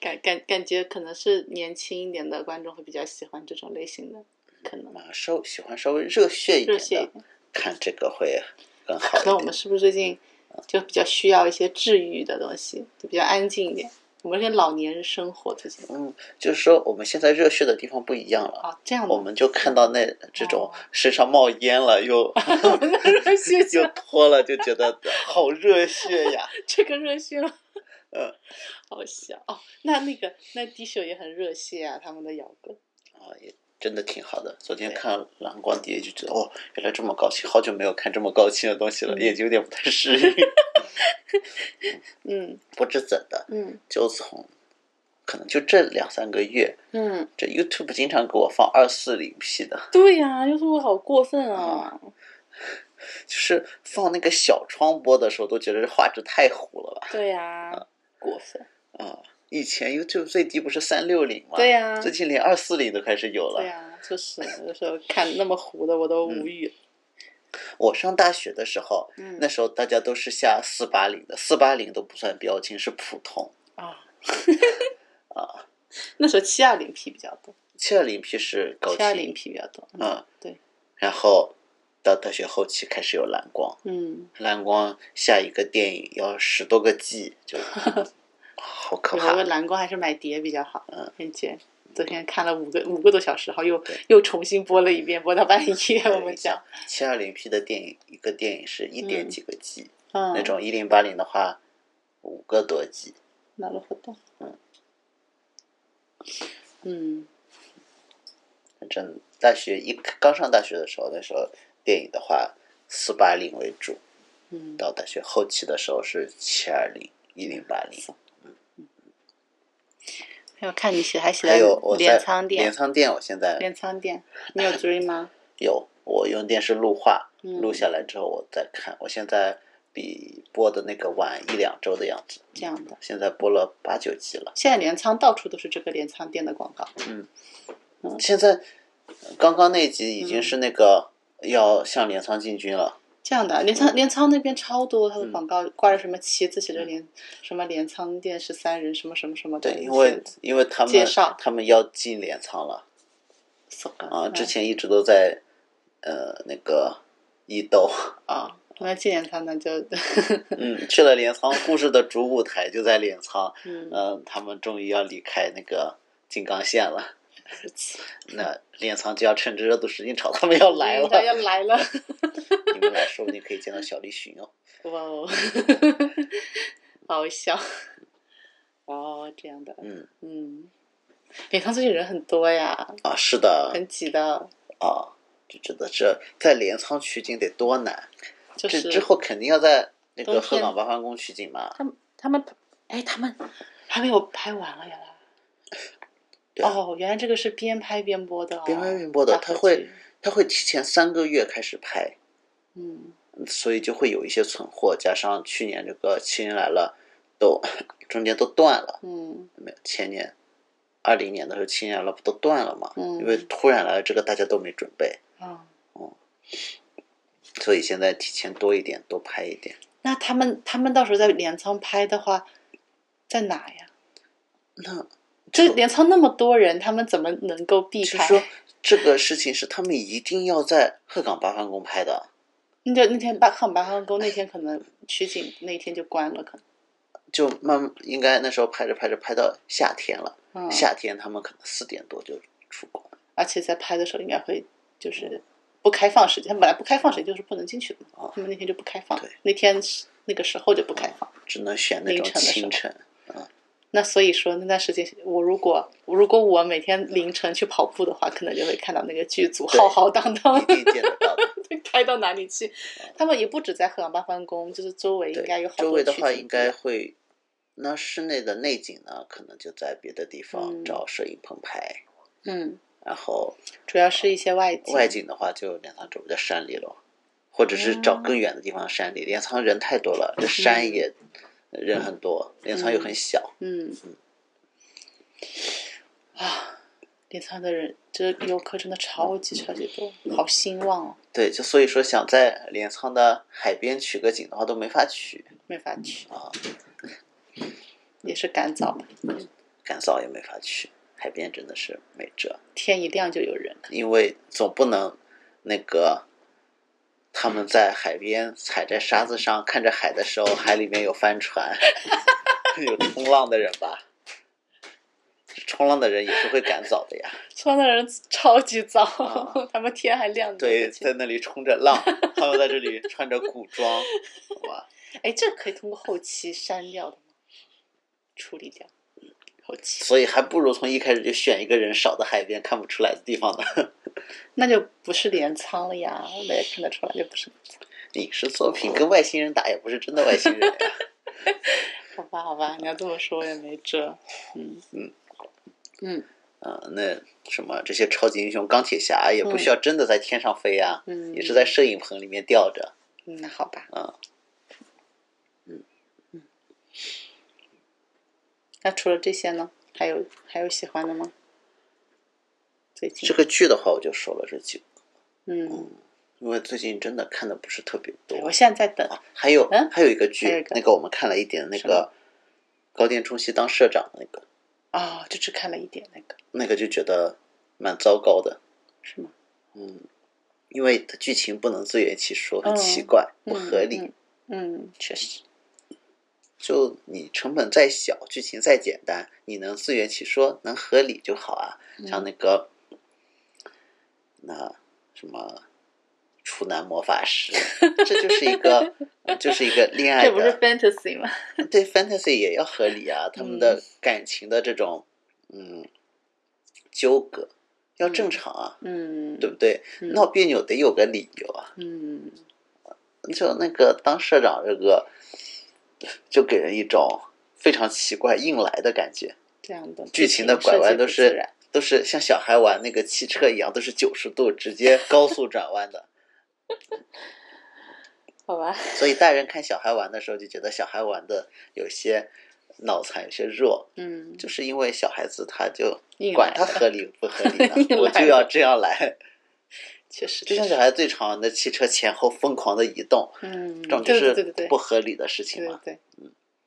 Speaker 2: 感感感觉可能是年轻一点的观众会比较喜欢这种类型的，可能
Speaker 1: 嘛，稍喜欢稍微热血一
Speaker 2: 热血一
Speaker 1: 点的，
Speaker 2: 点。
Speaker 1: 看这个会更好
Speaker 2: 可能
Speaker 1: 一
Speaker 2: 我
Speaker 1: 点。
Speaker 2: 们是不是最近就比较需要一些治愈的东西，就比较安静一点。我们这些老年人生活最近
Speaker 1: 嗯，就是说我们现在热血的地方不一样了，
Speaker 2: 啊，这样的
Speaker 1: 我们 就看到那这种
Speaker 2: 哦
Speaker 1: 身上冒烟了 又
Speaker 2: 热血
Speaker 1: 又脱了，就觉得好热血呀。
Speaker 2: 这个热血了，
Speaker 1: 嗯，
Speaker 2: 好笑哦。那那个那 D 秀也很热血啊，他们的摇滚，
Speaker 1: 啊，也真的挺好的。昨天
Speaker 2: 对
Speaker 1: 看《蓝光碟》就觉得，哦，原来这么高清，好久没有看这么高清的东西了，
Speaker 2: 嗯
Speaker 1: 眼睛有点不太适应。
Speaker 2: 嗯
Speaker 1: 不知怎的，
Speaker 2: 嗯
Speaker 1: 就从可能就这两三个月，
Speaker 2: 嗯，
Speaker 1: 这 YouTube 经常给我放二四零 P 的，
Speaker 2: 对呀、又是我好过分啊！
Speaker 1: 就是放那个小窗播的时候，都觉得这画质太糊了吧？
Speaker 2: 对呀、过分，
Speaker 1: 啊、以前 YouTube 最低不是三六零吗？
Speaker 2: 对、呀、
Speaker 1: 最近连二四零都开始有
Speaker 2: 对
Speaker 1: 了。
Speaker 2: 呀、就是有时候看那么糊的我都无语了。
Speaker 1: 我上大学的时候，
Speaker 2: 嗯
Speaker 1: 那时候大家都是下四八零的，四八零都不算标清，是普通。
Speaker 2: 啊啊，那时候七二零 P 比较多，
Speaker 1: 七二零 P 是高
Speaker 2: 七二零
Speaker 1: 清，
Speaker 2: P 比较多。嗯
Speaker 1: 嗯，
Speaker 2: 对，
Speaker 1: 然后到大学后期开始有蓝光，
Speaker 2: 嗯，
Speaker 1: 蓝光下一个电影要十多个 G，就 好可
Speaker 2: 有个
Speaker 1: 怕。
Speaker 2: 蓝光还是买碟比较好，
Speaker 1: 嗯，
Speaker 2: 很卷。昨天看了五个五个多小时，然后又
Speaker 1: 对
Speaker 2: 又重新播了一遍，播到半夜。我们讲，
Speaker 1: 七二零 P 的电影，一个电影是一点
Speaker 2: 嗯
Speaker 1: 几个 G，、
Speaker 2: 嗯，
Speaker 1: 那种一零八零的话，五个多 G。
Speaker 2: なるほど。
Speaker 1: 嗯
Speaker 2: 嗯
Speaker 1: 反正大学一刚上大学的时候，那时候电影的话四八零为主，
Speaker 2: 嗯，
Speaker 1: 到大学后期的时候是七二零、一零八零。
Speaker 2: 还有看你写还写
Speaker 1: 还有我
Speaker 2: 了
Speaker 1: 在
Speaker 2: 镰仓
Speaker 1: 镰
Speaker 2: 店，
Speaker 1: 仓店，我现在
Speaker 2: 镰仓店，你有追吗？
Speaker 1: 有，我用电视录画，
Speaker 2: 嗯
Speaker 1: 录下来之后我再看。我现在比播的那个晚一两周的样子，
Speaker 2: 这样的，
Speaker 1: 现在播了八九集了。
Speaker 2: 现在镰仓到处都是这个镰仓店的广告。
Speaker 1: 现在刚刚那集已
Speaker 2: 嗯
Speaker 1: 经是那个要向镰仓进军了，
Speaker 2: 这样的，镰
Speaker 1: 嗯
Speaker 2: 仓镰仓那边超多它的广告，挂着什么旗子，写着镰什么镰仓店十三人，什么什么什么的。
Speaker 1: 对，因为因为他
Speaker 2: 嗯介
Speaker 1: 们
Speaker 2: 绍嗯
Speaker 1: 他们要进镰仓了啊，之前一直都在呃那个伊 豆，
Speaker 2: 啊，那纪念他呢就
Speaker 1: 嗯，去了镰仓，故事的主舞台就在镰仓，
Speaker 2: 嗯
Speaker 1: 嗯，他们终于要离开那个静冈县了，那镰仓就要趁着热度使劲炒，他们要来了，
Speaker 2: 要嗯来 了，
Speaker 1: 你们来说不定可以见到小栗旬哦。
Speaker 2: 哇哦，好笑，哦，这样的，
Speaker 1: 嗯
Speaker 2: 嗯，镰仓最近人很多呀，
Speaker 1: 啊，是的
Speaker 2: 很挤的，
Speaker 1: 啊，就觉得这在镰仓取景得多难，
Speaker 2: 就
Speaker 1: 这
Speaker 2: 是
Speaker 1: 之后肯定要在那
Speaker 2: 冬
Speaker 1: 个鹤
Speaker 2: 天
Speaker 1: 岗八幡宫取景嘛。
Speaker 2: 他们他们哎他们还没有拍完啊，原来。
Speaker 1: 对啊
Speaker 2: 哦，原来这个是边拍边播的、哦，
Speaker 1: 边拍边播的
Speaker 2: 大合
Speaker 1: 它会
Speaker 2: 剧，
Speaker 1: 他会提前三个月开始拍，
Speaker 2: 嗯，
Speaker 1: 所以就会有一些存货，加上去年这个《七人来了》都中间都断了，
Speaker 2: 嗯
Speaker 1: 没有前年。二零年的时候，《七人来了》不都断了嘛？
Speaker 2: 嗯
Speaker 1: 因为突然来了这个，大家都没准备，
Speaker 2: 啊，
Speaker 1: 所以现在提前多一点，多拍一点。
Speaker 2: 那他们他们到时候在镰仓拍的话，在哪呀？
Speaker 1: 那
Speaker 2: 这镰仓那么多人，他们怎么能够避
Speaker 1: 就
Speaker 2: 开
Speaker 1: 是？说这个事情是他们一定要在鹤岗八幡宫拍的，
Speaker 2: 那就那天八看八幡宫那天可能取景那天就关了，可
Speaker 1: 就慢应该那时候拍着拍着拍到夏天了，
Speaker 2: 能嗯，
Speaker 1: 夏天他们可能四点多就出宫，
Speaker 2: 而且在拍的时候应该会就是不开放时间，他们本来不开放时间就是不能进去的嘛
Speaker 1: 哦，
Speaker 2: 他们那天就不开放
Speaker 1: 对，
Speaker 2: 那天是那个时候就不开放。
Speaker 1: 只能选那种
Speaker 2: 凌晨的时候
Speaker 1: 清 晨。
Speaker 2: 那所以说那段时间，我如果如果我每天凌晨去跑步的话，可能就会看到那个剧组
Speaker 1: 对
Speaker 2: 浩浩荡荡
Speaker 1: 一定见得到的。
Speaker 2: 开到哪里去。他们也不止在鹤岗八幡宫，就是周围应该有
Speaker 1: 对
Speaker 2: 好，多
Speaker 1: 周围的
Speaker 2: 取
Speaker 1: 话
Speaker 2: 景
Speaker 1: 应
Speaker 2: 地
Speaker 1: 该会，那室内的内景呢，可能就在别的地
Speaker 2: 嗯
Speaker 1: 方找摄影棚拍，
Speaker 2: 嗯，
Speaker 1: 然后
Speaker 2: 主要是一些外景
Speaker 1: 外景的话就镰仓这不在山里了，或者是找
Speaker 2: 嗯
Speaker 1: 更远的地方山里。镰仓人太多了，这山也人很多，镰仓又很小，
Speaker 2: 嗯，啊，镰仓的人，这游客真的超
Speaker 1: 嗯
Speaker 2: 级超级多，好兴旺哦，
Speaker 1: 对，就所以说想在镰仓的海边取个景的话都没法取，
Speaker 2: 没法去
Speaker 1: 啊，
Speaker 2: 也是赶早吧，
Speaker 1: 干燥也没法取，海边真的是没辙。
Speaker 2: 天一亮就有人，
Speaker 1: 因为总不能那个他们在海边踩在沙子上看着海的时候，海里面有帆船， 有冲浪的人吧？冲浪的人也是会赶早的呀，
Speaker 2: 冲浪的人超级早，
Speaker 1: 啊
Speaker 2: 他们天还亮着
Speaker 1: 对，
Speaker 2: 就去
Speaker 1: 在那里冲着浪，他们在这里穿着古装，哇，
Speaker 2: 哎，这可以通过后期删掉的吗？处理掉，嗯后期
Speaker 1: 所以还不如从一开始就选一个人少的海边看不出来的地方呢。
Speaker 2: 那就不是镰仓了呀，大家看得出来就不是镰仓。
Speaker 1: 影视作品跟外星人打也不是真的外星人呀，
Speaker 2: 好吧，好吧，你要这么说我也没辙。嗯
Speaker 1: 嗯
Speaker 2: 嗯
Speaker 1: 嗯、那什么这些超级英雄钢铁侠也不需要真的在天上飞呀、
Speaker 2: 嗯，
Speaker 1: 也是在摄影棚里面吊着。
Speaker 2: 嗯，那好吧，
Speaker 1: 啊，
Speaker 2: 嗯那除了这些呢，还有还有喜欢的吗？最近
Speaker 1: 这个剧的话，我就说了这几个，
Speaker 2: 嗯，
Speaker 1: 因为最近真的看的不是特别
Speaker 2: 我
Speaker 1: 多。
Speaker 2: 现在在等，
Speaker 1: 啊、还有、
Speaker 2: 嗯
Speaker 1: 还有一个
Speaker 2: 还有一
Speaker 1: 剧
Speaker 2: 个，
Speaker 1: 那个我们看了一点，那
Speaker 2: 什么
Speaker 1: 个高电冲希当社长那个，
Speaker 2: 啊、就只看了一点那个，
Speaker 1: 那个就觉得蛮糟糕的，
Speaker 2: 是吗？
Speaker 1: 嗯，因为它剧情不能自圆其说，很
Speaker 2: 嗯
Speaker 1: 奇怪，不合理。
Speaker 2: 嗯。嗯，嗯确实，
Speaker 1: 就你成本再小，剧情再简单，你能自圆其说，能合理就好啊。像那
Speaker 2: 嗯
Speaker 1: 个，那什么，处男魔法师，这就是一个，就是一个恋爱
Speaker 2: 这不是
Speaker 1: 的，
Speaker 2: fantasy 吗？
Speaker 1: 对 fantasy 也要合理啊。他们
Speaker 2: 嗯
Speaker 1: 的感情的这种，嗯，纠葛要正常啊，
Speaker 2: 嗯，
Speaker 1: 对不对？
Speaker 2: 嗯
Speaker 1: 闹别扭得有个理由啊。
Speaker 2: 嗯，
Speaker 1: 就那个当社长这个，就给人一种非常奇怪硬来的感觉。
Speaker 2: 这样的
Speaker 1: 剧情的拐弯都
Speaker 2: 设计不自
Speaker 1: 是
Speaker 2: 然
Speaker 1: 都是像小孩玩那个汽车一样，都是九十度直接高速转弯的。
Speaker 2: 好吧？
Speaker 1: 所以大人看小孩玩的时候，就觉得小孩玩的有些脑残是弱，
Speaker 2: 嗯，
Speaker 1: 就是因为小孩子他就
Speaker 2: 硬
Speaker 1: 管
Speaker 2: 来
Speaker 1: 他
Speaker 2: 的
Speaker 1: 合理不合理
Speaker 2: 硬
Speaker 1: 呢，我
Speaker 2: 来
Speaker 1: 就
Speaker 2: 的
Speaker 1: 要这样来。
Speaker 2: 确实，
Speaker 1: 就像
Speaker 2: 确
Speaker 1: 小
Speaker 2: 实
Speaker 1: 孩最常的汽车前后疯狂的移动，
Speaker 2: 嗯，
Speaker 1: 这种就
Speaker 2: 对对对
Speaker 1: 是
Speaker 2: 对对
Speaker 1: 不合理的事情
Speaker 2: 对对
Speaker 1: 嘛。
Speaker 2: 对，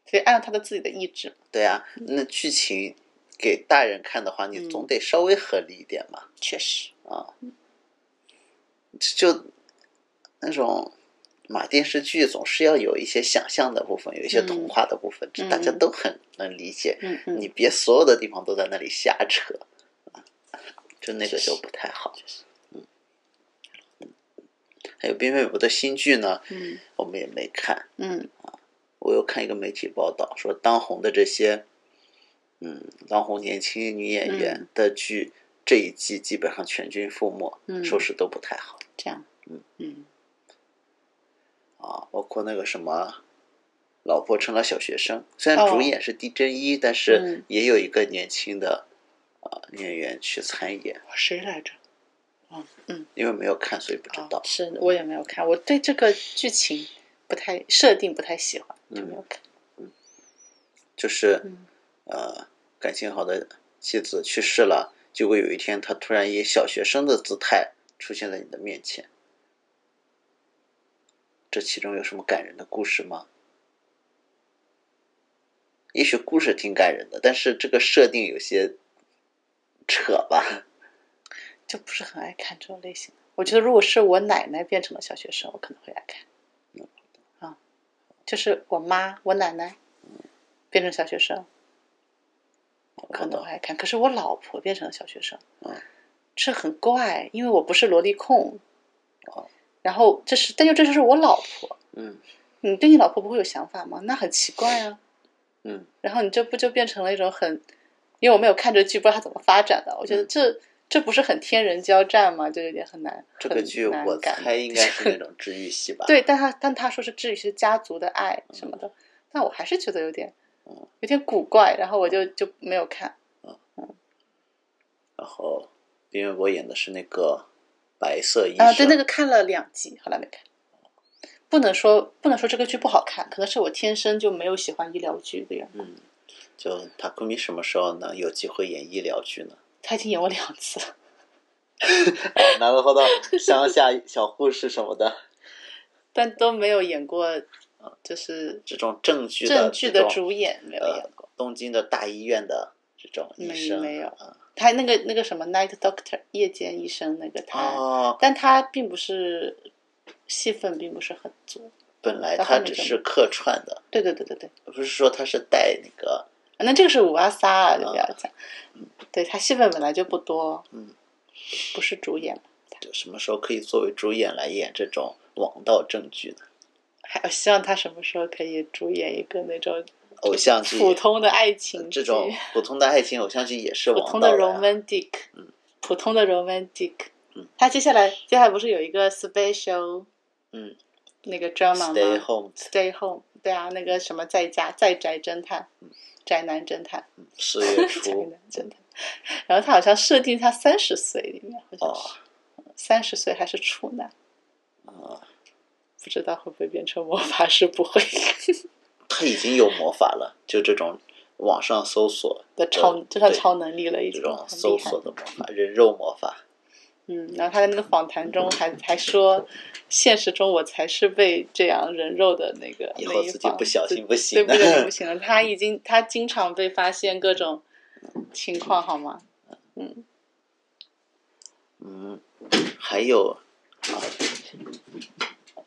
Speaker 2: 所以按照他的自己的意志，
Speaker 1: 对啊，那剧情给大人看的话，你
Speaker 2: 嗯
Speaker 1: 总得稍微合理一点嘛。
Speaker 2: 确实，
Speaker 1: 就那种马电视剧总是要有一些想象的部分，有一些童
Speaker 2: 嗯
Speaker 1: 话的部分，这大家
Speaker 2: 嗯嗯
Speaker 1: 都很能理解。
Speaker 2: 嗯嗯，
Speaker 1: 你别所有的地方都在那里瞎扯，啊就那个
Speaker 2: 确实
Speaker 1: 就不太好。嗯
Speaker 2: 确实，
Speaker 1: 还有《冰与火》的新剧呢，
Speaker 2: 嗯
Speaker 1: 我们也没看。
Speaker 2: 嗯
Speaker 1: 我又看一个媒体报道说，当红的这些，嗯，当红年轻女演员的剧，这一季基本上全军覆没，
Speaker 2: 嗯
Speaker 1: 收视都不太好
Speaker 2: 这样，嗯嗯
Speaker 1: 啊。包括那个什么，老婆成了小学生，虽然主
Speaker 2: 哦嗯
Speaker 1: 演是狄真一，但是也有一个年轻的啊、呃演员去参演，
Speaker 2: 谁来着？
Speaker 1: 因为没有看，所以不知道
Speaker 2: 哦。是我也没有看，我对这个剧情不太设定不太喜欢，就没有看。
Speaker 1: 嗯就是
Speaker 2: 嗯
Speaker 1: 呃感情好的妻子去世了，结果有一天她突然以小学生的姿态出现在你的面前，这其中有什么感人的故事吗？也许故事挺感人的，但是这个设定有些扯吧。
Speaker 2: 就不是很爱看这种类型的。我觉得如果是我奶奶变成了小学生，我可能会爱看。
Speaker 1: 嗯
Speaker 2: 啊，就是我妈、我奶奶变成小学生，我可能会爱看。可是我老婆变成了小学生
Speaker 1: 嗯，
Speaker 2: 这很怪，因为我不是萝莉控
Speaker 1: 哦。
Speaker 2: 然后这是，但就这就是我老婆，
Speaker 1: 嗯
Speaker 2: 你对你老婆不会有想法吗？那很奇怪啊。
Speaker 1: 嗯，
Speaker 2: 然后你这不就变成了一种很，因为我没有看这剧，不知道它怎么发展的。我
Speaker 1: 嗯
Speaker 2: 觉得这、这不是很天人交战吗？就有点很难。
Speaker 1: 这个
Speaker 2: 很
Speaker 1: 剧
Speaker 2: 难
Speaker 1: 我
Speaker 2: 感
Speaker 1: 猜应该是那种治愈系吧。
Speaker 2: 对，但他但他说是至于是家族的爱什么的，但我还是觉得有点
Speaker 1: 嗯
Speaker 2: 有点古怪，然后我就就没有看。
Speaker 1: 然后，因为我演的是那个白色医生
Speaker 2: 啊，对，那个看了两集，后来没看。不能说不能说这个剧不好看，可能是我天生就没有喜欢医疗剧的人。
Speaker 1: 嗯，就塔库米什么时候能有机会演医疗剧呢？
Speaker 2: 他已经演过两次了，
Speaker 1: 然后到乡下小护士什么的，
Speaker 2: 但都没有演过，呃就是
Speaker 1: 这种正剧的
Speaker 2: 正剧的
Speaker 1: 这种
Speaker 2: 主演没有演
Speaker 1: 呃
Speaker 2: 过。
Speaker 1: 东京的大医院的这种医生
Speaker 2: 没没有
Speaker 1: 啊
Speaker 2: 他那个那个什么 Night Doctor 夜间医生那个他，
Speaker 1: 哦，
Speaker 2: 但他并不是戏份并不是很足。
Speaker 1: 本来
Speaker 2: 到
Speaker 1: 他
Speaker 2: 后面
Speaker 1: 只
Speaker 2: 就是
Speaker 1: 客串的，
Speaker 2: 对对对对对。
Speaker 1: 不是说他是带那个
Speaker 2: 啊那这个是五阿三啊，就不要讲。嗯对他戏份本来就不多，
Speaker 1: 嗯，
Speaker 2: 不是主演，
Speaker 1: 就什么时候可以作为主演来演这种王道正剧呢？
Speaker 2: 还我希望他什么时候可以主演一个那种
Speaker 1: 偶像剧
Speaker 2: 普通的爱情
Speaker 1: 这
Speaker 2: 剧，
Speaker 1: 种普通的爱情偶像剧也是
Speaker 2: 普
Speaker 1: 王
Speaker 2: 通
Speaker 1: 道
Speaker 2: 的
Speaker 1: 呀
Speaker 2: romantic，普通的 romantic
Speaker 1: 嗯。
Speaker 2: 他接下来接下来不是有一个 special
Speaker 1: 嗯
Speaker 2: 那个 drama 吗
Speaker 1: ，Stay Home
Speaker 2: Stay home，对啊，那个什么在家在宅侦探，
Speaker 1: 嗯
Speaker 2: 宅男侦探，
Speaker 1: 四月
Speaker 2: 宅
Speaker 1: 初
Speaker 2: 男侦探。然后他好像设定他三十岁里面，好像
Speaker 1: 哦
Speaker 2: 是。三十岁还是处男，
Speaker 1: 啊，
Speaker 2: 不知道会不会变成魔法师 不会
Speaker 1: 他已经有魔法了，就这种网上搜索
Speaker 2: 的超，就算
Speaker 1: 呃对
Speaker 2: 超能力了，一
Speaker 1: 这
Speaker 2: 种
Speaker 1: 种
Speaker 2: 很
Speaker 1: 搜
Speaker 2: 厉害
Speaker 1: 索。的魔法，人肉魔法。
Speaker 2: 嗯，然后他在那个访谈中还还说，现实中我才是被这样人肉的那个
Speaker 1: 以
Speaker 2: 那
Speaker 1: 后
Speaker 2: 一
Speaker 1: 自己
Speaker 2: 方
Speaker 1: 不小心不行啊
Speaker 2: 对
Speaker 1: 了
Speaker 2: 不对？ 不行了，他已经他经常被发现各种情况，好吗？
Speaker 1: 嗯，还有啊，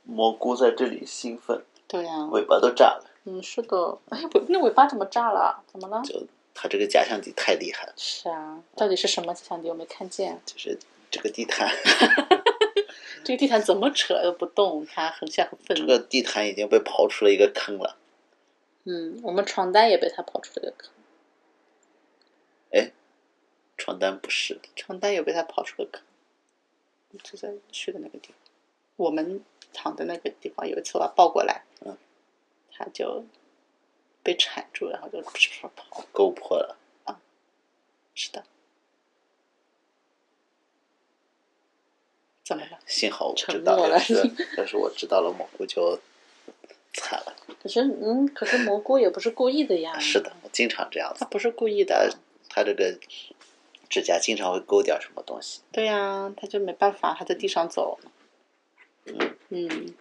Speaker 1: 蘑菇在这里兴奋，
Speaker 2: 对呀、
Speaker 1: 尾巴都炸了，
Speaker 2: 嗯，是的。哎，尾那尾巴怎么炸了？怎么了？
Speaker 1: 就它这个假想敌太厉害了，
Speaker 2: 是啊，到底是什么想敌？我没看见。
Speaker 1: 就是这个地毯，
Speaker 2: 这个地毯怎么扯都不动，他很像很愤
Speaker 1: 这
Speaker 2: 怒。
Speaker 1: 个地毯已经被刨出了一个坑了。
Speaker 2: 嗯，我们床单也被他刨出了一个坑，
Speaker 1: 哎，床单不是，
Speaker 2: 床单也被他刨出了坑，就在去的那个地方，我们躺的那个地方，有一次我把他抱过来，
Speaker 1: 嗯，
Speaker 2: 他就被缠住，然后就跑，
Speaker 1: 勾破了。
Speaker 2: 是的，怎么了？
Speaker 1: 幸好我知
Speaker 2: 沉
Speaker 1: 道，
Speaker 2: 默
Speaker 1: 要
Speaker 2: 了
Speaker 1: 是要是我知道了，蘑菇就惨了。
Speaker 2: 可是，嗯，可是蘑菇也不 是故意的呀。
Speaker 1: 是的，我经常这样
Speaker 2: 它
Speaker 1: 子，
Speaker 2: 不是故意的。
Speaker 1: 它这个指甲经常会勾掉什么东西。
Speaker 2: 对呀、它就没办法，它在地上走。嗯，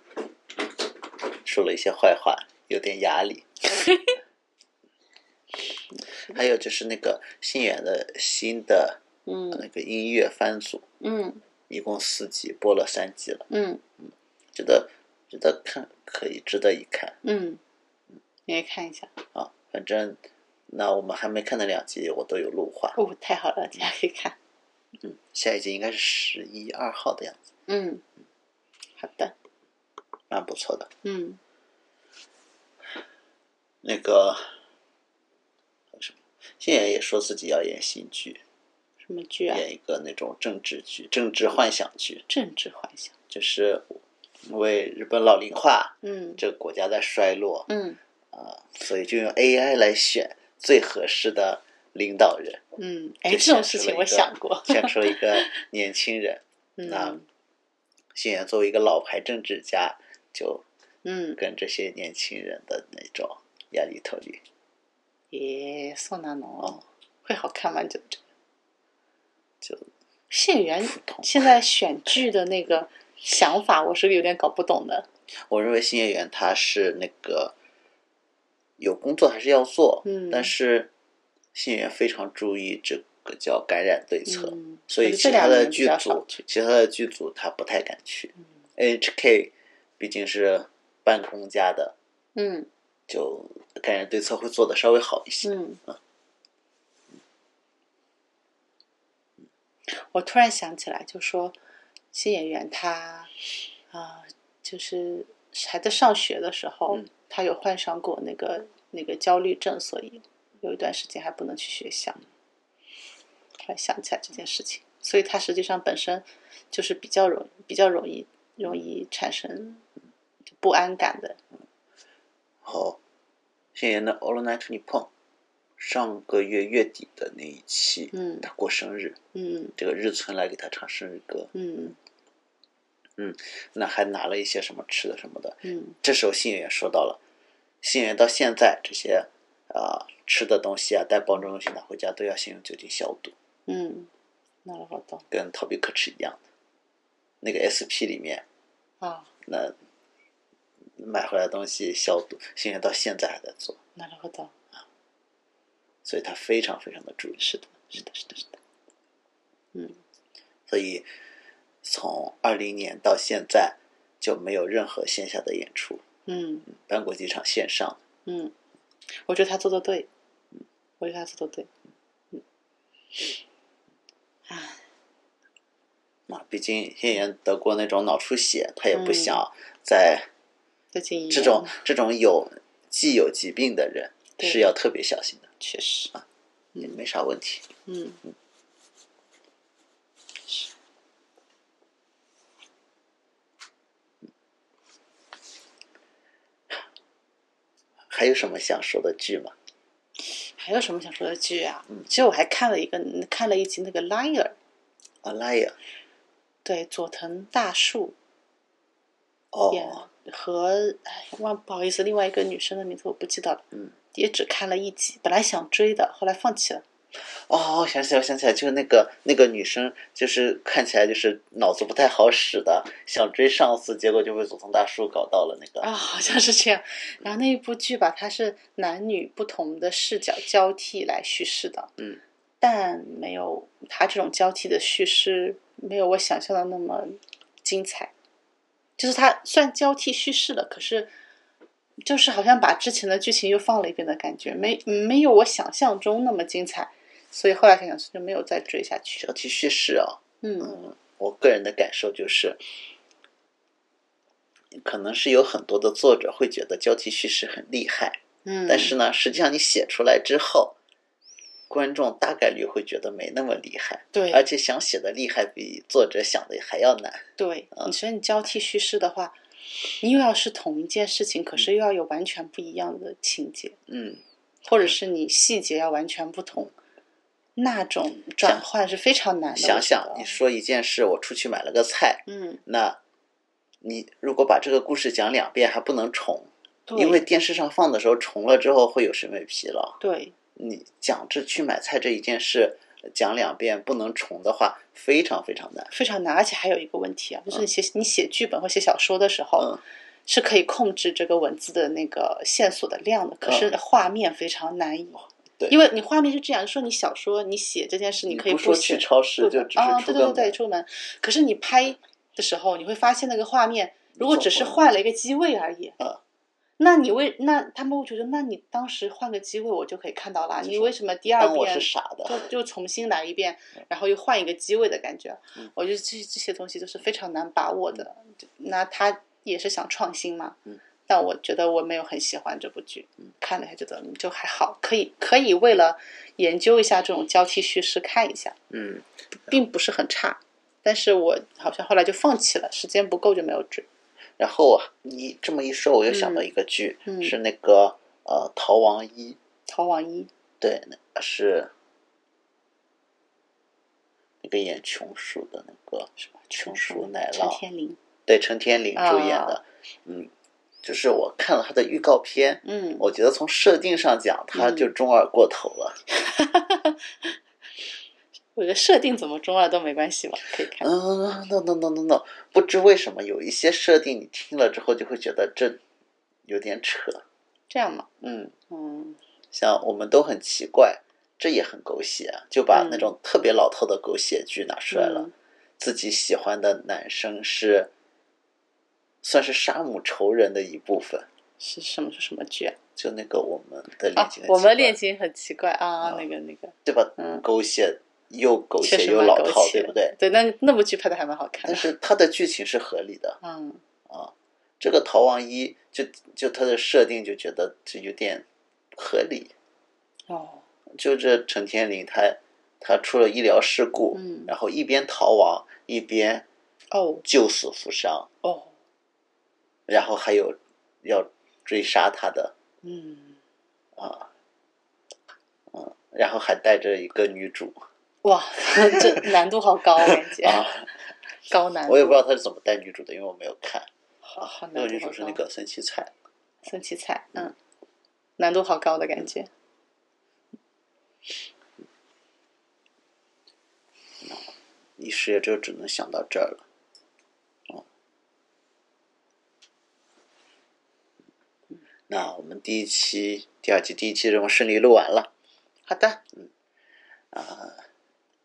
Speaker 1: 说了一些坏话，有点压力。还有就是那个信远的新的
Speaker 2: 嗯
Speaker 1: 那个音乐番组，
Speaker 2: 嗯
Speaker 1: 一共四集，播了三集了，
Speaker 2: 嗯
Speaker 1: 觉得值得看，可以值得一看
Speaker 2: 嗯，你也看一下。
Speaker 1: 啊。反正那我们还没看的两集，我都有录话，
Speaker 2: 哦，太好了，大家可以看。
Speaker 1: 下一集应该是十一二号的样子，
Speaker 2: 嗯，好的。
Speaker 1: 蛮不错的。
Speaker 2: 嗯
Speaker 1: 那个还有什么，信远也说自己要演新剧，，
Speaker 2: 什么剧啊？
Speaker 1: 演一个那种政治剧、政治幻想剧，
Speaker 2: 政治幻想。
Speaker 1: 就是为日本老龄化
Speaker 2: 嗯
Speaker 1: 这个国家在衰落，
Speaker 2: 嗯
Speaker 1: 啊，所以就用 AI 来选最合适的领导人，
Speaker 2: 嗯，哎，
Speaker 1: 就
Speaker 2: 这
Speaker 1: 选
Speaker 2: 种事
Speaker 1: 出
Speaker 2: 情
Speaker 1: 了
Speaker 2: 我
Speaker 1: 一个
Speaker 2: 想过。
Speaker 1: 选出了一个年轻人。那
Speaker 2: 嗯
Speaker 1: 信源作为一个老牌政治家，就
Speaker 2: 嗯，
Speaker 1: 跟这些年轻人的那种压力头里，
Speaker 2: 耶，宋南
Speaker 1: 哦
Speaker 2: 农会好看吗？你觉得这个？
Speaker 1: 就
Speaker 2: 县园
Speaker 1: 普通
Speaker 2: 现在选剧的那个想法，我是有点搞不懂的。
Speaker 1: 我认为新演员他是那个有工作还是要做，
Speaker 2: 嗯
Speaker 1: 但是新演员非常注意这个叫感染对策，
Speaker 2: 嗯，
Speaker 1: 所以
Speaker 2: 可是这
Speaker 1: 其他
Speaker 2: 两
Speaker 1: 的
Speaker 2: 年比
Speaker 1: 剧
Speaker 2: 较少嗯
Speaker 1: 组，其他的剧组他不太敢去。HK 毕竟是办公家的，
Speaker 2: 嗯
Speaker 1: 就感染对策会做的稍微好一些。
Speaker 2: 嗯。我突然想起来，就说新演员他啊、就是还在上学的时候，
Speaker 1: 嗯
Speaker 2: 他有患上过那个那个焦虑症，所以有一段时间还不能去学校。突然想起来这件事情，所以他实际上本身就是比较容比较容易容易产生不安感的。
Speaker 1: 然后，现言的《All Night Nippon》上个月月底的那一期，
Speaker 2: 嗯
Speaker 1: 他过生日，
Speaker 2: 嗯
Speaker 1: 这个日村来给他唱生日歌，
Speaker 2: 嗯
Speaker 1: 那还拿了一些什么吃的什么的。
Speaker 2: 嗯
Speaker 1: 这时候信源说到了，信源到现在这些啊、吃的东西啊，带包装的东西拿回家都要先用酒精消毒，
Speaker 2: 嗯，那我好懂
Speaker 1: 跟逃避可耻一样的。那个 SP 里面
Speaker 2: 啊。
Speaker 1: 那买回来的东西消毒，现在到现在还在做，
Speaker 2: なるほど。
Speaker 1: 所以他非常非常的注意。
Speaker 2: 是的，是的，是的，是的。嗯
Speaker 1: 所以从二零年到现在就没有任何线下的演出，
Speaker 2: 嗯
Speaker 1: 班国际场线上。
Speaker 2: 嗯，我觉得他做的对，我觉得他做的对。嗯，唉，
Speaker 1: 啊，毕竟谢妍得过那种脑出血，他也不
Speaker 2: 嗯
Speaker 1: 想在
Speaker 2: 最近一
Speaker 1: 这
Speaker 2: 年
Speaker 1: 种、这种有既有疾病的人
Speaker 2: 对
Speaker 1: 是要特别小心的，
Speaker 2: 确实，
Speaker 1: 也没啥问题。
Speaker 2: 嗯，
Speaker 1: 还有什么想说的剧吗？
Speaker 2: 还有什么想说的剧啊？其实我还看了一个，看了一集那个《Liar》，
Speaker 1: 啊，拉呀，
Speaker 2: 对，佐藤大树演
Speaker 1: 哦，
Speaker 2: 和哎，忘不好意思，另外一个女生的名字我不记得了，
Speaker 1: 嗯，
Speaker 2: 也只看了一集，本来想追的，后来放弃了。
Speaker 1: 哦，我想起来，我想起来，就是那个那个女生，就是看起来就是脑子不太好使的，想追上司，结果就被佐藤大叔搞到了那个。
Speaker 2: 啊，好像是这样。然后那一部剧吧，它是男女不同的视角交替来叙事的，
Speaker 1: 嗯，
Speaker 2: 但没有它这种交替的叙事，没有我想象的那么精彩。就是它算交替叙事了，可是就是好像把之前的剧情又放了一遍的感觉，没没有我想象中那么精彩。所以后来想想就没有再追下去。
Speaker 1: 小提叙事啊，
Speaker 2: 嗯
Speaker 1: 我个人的感受就是，可能是有很多的作者会觉得交替叙事很厉害，
Speaker 2: 嗯，
Speaker 1: 但是呢，实际上你写出来之后，观众大概率会觉得没那么厉害，
Speaker 2: 对，
Speaker 1: 而且想写的厉害比作者想的还要难。
Speaker 2: 对，
Speaker 1: 嗯
Speaker 2: 你说你交替叙事的话，你又要是同一件事情，可是又要有完全不一样的情节，
Speaker 1: 嗯，
Speaker 2: 或者是你细节要完全不同，那种转换是非常难的。
Speaker 1: 想
Speaker 2: 我觉
Speaker 1: 想啊
Speaker 2: 得
Speaker 1: 你，说一件事，我出去买了个菜，
Speaker 2: 嗯，
Speaker 1: 那你如果把这个故事讲两遍还不能重，
Speaker 2: 对
Speaker 1: 因为电视上放的时候重了之后会有审美疲劳。
Speaker 2: 对
Speaker 1: 你讲这去买菜这一件事讲两遍不能重的话，非常非常难。
Speaker 2: 非常难，而且还有一个问题啊，就是你写、你写剧本或写小说的时候，
Speaker 1: 嗯
Speaker 2: 是可以控制这个文字的那个线索的量的，可是画面非常难以。
Speaker 1: 嗯对
Speaker 2: 因为你画面是这样，说你小说你写这件事，你可以
Speaker 1: 不说
Speaker 2: 写
Speaker 1: 去，超市，
Speaker 2: 不
Speaker 1: 就只
Speaker 2: 啊，
Speaker 1: 是
Speaker 2: 对
Speaker 1: 出
Speaker 2: 对
Speaker 1: 个
Speaker 2: 对对，
Speaker 1: 门，
Speaker 2: 出门。可是你拍的时候，你会发现那个画面，如果
Speaker 1: 总
Speaker 2: 只是
Speaker 1: 会
Speaker 2: 换了一个机位而已，
Speaker 1: 啊
Speaker 2: 那你为那他们会觉得，那你当时换个机位我就可以看到了，
Speaker 1: 就
Speaker 2: 你
Speaker 1: 是
Speaker 2: 为什么第二
Speaker 1: 当我
Speaker 2: 遍
Speaker 1: 是傻的。嗯
Speaker 2: 就就重新来一遍，然后又换一个机位的感觉。我觉得这这些东西都是非常难把握的。就那他也是想创新嘛，
Speaker 1: 嗯
Speaker 2: 但我觉得我没有很喜欢这部剧，看了一下觉得嗯就还好，可以可以为了研究一下这种交替叙事看一下，
Speaker 1: 嗯，
Speaker 2: 并不是很差。但是我好像后来就放弃了，时间不够就没有追。
Speaker 1: 然后啊你这么一说，我又想到一个剧，
Speaker 2: 嗯嗯
Speaker 1: 是那个呃《逃亡一》，
Speaker 2: 逃亡一，
Speaker 1: 对，那个是那个演穷叔的那个
Speaker 2: 是吧？
Speaker 1: 穷
Speaker 2: 书
Speaker 1: 鼠奶
Speaker 2: 陈
Speaker 1: 酪
Speaker 2: 天林，
Speaker 1: 对，陈天林主演
Speaker 2: 啊
Speaker 1: 的，嗯，就是我看了他的预告片，
Speaker 2: 嗯，
Speaker 1: 我觉得从设定上讲，他就中二过头了。
Speaker 2: 我觉得设定怎么中二都没关系吧，可以看。
Speaker 1: 嗯，no no no no no，不知为什么有一些设定你听了之后就会觉得这有点扯，
Speaker 2: 这样嘛，
Speaker 1: 嗯，
Speaker 2: 嗯，
Speaker 1: 像我们都很奇怪，这也很狗血啊，就把那
Speaker 2: 嗯
Speaker 1: 种特别老套的狗血剧拿出来了。
Speaker 2: 嗯
Speaker 1: 自己喜欢的男生是算是杀母仇人的一部分，
Speaker 2: 是什么是什么剧啊？
Speaker 1: 就那个我们的
Speaker 2: 啊
Speaker 1: 恋情、，
Speaker 2: 我们恋，情很奇怪啊，
Speaker 1: 啊
Speaker 2: 那个那个，
Speaker 1: 对吧？
Speaker 2: 嗯
Speaker 1: 狗血又狗
Speaker 2: 确
Speaker 1: 血
Speaker 2: 实
Speaker 1: 又
Speaker 2: 蛮
Speaker 1: 老
Speaker 2: 狗
Speaker 1: 套，
Speaker 2: 血
Speaker 1: 对不对？
Speaker 2: 对，那那部剧拍的还蛮好看
Speaker 1: 但
Speaker 2: 的。
Speaker 1: 是它的剧情是合理的，
Speaker 2: 嗯，
Speaker 1: 这个逃亡一就就它的设定就觉得这有点不合理，
Speaker 2: 哦，
Speaker 1: 就这陈天林他他出了医疗事故，
Speaker 2: 嗯
Speaker 1: 然后一边逃亡一边
Speaker 2: 哦，
Speaker 1: 救死扶伤，
Speaker 2: 哦，
Speaker 1: 然后还有要追杀他的
Speaker 2: 嗯，
Speaker 1: 然后还带着一个女主
Speaker 2: 嗯 哇，这难度好高，我感觉
Speaker 1: 啊，
Speaker 2: 高难度。
Speaker 1: 我也不知道他是怎么带女主的，因为我没有看。
Speaker 2: 好，好
Speaker 1: 那
Speaker 2: 难
Speaker 1: 个
Speaker 2: 度
Speaker 1: 女
Speaker 2: 好
Speaker 1: 主是那
Speaker 2: 高
Speaker 1: 个孙七菜，
Speaker 2: 孙奇才，嗯，难度好高的感觉。
Speaker 1: 一时也就只能想到这儿了。哦，那我们第一期、第二期、第一期任务顺利录完了，嗯
Speaker 2: 好的，
Speaker 1: 啊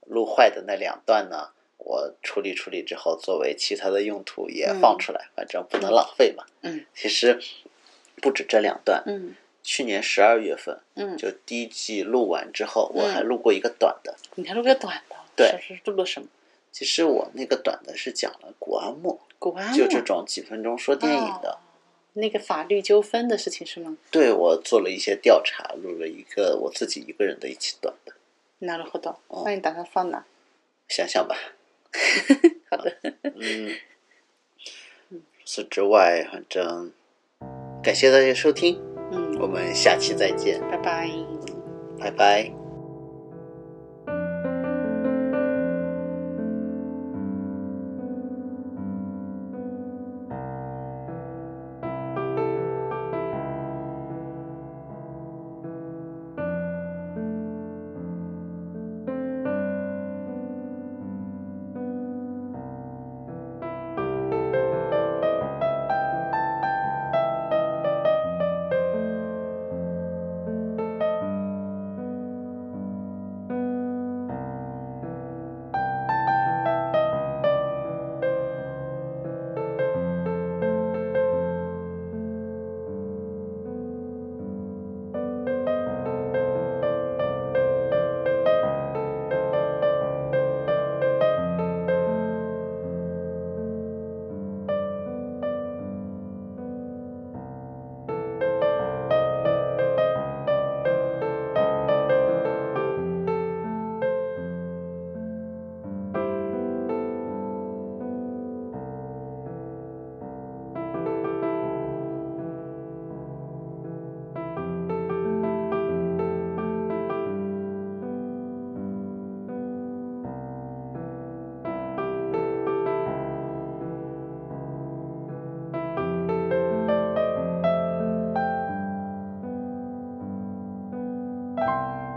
Speaker 1: 录坏的那两段呢，我处理处理之后，作为其他的用途也放出来，反正不能浪费嘛。
Speaker 2: 嗯，
Speaker 1: 其实不止这两段，
Speaker 2: 嗯
Speaker 1: 去年十二月份
Speaker 2: 嗯，
Speaker 1: 就第一季录完之后，我
Speaker 2: 嗯
Speaker 1: 还录过一个短的。
Speaker 2: 你还录个短的，
Speaker 1: 对
Speaker 2: 是是录了什么？
Speaker 1: 其实我那个短的是讲了古阿莫，
Speaker 2: 古安
Speaker 1: 就这种几分钟说电影
Speaker 2: 哦
Speaker 1: 的。
Speaker 2: 那个法律纠纷的事情是吗？
Speaker 1: 对我做了一些调查，录了一个我自己一个人的一期短的。
Speaker 2: なるほど。
Speaker 1: 哦
Speaker 2: 那你打算放哪？
Speaker 1: 想想吧，
Speaker 2: 好的，
Speaker 1: 嗯，除此之外，反正感谢大家收听，
Speaker 2: 嗯，
Speaker 1: 我们下期再见，
Speaker 2: 拜拜。
Speaker 1: 拜拜。拜。